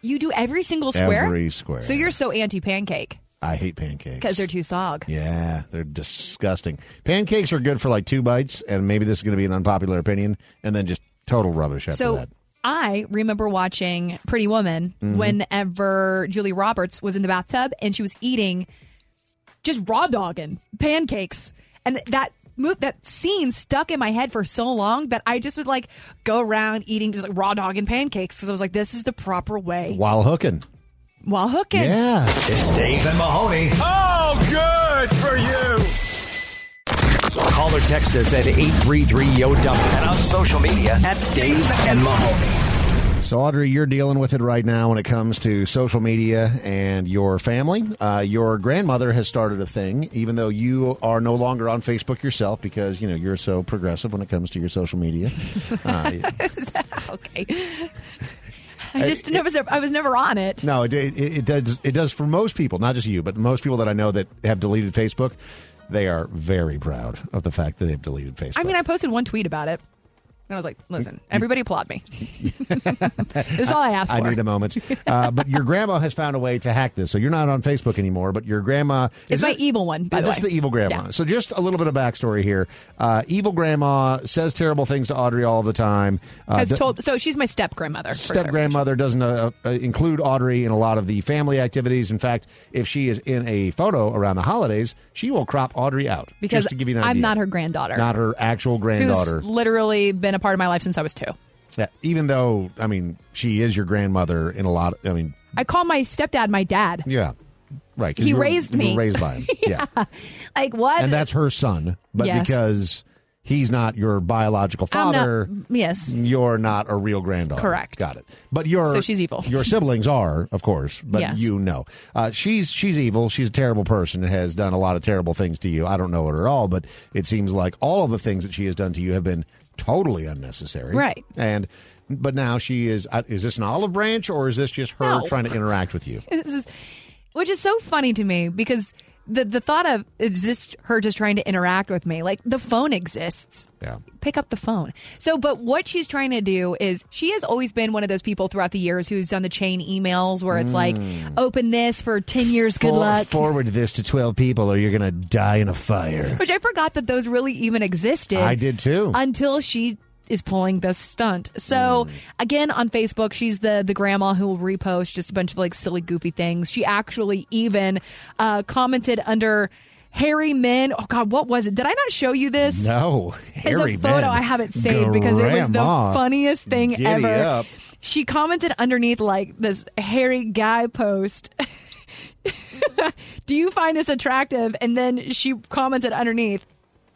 [SPEAKER 6] You do every single square?
[SPEAKER 5] Every square.
[SPEAKER 6] So you're so anti pancake
[SPEAKER 5] I hate pancakes.
[SPEAKER 6] because they're too sog.
[SPEAKER 5] Yeah, they're disgusting. Pancakes are good for like two bites, and maybe this is going to be an unpopular opinion, and then just total rubbish after
[SPEAKER 6] So
[SPEAKER 5] that.
[SPEAKER 6] I remember watching Pretty Woman
[SPEAKER 5] Mhm.
[SPEAKER 6] whenever Julie Roberts was in the bathtub and she was eating just raw dogging pancakes. And that move that scene stuck in my head for so long that I just would like go around eating just like raw dogging pancakes because I was like, this is the proper way
[SPEAKER 5] While hooking.
[SPEAKER 6] while hooking.
[SPEAKER 5] Yeah.
[SPEAKER 3] It's Dave and Mahoney.
[SPEAKER 17] Oh, good for you.
[SPEAKER 3] Call or text us at 833-YO-DUMP and on social media at Dave and Mahoney.
[SPEAKER 5] So, Audrey, you're dealing with it right now when it comes to social media and your family. Uh, your grandmother has started a thing, even though you are no longer on Facebook yourself because you know you're so progressive when it comes to your social
[SPEAKER 6] [LAUGHS]
[SPEAKER 5] media. Uh,
[SPEAKER 6] [LAUGHS] okay. [LAUGHS] I just never, I was never on it.
[SPEAKER 5] No, it, it, it does. It does for most people, not just you, but most people that I know that have deleted Facebook. They are very proud of the fact that they've deleted Facebook.
[SPEAKER 6] I mean, I posted one tweet about it. And I was like, listen, everybody
[SPEAKER 5] [LAUGHS]
[SPEAKER 6] applaud me. this is all I asked
[SPEAKER 5] I
[SPEAKER 6] for.
[SPEAKER 5] need a
[SPEAKER 6] [LAUGHS]
[SPEAKER 5] moment. Uh, but your grandma has found a way to hack this, so you're not on Facebook anymore. But your grandma
[SPEAKER 6] it's
[SPEAKER 5] is
[SPEAKER 6] my
[SPEAKER 5] it-
[SPEAKER 6] evil one, by
[SPEAKER 5] Yeah,
[SPEAKER 6] the
[SPEAKER 5] this
[SPEAKER 6] way.
[SPEAKER 5] is the evil grandma.
[SPEAKER 6] Yeah.
[SPEAKER 5] So just a little bit of backstory here. Uh, evil grandma says terrible things to Audrey all the time. Uh,
[SPEAKER 6] Has
[SPEAKER 5] the-
[SPEAKER 6] told, so she's my step grandmother.
[SPEAKER 5] Step grandmother doesn't uh, uh, include Audrey in a lot of the family activities. In fact, if she is in a photo around the holidays, she will crop Audrey out.
[SPEAKER 6] Because
[SPEAKER 5] just to give you an
[SPEAKER 6] I'm
[SPEAKER 5] idea.
[SPEAKER 6] not her granddaughter.
[SPEAKER 5] Not her actual granddaughter.
[SPEAKER 6] Who's literally been a part of my life since I was two.
[SPEAKER 5] Yeah, even though, I mean, she is your grandmother in a lot. I mean,
[SPEAKER 6] I call my stepdad my dad.
[SPEAKER 5] yeah, right. 'cause
[SPEAKER 6] He
[SPEAKER 5] you were-
[SPEAKER 6] raised
[SPEAKER 5] you were
[SPEAKER 6] me.
[SPEAKER 5] raised
[SPEAKER 6] [LAUGHS]
[SPEAKER 5] by him. yeah.
[SPEAKER 6] Like, what?
[SPEAKER 5] and that's her son. But
[SPEAKER 6] Yes.
[SPEAKER 5] because he's not your biological
[SPEAKER 6] I'm not-
[SPEAKER 5] father,
[SPEAKER 6] yes.
[SPEAKER 5] you're not a real granddaughter.
[SPEAKER 6] Correct.
[SPEAKER 5] Got it. But your
[SPEAKER 6] So she's evil.
[SPEAKER 5] Your siblings are, of course, but
[SPEAKER 6] Yes.
[SPEAKER 5] you know, uh, she's she's evil. She's a terrible person. and Has done a lot of terrible things to you. I don't know her at all, but it seems like all of the things that she has done to you have been totally unnecessary.
[SPEAKER 6] Right.
[SPEAKER 5] And. But now she is. uh, Is this an olive branch, or is this just her
[SPEAKER 6] No.
[SPEAKER 5] trying to interact with
[SPEAKER 6] [LAUGHS]
[SPEAKER 5] you?
[SPEAKER 6] This is- which is so funny to me because the, the thought of is this her just trying to interact with me? Like, the phone exists.
[SPEAKER 5] Yeah.
[SPEAKER 6] pick up the phone. So, but what she's trying to do is she has always been one of those people throughout the years who's done the chain emails where it's like,
[SPEAKER 5] Mm.
[SPEAKER 6] open this for 10 years, good
[SPEAKER 5] For-
[SPEAKER 6] luck.
[SPEAKER 5] Forward this to twelve people, or you're going to die in a fire.
[SPEAKER 6] [LAUGHS] Which I forgot that those really even existed.
[SPEAKER 5] I did too. Mm.
[SPEAKER 6] Until she is pulling this stunt. So again on Facebook, she's the the grandma who will repost just a bunch of like silly goofy things. She actually even uh commented under Harry Men. Oh god, what was it? Did I not show you this?
[SPEAKER 5] No, Harry
[SPEAKER 6] It's a photo
[SPEAKER 5] Ben.
[SPEAKER 6] I haven't saved because it was the
[SPEAKER 5] Grandma.
[SPEAKER 6] funniest thing
[SPEAKER 5] Giddy
[SPEAKER 6] ever.
[SPEAKER 5] up.
[SPEAKER 6] She commented underneath like this hairy guy post. [LAUGHS] Do you find this attractive? And then she commented underneath,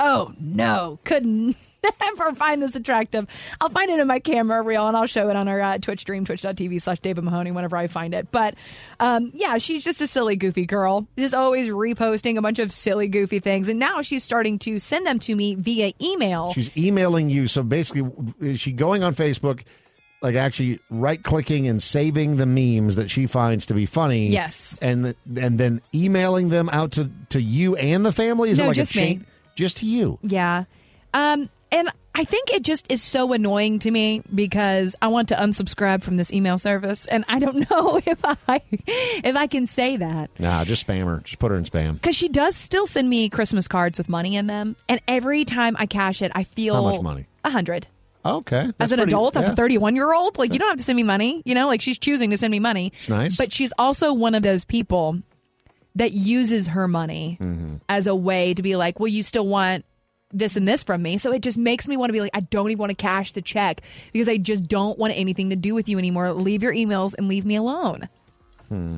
[SPEAKER 6] "Oh no, could [LAUGHS] never find this attractive. I'll find it in my camera reel and I'll show it on our uh, Twitch stream, twitch.tv slash David Mahoney whenever I find it. But um, yeah, she's just a silly, goofy girl. Just always reposting a bunch of silly, goofy things. And now she's starting to send them to me via email.
[SPEAKER 5] She's emailing you. So basically, is she going on Facebook, like actually right clicking and saving the memes that she finds to be funny?
[SPEAKER 6] Yes.
[SPEAKER 5] And th- and then emailing them out to to you and the family. Is
[SPEAKER 6] No,
[SPEAKER 5] it like
[SPEAKER 6] just
[SPEAKER 5] a
[SPEAKER 6] me.
[SPEAKER 5] chain? Just to you.
[SPEAKER 6] Yeah. Um, and I think it just is so annoying to me because I want to unsubscribe from this email service, and I don't [LAUGHS] know if I if I can say that
[SPEAKER 5] Nah, just spam her. Just put her in spam.
[SPEAKER 6] because she does still send me Christmas cards with money in them, and every time I cash it, I feel
[SPEAKER 5] How much money?
[SPEAKER 6] A hundred.
[SPEAKER 5] Okay.
[SPEAKER 6] As
[SPEAKER 5] that's
[SPEAKER 6] an
[SPEAKER 5] pretty-
[SPEAKER 6] adult, as
[SPEAKER 5] yeah.
[SPEAKER 6] a 31 year old, like you don't have to send me money. You know, like she's choosing to send me money.
[SPEAKER 5] It's nice.
[SPEAKER 6] But she's also one of those people that uses her money
[SPEAKER 5] Mhm.
[SPEAKER 6] as a way to be like, well, you still want this and this from me. So it just makes me want to be like, I don't even want to cash the check because I just don't want anything to do with you anymore. Leave your emails and leave me alone.
[SPEAKER 5] Hmm.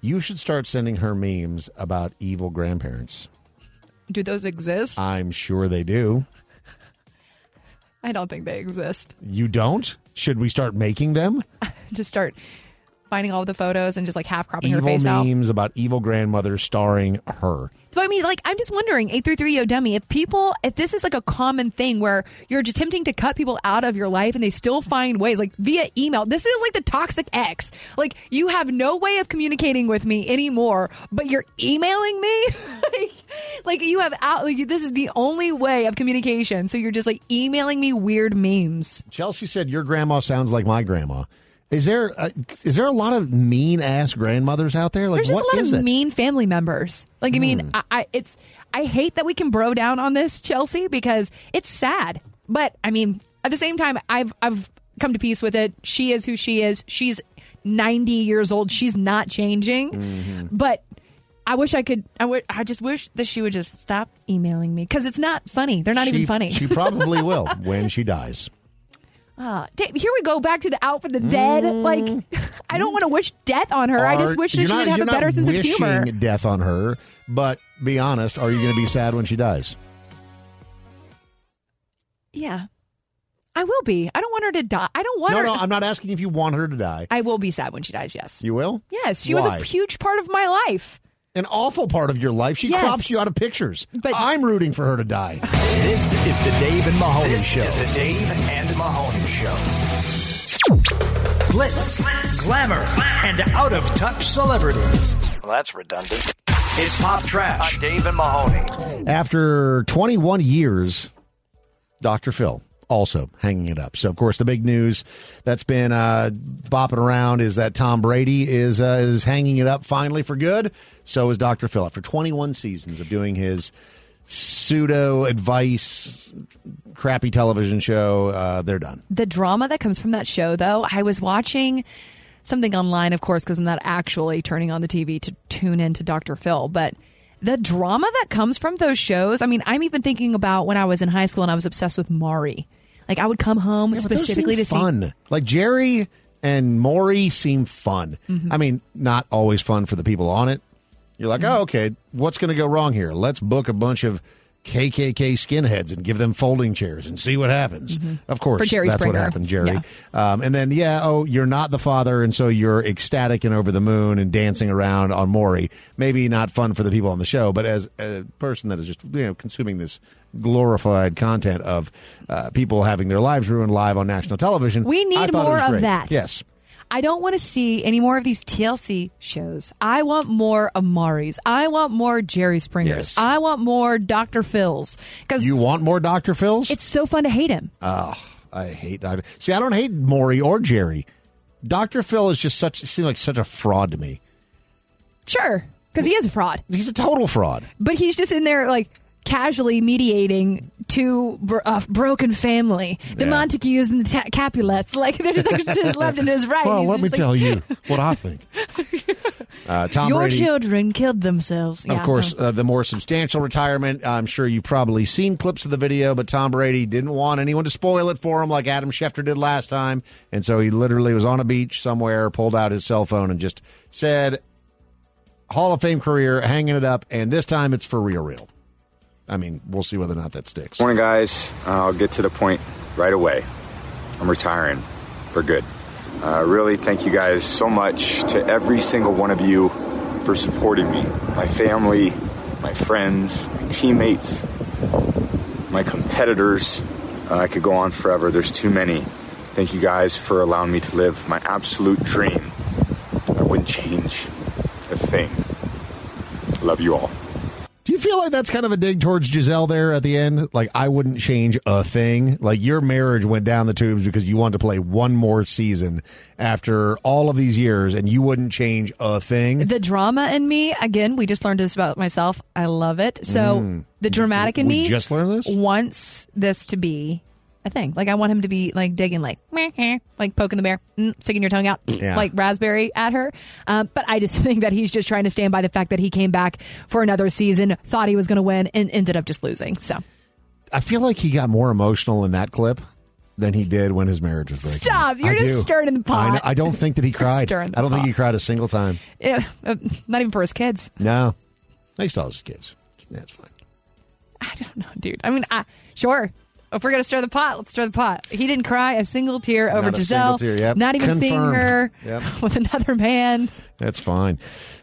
[SPEAKER 5] You should start sending her memes about evil grandparents.
[SPEAKER 6] Do those exist?
[SPEAKER 5] I'm sure they do.
[SPEAKER 6] I don't think they exist.
[SPEAKER 5] You don't? Should we start making them?
[SPEAKER 6] Just start finding all the photos and just like half cropping her
[SPEAKER 5] evil
[SPEAKER 6] face out.
[SPEAKER 5] memes about evil grandmother starring her.
[SPEAKER 6] But I mean, like, I'm just wondering, 833 yo dummy, if people, if this is like a common thing where you're just attempting to cut people out of your life and they still find ways, like via email, this is like the toxic ex. Like, you have no way of communicating with me anymore, but you're emailing me? [LAUGHS] like, like, you have out, like, you- this is the only way of communication. So you're just like emailing me weird memes.
[SPEAKER 5] Chelsea said your grandma sounds like my grandma. Is there a, is there a lot of mean ass grandmothers out there? Like
[SPEAKER 6] There's just
[SPEAKER 5] what
[SPEAKER 6] a lot
[SPEAKER 5] is
[SPEAKER 6] of
[SPEAKER 5] it?
[SPEAKER 6] mean family members. Like, I mean,
[SPEAKER 5] Hmm.
[SPEAKER 6] I, I it's I hate that we can bro down on this Chelsea because it's sad. But I mean, at the same time, I've I've come to peace with it. She is who she is. She's 90 years old. She's not changing.
[SPEAKER 5] Mm-hmm.
[SPEAKER 6] But I wish I could. I would. I just wish that she would just stop emailing me because it's not funny. They're not
[SPEAKER 5] She-
[SPEAKER 6] even funny.
[SPEAKER 5] she probably will when she
[SPEAKER 6] [LAUGHS]
[SPEAKER 5] dies.
[SPEAKER 6] Ah, da- here we go back to the out for the dead. Like, [LAUGHS] I don't want to wish death on her. I just
[SPEAKER 5] Are-
[SPEAKER 6] wish
[SPEAKER 5] Mm-hmm.
[SPEAKER 6] that
[SPEAKER 5] you're
[SPEAKER 6] she
[SPEAKER 5] not-
[SPEAKER 6] would have
[SPEAKER 5] you're
[SPEAKER 6] a better
[SPEAKER 5] not
[SPEAKER 6] sense of humor.
[SPEAKER 5] wishing Death on her, but be honest. Are you going to be sad when she dies?
[SPEAKER 6] Yeah. I will be. I don't want her to die. I don't want
[SPEAKER 5] no,
[SPEAKER 6] her.
[SPEAKER 5] no. I'm not asking if you want her to die.
[SPEAKER 6] I will be sad when she dies, yes.
[SPEAKER 5] You will.
[SPEAKER 6] Yes, she
[SPEAKER 5] Why?
[SPEAKER 6] was a huge part of my life.
[SPEAKER 5] An awful part of your life. She
[SPEAKER 6] Yes.
[SPEAKER 5] crops you out of pictures. But I'm rooting for her to die.
[SPEAKER 3] This is the Dave and Mahoney
[SPEAKER 5] This
[SPEAKER 3] Show.
[SPEAKER 5] is
[SPEAKER 3] the Dave and Mahoney Show. Blitz, glamour, and out of touch celebrities. Well, that's redundant. It's pop trash. On Dave and Mahoney.
[SPEAKER 5] After 21 years, Dr. Phil also hanging it up. So, of course, the big news that's been uh, bopping around is that Tom Brady is uh, is hanging it up finally for good. So is Dr. Phil after 21 seasons of doing his pseudo advice, crappy television show. Uh, they're done.
[SPEAKER 6] The drama that comes from that show, though, I was watching something online, of course, because I'm not actually turning on the TV to tune in to Dr. Phil, but the drama that comes from those shows, I mean, I'm even thinking about when I was in high school and I was obsessed with Mari. Like, I would come home
[SPEAKER 5] Yeah, but those
[SPEAKER 6] specifically
[SPEAKER 5] seem
[SPEAKER 6] to see.
[SPEAKER 5] fun. Like Jerry and Maury seem fun.
[SPEAKER 6] Mhm.
[SPEAKER 5] I mean, not always fun for the people on it. You're like, oh, okay, what's going to go wrong here? Let's book a bunch of KKK skinheads and give them folding chairs and see what happens. Of course,
[SPEAKER 6] Mm-hmm. For Jerry
[SPEAKER 5] that's what
[SPEAKER 6] Springer.
[SPEAKER 5] happened, Jerry. Um, and then, yeah, oh, you're not the father, and so you're ecstatic and over the moon and dancing around on Maury. Maybe not fun for the people on the show, but as a person that is just you know consuming this glorified content of uh, people having their lives ruined live on national television,
[SPEAKER 6] We need
[SPEAKER 5] I thought it
[SPEAKER 6] more
[SPEAKER 5] was
[SPEAKER 6] of
[SPEAKER 5] great.
[SPEAKER 6] that.
[SPEAKER 5] Yes.
[SPEAKER 6] I don't want to see any more of these TLC shows. I want more Amari's. I want more Jerry Springer's.
[SPEAKER 5] Yes.
[SPEAKER 6] I want more Dr. Phil's because
[SPEAKER 5] You want more Dr. Phil's?
[SPEAKER 6] it's so fun to hate him.
[SPEAKER 5] Oh, I hate Dr. See, I don't hate Maury or Jerry. Dr. Phil is just such seemed like such a fraud to me.
[SPEAKER 6] Sure, because he is a fraud,
[SPEAKER 5] He's a total fraud.
[SPEAKER 6] but he's just in there like casually mediating two bro- uh, broken family, the
[SPEAKER 5] Yeah.
[SPEAKER 6] Montagues and the Ta- Capulets. Like they're just like to his left and to his right.
[SPEAKER 5] [LAUGHS] Well,
[SPEAKER 6] He's
[SPEAKER 5] let
[SPEAKER 6] just
[SPEAKER 5] me
[SPEAKER 6] like,
[SPEAKER 5] tell
[SPEAKER 6] [LAUGHS]
[SPEAKER 5] you what I think. Uh, Tom
[SPEAKER 6] your
[SPEAKER 5] Brady,
[SPEAKER 6] children killed themselves.
[SPEAKER 5] of course, uh, the more substantial retirement. I'm sure you've probably seen clips of the video, but Tom Brady didn't want anyone to spoil it for him like Adam Schefter did last time. And so he literally was on a beach somewhere, pulled out his cell phone, and just said, Hall of Fame career, hanging it up. And this time it's for real, real. I mean, we'll see whether or not that sticks.
[SPEAKER 13] Morning, guys. I'll get to the point right away. I'm retiring for good. Uh, really, thank you guys so much to every single one of you for supporting me, my family, my friends, my teammates, my competitors. Uh, I could go on forever. There's too many. Thank you guys for allowing me to live my absolute dream. I wouldn't change a thing. Love you all.
[SPEAKER 5] Do you feel like that's kind of a dig towards Giselle there at the end? Like, I wouldn't change a thing. Like, your marriage went down the tubes because you wanted to play one more season after all of these years, and you wouldn't change a thing.
[SPEAKER 6] The drama in me, again, we just learned this about myself. I love it. So
[SPEAKER 5] Mm.
[SPEAKER 6] the dramatic in
[SPEAKER 5] We
[SPEAKER 6] me
[SPEAKER 5] just learned this?
[SPEAKER 6] wants this to be a thing. Like I want him to be like digging, like meh, eh, like poking the bear, mm, sticking your tongue out,
[SPEAKER 14] Yeah.
[SPEAKER 6] like raspberry at her. Um, but I just [LAUGHS] think that he's just trying to stand by the fact that he came back for another season, thought he was going to win, and ended up just losing. So
[SPEAKER 5] I feel like he got more emotional in that clip than he did when his marriage was breaking.
[SPEAKER 6] Stop. You're
[SPEAKER 5] I
[SPEAKER 6] just
[SPEAKER 5] do.
[SPEAKER 6] stirring the pot.
[SPEAKER 5] I, know- I don't think that he cried. I
[SPEAKER 6] Stirring the
[SPEAKER 5] don't think
[SPEAKER 6] pot.
[SPEAKER 5] he cried a single time.
[SPEAKER 6] yeah, uh, not even for his kids.
[SPEAKER 5] No. He still has his kids. That's fine.
[SPEAKER 6] dude. I mean, I, sure. If we're gonna stir the pot, let's stir the pot. He didn't cry a single tear over
[SPEAKER 5] Not a
[SPEAKER 6] Giselle.
[SPEAKER 5] single tear, yep.
[SPEAKER 6] Not even seeing
[SPEAKER 5] Confirmed.
[SPEAKER 6] her
[SPEAKER 5] Yep.
[SPEAKER 6] [LAUGHS] with another man.
[SPEAKER 5] That's fine.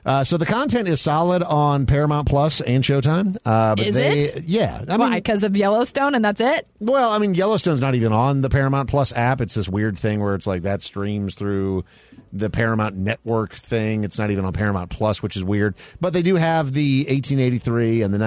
[SPEAKER 5] Uh, so the content is solid on Paramount Plus and Showtime. Uh, but
[SPEAKER 6] Is
[SPEAKER 5] they,
[SPEAKER 6] it?
[SPEAKER 5] Yeah. I
[SPEAKER 6] Why?
[SPEAKER 5] mean,
[SPEAKER 6] Because of Yellowstone, and that's it.
[SPEAKER 5] well, I mean, Yellowstone's not even on the Paramount Plus app. It's this weird thing where it's like that streams through the Paramount Network thing. It's not even on Paramount Plus, which is weird. But they do have the 1883 and the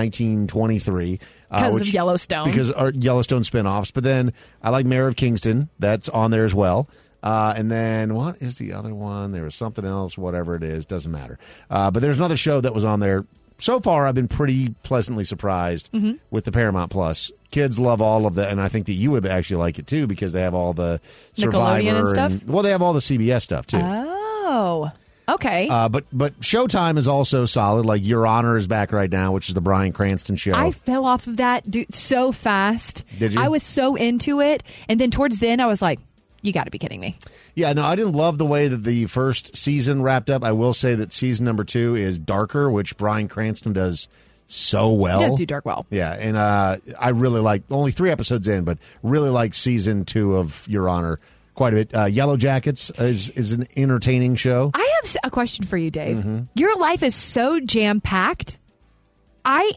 [SPEAKER 5] 1923 uh,
[SPEAKER 6] Because of
[SPEAKER 5] which-
[SPEAKER 6] Yellowstone.
[SPEAKER 5] Because are Yellowstone spinoffs. But then I like Mayor of Kingston. That's on there as well. Uh, and then what is the other one? There was something else, whatever it is, doesn't matter. Uh, but there's another show that was on there. So far, I've been pretty pleasantly surprised
[SPEAKER 6] Mm-hmm.
[SPEAKER 14] Mhm.
[SPEAKER 5] with the Paramount Plus. Kids love all of that, and I think that you would actually like it too because they have all the Survivor
[SPEAKER 6] Nickelodeon and stuff?
[SPEAKER 5] well, they have all the CBS stuff too.
[SPEAKER 6] Oh, okay.
[SPEAKER 5] Uh, but but Showtime is also solid. Like Your Honor is back right now, which is the Brian Cranston show.
[SPEAKER 6] I fell off of that dude so fast.
[SPEAKER 5] Did you?
[SPEAKER 6] I was so into it, and then towards the end, I was like, "You got to be kidding me."
[SPEAKER 5] Yeah, no, I didn't love the way that the first season wrapped up. I will say that season number two is darker, which Brian Cranston does so well.
[SPEAKER 6] does do dark well.
[SPEAKER 5] Yeah, and uh, I really like only three episodes in, but really like season two of Your Honor quite a bit. Uh, Yellow Jackets is is an entertaining show.
[SPEAKER 6] I have s- a question for you, Dave.
[SPEAKER 5] Mhm.
[SPEAKER 6] Your life is so jam packed. I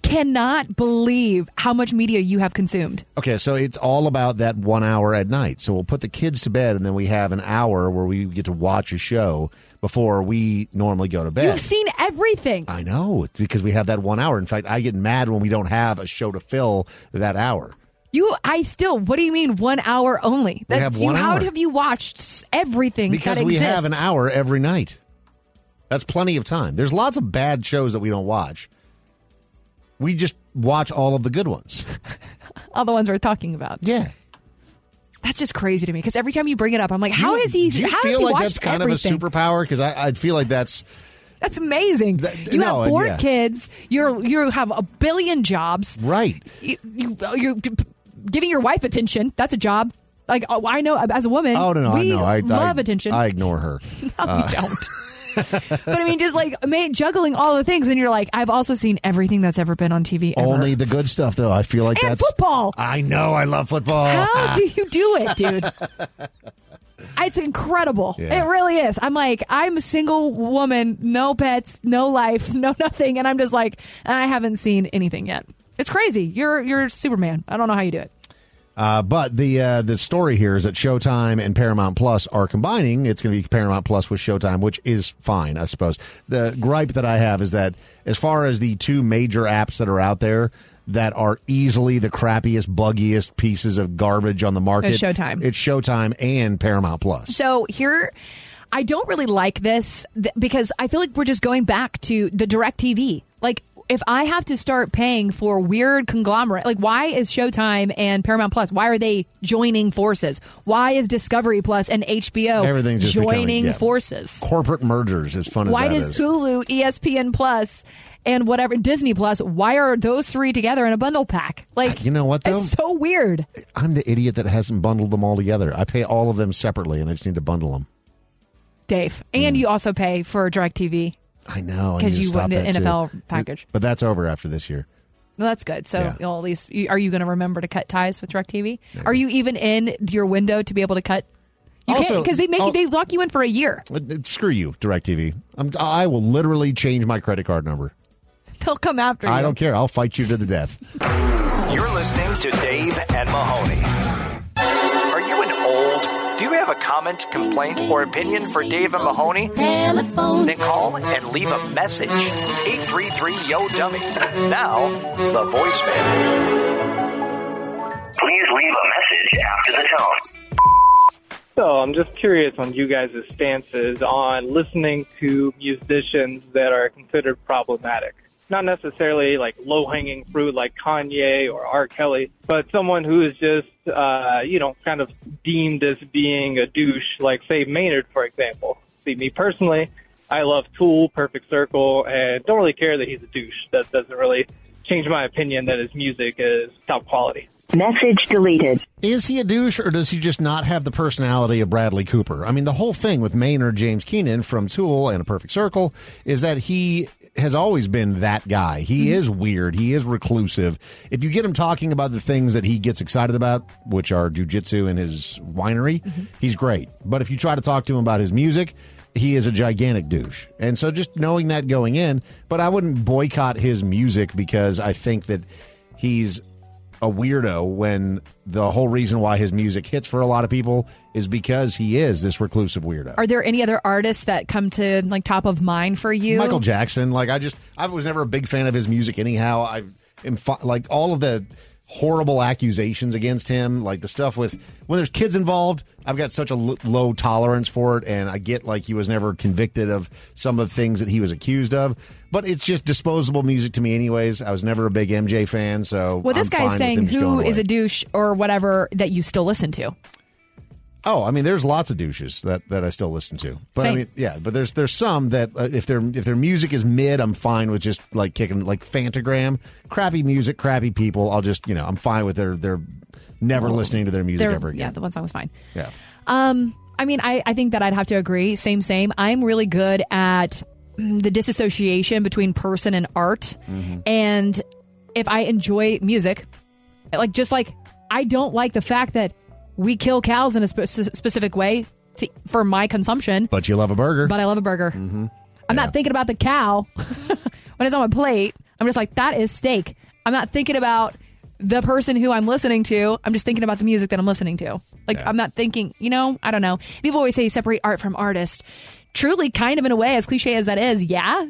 [SPEAKER 6] cannot believe how much media you have consumed.
[SPEAKER 5] Okay, so it's all about that one hour at night. So we'll put the kids to bed, and then we have an hour where we get to watch a show before we normally go to bed.
[SPEAKER 6] You've seen everything.
[SPEAKER 5] I know it's because we have that one hour. In fact, I get mad when we don't have a show to fill that hour.
[SPEAKER 6] You, I still. What do you mean one hour only?
[SPEAKER 5] We have one
[SPEAKER 6] you, How
[SPEAKER 5] hour.
[SPEAKER 6] have you watched s- everything
[SPEAKER 5] Because
[SPEAKER 6] that
[SPEAKER 5] we
[SPEAKER 6] exists?
[SPEAKER 5] have an hour every night. That's plenty of time. There's lots of bad shows that we don't watch. We just watch all of the good
[SPEAKER 6] [LAUGHS]
[SPEAKER 5] ones.
[SPEAKER 6] All the ones we're talking about.
[SPEAKER 5] Yeah.
[SPEAKER 6] That's just crazy to me because every time you bring it up, I'm like, how
[SPEAKER 5] You-
[SPEAKER 6] is he?
[SPEAKER 5] Do you
[SPEAKER 6] how
[SPEAKER 5] feel
[SPEAKER 6] has he
[SPEAKER 5] like
[SPEAKER 6] watched
[SPEAKER 5] that's kind
[SPEAKER 6] everything?
[SPEAKER 5] of a superpower? Because I, I feel like that's
[SPEAKER 6] That's amazing. you
[SPEAKER 5] no,
[SPEAKER 6] have bored
[SPEAKER 5] yeah.
[SPEAKER 6] kids. You're you have a billion jobs.
[SPEAKER 5] Right.
[SPEAKER 6] You, you, uh, you're g- giving your wife attention. That's a job. Like oh, I know as a woman.
[SPEAKER 5] oh no no
[SPEAKER 6] we
[SPEAKER 5] I know I
[SPEAKER 6] love
[SPEAKER 5] I,
[SPEAKER 6] attention.
[SPEAKER 5] I uh. ignore
[SPEAKER 6] [LAUGHS]
[SPEAKER 5] her. no,
[SPEAKER 6] you don't.
[SPEAKER 5] [LAUGHS]
[SPEAKER 6] but I mean, just like man, juggling all the things, and you're like, I've also seen everything that's ever been on TV. Ever.
[SPEAKER 5] Only the good stuff though. I feel like
[SPEAKER 6] And
[SPEAKER 5] that's [LAUGHS]
[SPEAKER 6] football.
[SPEAKER 5] I know I love football.
[SPEAKER 6] How do you do it, dude? it's incredible.
[SPEAKER 5] Yeah.
[SPEAKER 6] It really is. I'm like, I'm a single woman, no pets, no life, [LAUGHS] no nothing, and I'm just like, I haven't seen anything yet. It's crazy. You're you're Superman. I don't know how you do it.
[SPEAKER 5] Uh, but the uh, the story here is that Showtime and Paramount Plus are combining. It's going to be Paramount Plus with Showtime, which is fine, I suppose. The gripe that I have is that as far as the two major apps that are out there that are easily the crappiest, buggiest pieces of garbage on the market,
[SPEAKER 6] It's Showtime.
[SPEAKER 5] It's Showtime and Paramount Plus.
[SPEAKER 6] So here, I don't really like this th- because I feel like we're just going back to the direct TV. Like, if I have to start paying for weird conglomerate, like, why is Showtime and Paramount Plus? Why are they joining forces? Why is Discovery Plus and HBO
[SPEAKER 5] Everything's just
[SPEAKER 6] joining
[SPEAKER 5] becoming, yeah.
[SPEAKER 6] forces?
[SPEAKER 5] Corporate mergers, as fun as
[SPEAKER 6] Why
[SPEAKER 5] that
[SPEAKER 6] does
[SPEAKER 5] is.
[SPEAKER 6] Hulu, E ESPN Plus, and whatever Disney Plus? Why are those three together in a bundle pack? Like,
[SPEAKER 5] you know what though?
[SPEAKER 6] it's so weird.
[SPEAKER 5] I'm the idiot that hasn't bundled them all together. I pay all of them separately, and I just need to bundle them.
[SPEAKER 6] Dave.
[SPEAKER 5] Hmm.
[SPEAKER 6] And you also pay for DirecTV.
[SPEAKER 5] I know I need
[SPEAKER 6] Because
[SPEAKER 5] to
[SPEAKER 6] you
[SPEAKER 5] stop
[SPEAKER 6] won the
[SPEAKER 5] that, too.
[SPEAKER 6] NFL package.
[SPEAKER 5] but that's over after this year.
[SPEAKER 6] Well, that's good. So
[SPEAKER 5] Yeah.
[SPEAKER 6] you'll at least you- are you going to remember to cut ties with DirecTV? Are you even in your window to be able to cut? You
[SPEAKER 5] Also-
[SPEAKER 6] because they make
[SPEAKER 5] I'll-
[SPEAKER 6] they lock you in for a year.
[SPEAKER 5] Uh, uh, Screw you, DirecTV. I'm, I will literally change my credit card number.
[SPEAKER 6] They'll come after
[SPEAKER 5] I
[SPEAKER 6] you.
[SPEAKER 5] don't care. I'll fight you to the death.
[SPEAKER 3] You're listening to Dave and Mahoney. Are you an old? Do you have a comment, complaint, or opinion for Dave and Mahoney? Then call and leave a message. 833 Yo Dummy. Now, the voicemail.
[SPEAKER 7] Please leave a message after the tone.
[SPEAKER 15] So I'm just curious on you guys' stances on listening to musicians that are considered problematic. Not necessarily like low hanging fruit like Kanye or R. Kelly, but someone who is just, uh, you know, kind of deemed as being a douche, like say Maynard, for example. See, me personally, I love Tool, Perfect Circle, and don't really care that he's a douche. That doesn't really change my opinion that his music is top quality.
[SPEAKER 5] Message deleted. Is he a douche or does he just not have the personality of Bradley Cooper? I mean, the whole thing with Maynard James Keenan from Tool and A Perfect Circle is that he has always been that guy. He is weird. He is reclusive. If you get him talking about the things that he gets excited about, which are jujitsu and his winery, he's great. But if you try to talk to him about his music, he is a gigantic douche. And so just knowing that going in, but I wouldn't boycott his music because I think that he's a weirdo when the whole reason why his music hits for a lot of people is because he is this reclusive weirdo.
[SPEAKER 6] Are there any other artists that come to like top of mind for you?
[SPEAKER 5] Michael Jackson, like I just I was never a big fan of his music anyhow. I am fi- like all of the horrible accusations against him, like the stuff with when there's kids involved, I've got such a l- low tolerance for it and I get like he was never convicted of some of the things that he was accused of, but it's just disposable music to me anyways. I was never a big MJ fan, so
[SPEAKER 6] Well, this
[SPEAKER 5] I'm fine
[SPEAKER 6] guy's
[SPEAKER 5] with
[SPEAKER 6] saying
[SPEAKER 5] him just
[SPEAKER 6] who
[SPEAKER 5] going
[SPEAKER 6] is
[SPEAKER 5] away.
[SPEAKER 6] a douche or whatever that you still listen to.
[SPEAKER 5] Oh, I mean, there's lots of douches that, that I still listen to, but I
[SPEAKER 6] Same.
[SPEAKER 5] mean, yeah, but there's there's some that uh, if their if their music is mid, I'm fine with just like kicking like Fantagram, crappy music, crappy people. I'll just you know I'm fine with their their never listening to their music
[SPEAKER 6] There-
[SPEAKER 5] ever again.
[SPEAKER 6] Yeah, the one song was fine.
[SPEAKER 5] Yeah,
[SPEAKER 6] Um, I mean, I, I think that I'd have to agree. Same, same. I'm really good at mm, the disassociation between person and art. And if I enjoy music, like just like I don't like the fact that we kill cows in a spe- specific way to, for my consumption,
[SPEAKER 5] but you love a burger.
[SPEAKER 6] but I love a burger.
[SPEAKER 5] Mhm.
[SPEAKER 6] I'm not thinking about the cow [LAUGHS] when it's on my plate. I'm just like, that is steak. I'm not thinking about the person who I'm listening to. I'm just thinking about the music that I'm listening to. Like, I'm not thinking, you know, I don't know. People always say you separate art from artist. Truly, kind of in a way, as cliche as that is, yeah.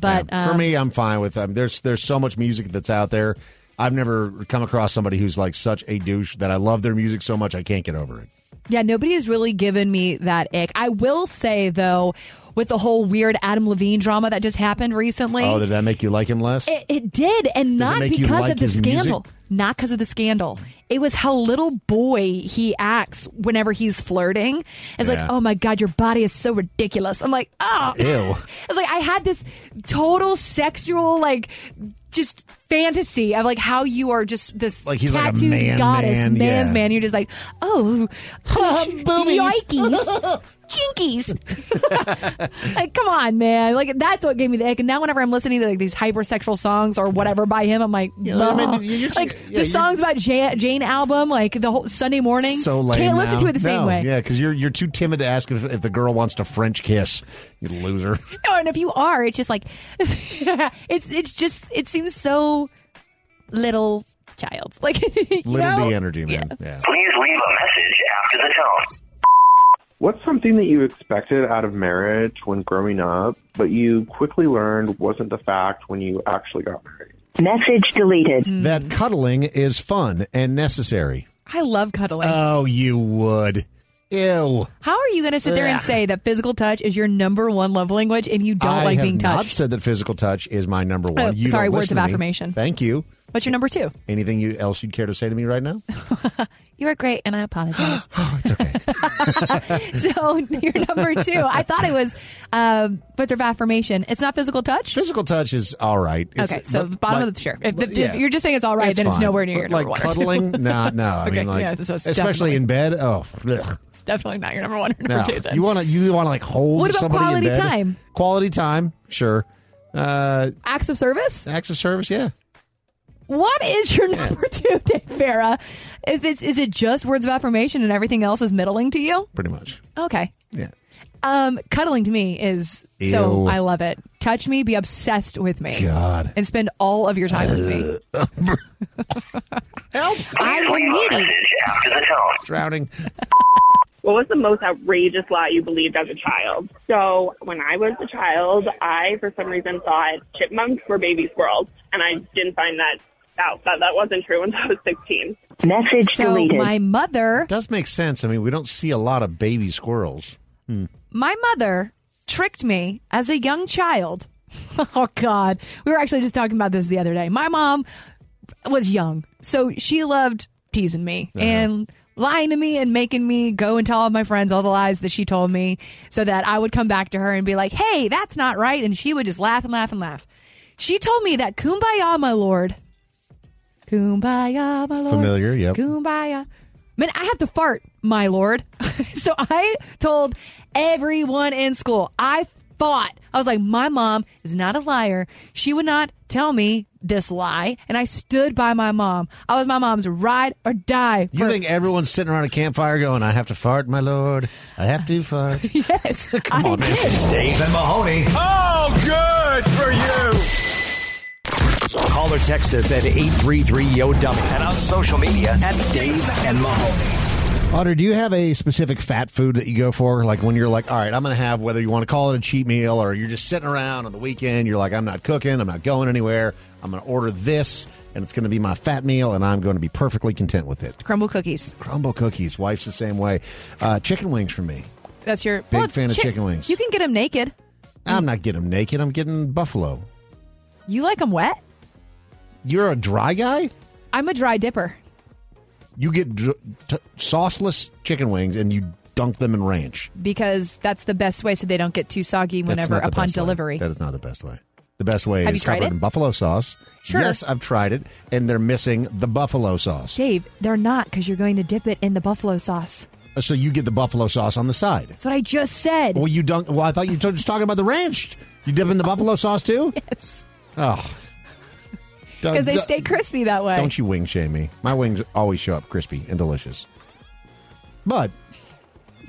[SPEAKER 6] But
[SPEAKER 5] For
[SPEAKER 6] um,
[SPEAKER 5] me, I'm fine with them. There's there's so much music that's out there. I've never come across somebody who's like such a douche that I love their music so much I can't get over it.
[SPEAKER 6] Yeah, nobody has really given me that ick. I will say though, with the whole weird Adam Levine drama that just happened recently,
[SPEAKER 5] Oh, did that make you like him less?
[SPEAKER 6] it, it did, and
[SPEAKER 5] Does it
[SPEAKER 6] not
[SPEAKER 5] make you
[SPEAKER 6] because
[SPEAKER 5] like
[SPEAKER 6] of the
[SPEAKER 5] his
[SPEAKER 6] scandal.
[SPEAKER 5] music?
[SPEAKER 6] Not because of the scandal. It was how little boy he acts whenever he's flirting. It's
[SPEAKER 5] Yeah.
[SPEAKER 6] like, oh my god, your body is so ridiculous. I'm like, oh,
[SPEAKER 5] Ew.
[SPEAKER 6] [LAUGHS] it's like I had this total sexual like just fantasy of like how you are just this
[SPEAKER 5] Like he's like a
[SPEAKER 6] tattooed
[SPEAKER 5] man,
[SPEAKER 6] goddess,
[SPEAKER 5] man,
[SPEAKER 6] man's
[SPEAKER 5] yeah.
[SPEAKER 6] man. You're just like,
[SPEAKER 5] [LAUGHS]
[SPEAKER 6] oh,
[SPEAKER 5] Um,
[SPEAKER 2] boobies.
[SPEAKER 6] [LAUGHS] yikes, jinkies. [LAUGHS] like, come on, man. Like that's what gave me the ick. And now whenever I'm listening to like these hypersexual songs or whatever by him, I'm like,
[SPEAKER 2] Yeah, I mean,
[SPEAKER 6] "Ugh."
[SPEAKER 2] you're- you're-
[SPEAKER 6] like
[SPEAKER 2] yeah,
[SPEAKER 6] the
[SPEAKER 2] you're-
[SPEAKER 6] songs about Jane, Jane album, like the whole Sunday morning.
[SPEAKER 5] So lame.
[SPEAKER 6] Can't listen
[SPEAKER 5] now.
[SPEAKER 6] to it the same
[SPEAKER 5] No,
[SPEAKER 6] way.
[SPEAKER 5] Yeah, because you're you're too timid to ask if, if the girl wants to French kiss. You loser. [LAUGHS]
[SPEAKER 6] No, and if you are, it's just like [LAUGHS] it's it's just it seems so little child. [LAUGHS] Like you
[SPEAKER 5] Little
[SPEAKER 6] know?
[SPEAKER 5] D energy, man. Yeah.
[SPEAKER 7] Please leave a message after the tone.
[SPEAKER 8] What's something that you expected out of marriage when growing up, but you quickly learned wasn't the fact when you actually got married?
[SPEAKER 5] Message deleted. That cuddling is fun and necessary.
[SPEAKER 6] I love cuddling.
[SPEAKER 5] Oh, you would. Ew.
[SPEAKER 6] How are you going to sit there and
[SPEAKER 5] Ugh.
[SPEAKER 6] say that physical touch is your number one love language and you don't
[SPEAKER 5] I
[SPEAKER 6] like
[SPEAKER 5] have
[SPEAKER 6] being
[SPEAKER 5] Not
[SPEAKER 6] touched?
[SPEAKER 5] said that physical touch is my number one.
[SPEAKER 6] Oh,
[SPEAKER 5] You
[SPEAKER 6] sorry,
[SPEAKER 5] don't
[SPEAKER 6] words
[SPEAKER 5] listen
[SPEAKER 6] of
[SPEAKER 5] to me.
[SPEAKER 6] affirmation.
[SPEAKER 5] Thank you.
[SPEAKER 6] What's your number two?
[SPEAKER 5] Anything you, else you'd care to say to me right now?
[SPEAKER 6] You are great, and
[SPEAKER 5] [GASPS]
[SPEAKER 6] I apologize. oh, it's okay. [LAUGHS] so you're number two. I thought it was um, words of affirmation. It's not physical touch.
[SPEAKER 5] Physical touch is all right. It's-
[SPEAKER 6] okay, so
[SPEAKER 5] but,
[SPEAKER 6] bottom
[SPEAKER 5] like,
[SPEAKER 6] of the sure. If, the- if
[SPEAKER 5] yeah.
[SPEAKER 6] you're just saying it's all right, then it's
[SPEAKER 5] fine.
[SPEAKER 6] nowhere near your
[SPEAKER 5] But, like
[SPEAKER 6] number one or two. [LAUGHS]
[SPEAKER 5] cuddling. no, no. I
[SPEAKER 6] Okay,
[SPEAKER 5] mean, like
[SPEAKER 6] yeah, so it's
[SPEAKER 5] especially in bed. Oh,
[SPEAKER 6] [LAUGHS]
[SPEAKER 5] ugh.
[SPEAKER 6] It's definitely not your number one or number
[SPEAKER 5] No.
[SPEAKER 6] two. Then
[SPEAKER 5] You want to you want to like hold
[SPEAKER 6] What about
[SPEAKER 5] somebody
[SPEAKER 6] quality
[SPEAKER 5] in bed?
[SPEAKER 6] time?
[SPEAKER 5] Quality time, sure. Uh,
[SPEAKER 6] acts of service.
[SPEAKER 5] acts of service, yeah.
[SPEAKER 6] What is your number two, [LAUGHS] Dave Farah? If it's is it just words of affirmation and everything else is middling to you?
[SPEAKER 5] Pretty much.
[SPEAKER 6] Okay.
[SPEAKER 5] Yeah.
[SPEAKER 6] Um, cuddling to me is so
[SPEAKER 5] Ew.
[SPEAKER 6] I love it. Touch me, be obsessed with me,
[SPEAKER 5] God.
[SPEAKER 6] and spend all of your time with me.
[SPEAKER 5] [LAUGHS]
[SPEAKER 10] I
[SPEAKER 7] Leave a message after the tone.
[SPEAKER 5] Drowning.
[SPEAKER 10] What was the most outrageous lie you believed as a child? So when I was a child, I for some reason thought chipmunks were baby squirrels, and I didn't find that out. That that wasn't true until I was 16.
[SPEAKER 6] so My mother,
[SPEAKER 5] does make sense. I mean, we don't see a lot of baby squirrels. Hmm.
[SPEAKER 6] my mother tricked me as a young child. [LAUGHS] oh God, we were actually just talking about this the other day. My mom was young, so she loved teasing me and lying to me and making me go and tell all my friends all the lies that she told me, so that I would come back to her and be like, "Hey, that's not right," and she would just laugh and laugh and laugh. She told me that "Kumbaya, my lord." Kumbaya, my lord.
[SPEAKER 5] Familiar, yep.
[SPEAKER 6] Kumbaya. Man, I have to fart, my lord. [LAUGHS] so I told everyone in school. I thought, I was like, my mom is not a liar. She would not tell me this lie. And I stood by my mom. I was my mom's ride or die.
[SPEAKER 5] You think everyone's sitting around a campfire going, I have to fart, my lord. I have to fart.
[SPEAKER 6] [LAUGHS] yes.
[SPEAKER 5] Come on, man.
[SPEAKER 3] Dave and Mahoney.
[SPEAKER 2] Oh, good for you.
[SPEAKER 3] Call or text us at 833-YO-DUMP and on social media at Dave and Mahoney.
[SPEAKER 5] [LAUGHS] Otter, do you have a specific fat food that you go for? Like when you're like, all right, I'm going to have whether you want to call it a cheat meal or you're just sitting around on the weekend, you're like, I'm not cooking, I'm not going anywhere. I'm going to order this and it's going to be my fat meal and I'm going to be perfectly content with it.
[SPEAKER 6] Crumble cookies.
[SPEAKER 5] Crumble cookies. Wife's the same way. Uh, chicken wings for me.
[SPEAKER 6] That's your
[SPEAKER 5] Big fan of chicken wings.
[SPEAKER 6] You can get them naked.
[SPEAKER 5] I'm not getting them naked. I'm getting buffalo.
[SPEAKER 6] You like them wet?
[SPEAKER 5] You're a dry guy?
[SPEAKER 6] I'm a dry dipper.
[SPEAKER 5] You get dr- t- sauceless chicken wings and you dunk them in ranch.
[SPEAKER 6] because that's the best way so they don't get too soggy
[SPEAKER 5] That's
[SPEAKER 6] whenever
[SPEAKER 5] not the
[SPEAKER 6] upon
[SPEAKER 5] best way.
[SPEAKER 6] delivery.
[SPEAKER 5] That is not the best way. The best way
[SPEAKER 6] Have
[SPEAKER 5] is
[SPEAKER 6] you tried
[SPEAKER 5] covered
[SPEAKER 6] it?
[SPEAKER 5] in buffalo sauce.
[SPEAKER 6] Sure.
[SPEAKER 5] Yes, I've tried it, and they're missing the buffalo sauce.
[SPEAKER 6] Dave, they're not because you're going to dip it in the buffalo sauce.
[SPEAKER 5] So you get the buffalo sauce on the side.
[SPEAKER 6] That's what I just said.
[SPEAKER 5] Well, you dunk. Well, I thought you were just talking about the ranch. You dip in the buffalo sauce too.
[SPEAKER 6] [LAUGHS] Yes.
[SPEAKER 5] Oh. Don't-
[SPEAKER 6] Because they
[SPEAKER 5] don't-
[SPEAKER 6] stay crispy that way.
[SPEAKER 5] uh, Don't you wing shame me? My wings always show up crispy and delicious. But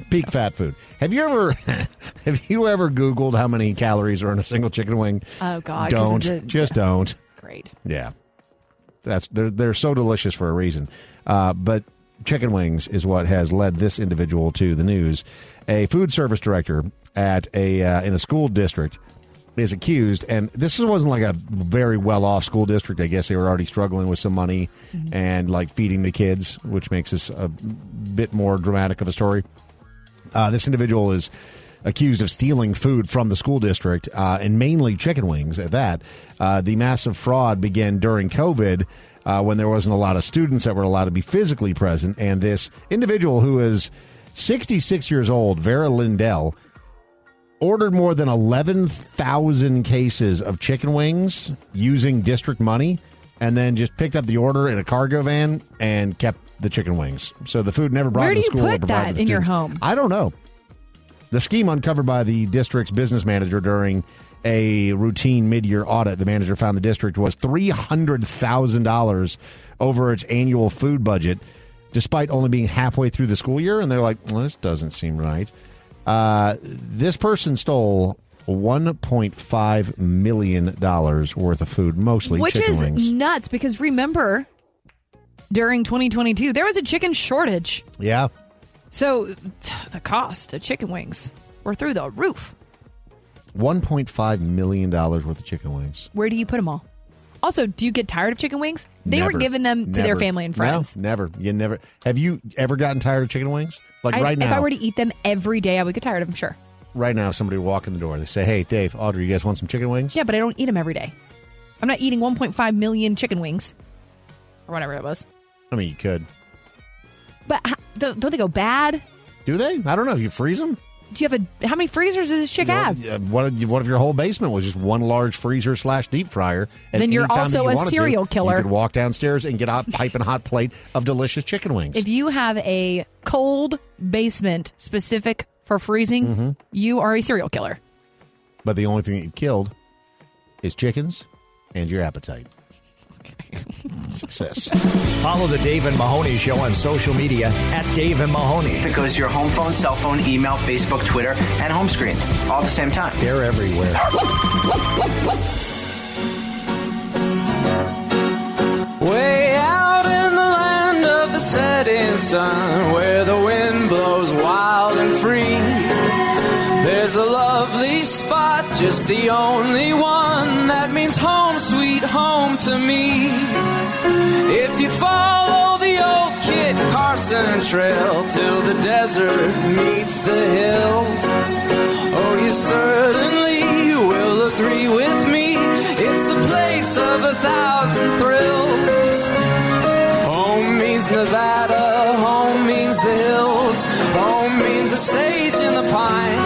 [SPEAKER 5] peak fat food. Have you ever [LAUGHS] have you ever Googled how many calories are in a single chicken wing?
[SPEAKER 6] Oh, God, 'cause
[SPEAKER 5] Don't
[SPEAKER 6] it's a-
[SPEAKER 5] just don't.
[SPEAKER 6] Great.
[SPEAKER 5] Yeah, that's they're they're so delicious for a reason. Uh, but chicken wings is what has led this individual to the news. A food service director at a uh, in a school district is accused, and this wasn't like a very well off school district. I guess they were already struggling with some money and like feeding the kids, which makes this a bit more dramatic of a story. Uh, this individual is accused of stealing food from the school district uh, and mainly chicken wings at that. Uh, the massive fraud began during COVID. Uh, when there wasn't a lot of students that were allowed to be physically present, and this individual who is 66 years old, Vera Lindell, ordered more than 11,000 cases of chicken wings using district money and then just picked up the order in a cargo van and kept the chicken wings. So the food never brought
[SPEAKER 6] Where
[SPEAKER 5] to
[SPEAKER 6] do you
[SPEAKER 5] school. or
[SPEAKER 6] put
[SPEAKER 5] provided
[SPEAKER 6] that
[SPEAKER 5] to the
[SPEAKER 6] in your
[SPEAKER 5] students.
[SPEAKER 6] home?
[SPEAKER 5] I don't know. The scheme uncovered by the district's business manager during a routine mid-year audit, the manager found the district was $300,000 over its annual food budget despite only being halfway through the school year and they're like, well, "This doesn't seem right." Uh, this person stole 1.5 million dollars worth of food, mostly
[SPEAKER 6] Which
[SPEAKER 5] chicken
[SPEAKER 6] is
[SPEAKER 5] wings.
[SPEAKER 6] nuts because remember, during 2022, there was a chicken shortage.
[SPEAKER 5] yeah.
[SPEAKER 6] So t- the cost of chicken wings were through the roof.
[SPEAKER 5] 1.5 million dollars worth of chicken wings.
[SPEAKER 6] Where do you put them all? Also, do you get tired of chicken wings? They
[SPEAKER 5] Never.
[SPEAKER 6] were giving them to their
[SPEAKER 5] Never.
[SPEAKER 6] family and
[SPEAKER 5] No,
[SPEAKER 6] friends.
[SPEAKER 5] never. You never. Have you ever gotten tired of chicken wings? Like
[SPEAKER 6] I-
[SPEAKER 5] right now.
[SPEAKER 6] If I were to eat them every day, I would get tired of them, sure.
[SPEAKER 5] right now, somebody would walk in the door. They say, "Hey, Dave, Audrey, you guys want some chicken wings?"
[SPEAKER 6] Yeah, but I don't eat them every day. I'm not eating 1.5 million chicken wings or whatever it was.
[SPEAKER 5] I mean, you could.
[SPEAKER 6] But h- don't don't they go bad?
[SPEAKER 5] Do they? I don't know. You freeze them.
[SPEAKER 6] Do you have a how many freezers does this chick have?
[SPEAKER 5] Uh, What if, what if your whole basement was just one large freezer slash deep fryer? And
[SPEAKER 6] Then you're
[SPEAKER 5] anytime that
[SPEAKER 6] also
[SPEAKER 5] you
[SPEAKER 6] a
[SPEAKER 5] wanted to,
[SPEAKER 6] serial killer.
[SPEAKER 5] You could walk downstairs and get a
[SPEAKER 6] [LAUGHS]
[SPEAKER 5] piping hot plate of delicious chicken wings.
[SPEAKER 6] If you have a cold basement specific for freezing,
[SPEAKER 5] Mhm.
[SPEAKER 6] you are a serial killer.
[SPEAKER 5] but the only thing that you killed is chickens and your appetite. Success.
[SPEAKER 3] Follow the Dave and Mahoney Show on social media at Dave and Mahoney.
[SPEAKER 17] Because your home phone, cell phone, email, Facebook, Twitter, and home screen all at the same time.
[SPEAKER 3] They're everywhere.
[SPEAKER 1] Way out in the land of the setting sun, where the wind blows wild and free. There's a lovely spot, just the only one that means home, sweet home to me. If you follow the old Kit Carson trail till the desert meets the hills, oh, you certainly will agree with me. It's the place of a thousand thrills. Home means Nevada, home means the hills, home means a sage in the pine.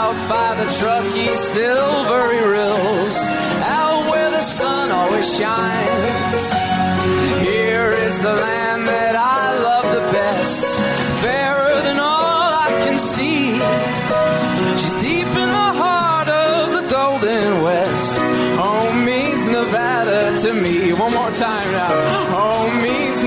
[SPEAKER 1] Out by the Truckee silvery rills, out where the sun always shines. the land that I love the best, fairer than all I can see. She's deep in the heart of the golden west. Home means Nevada to me. One more time now. Home means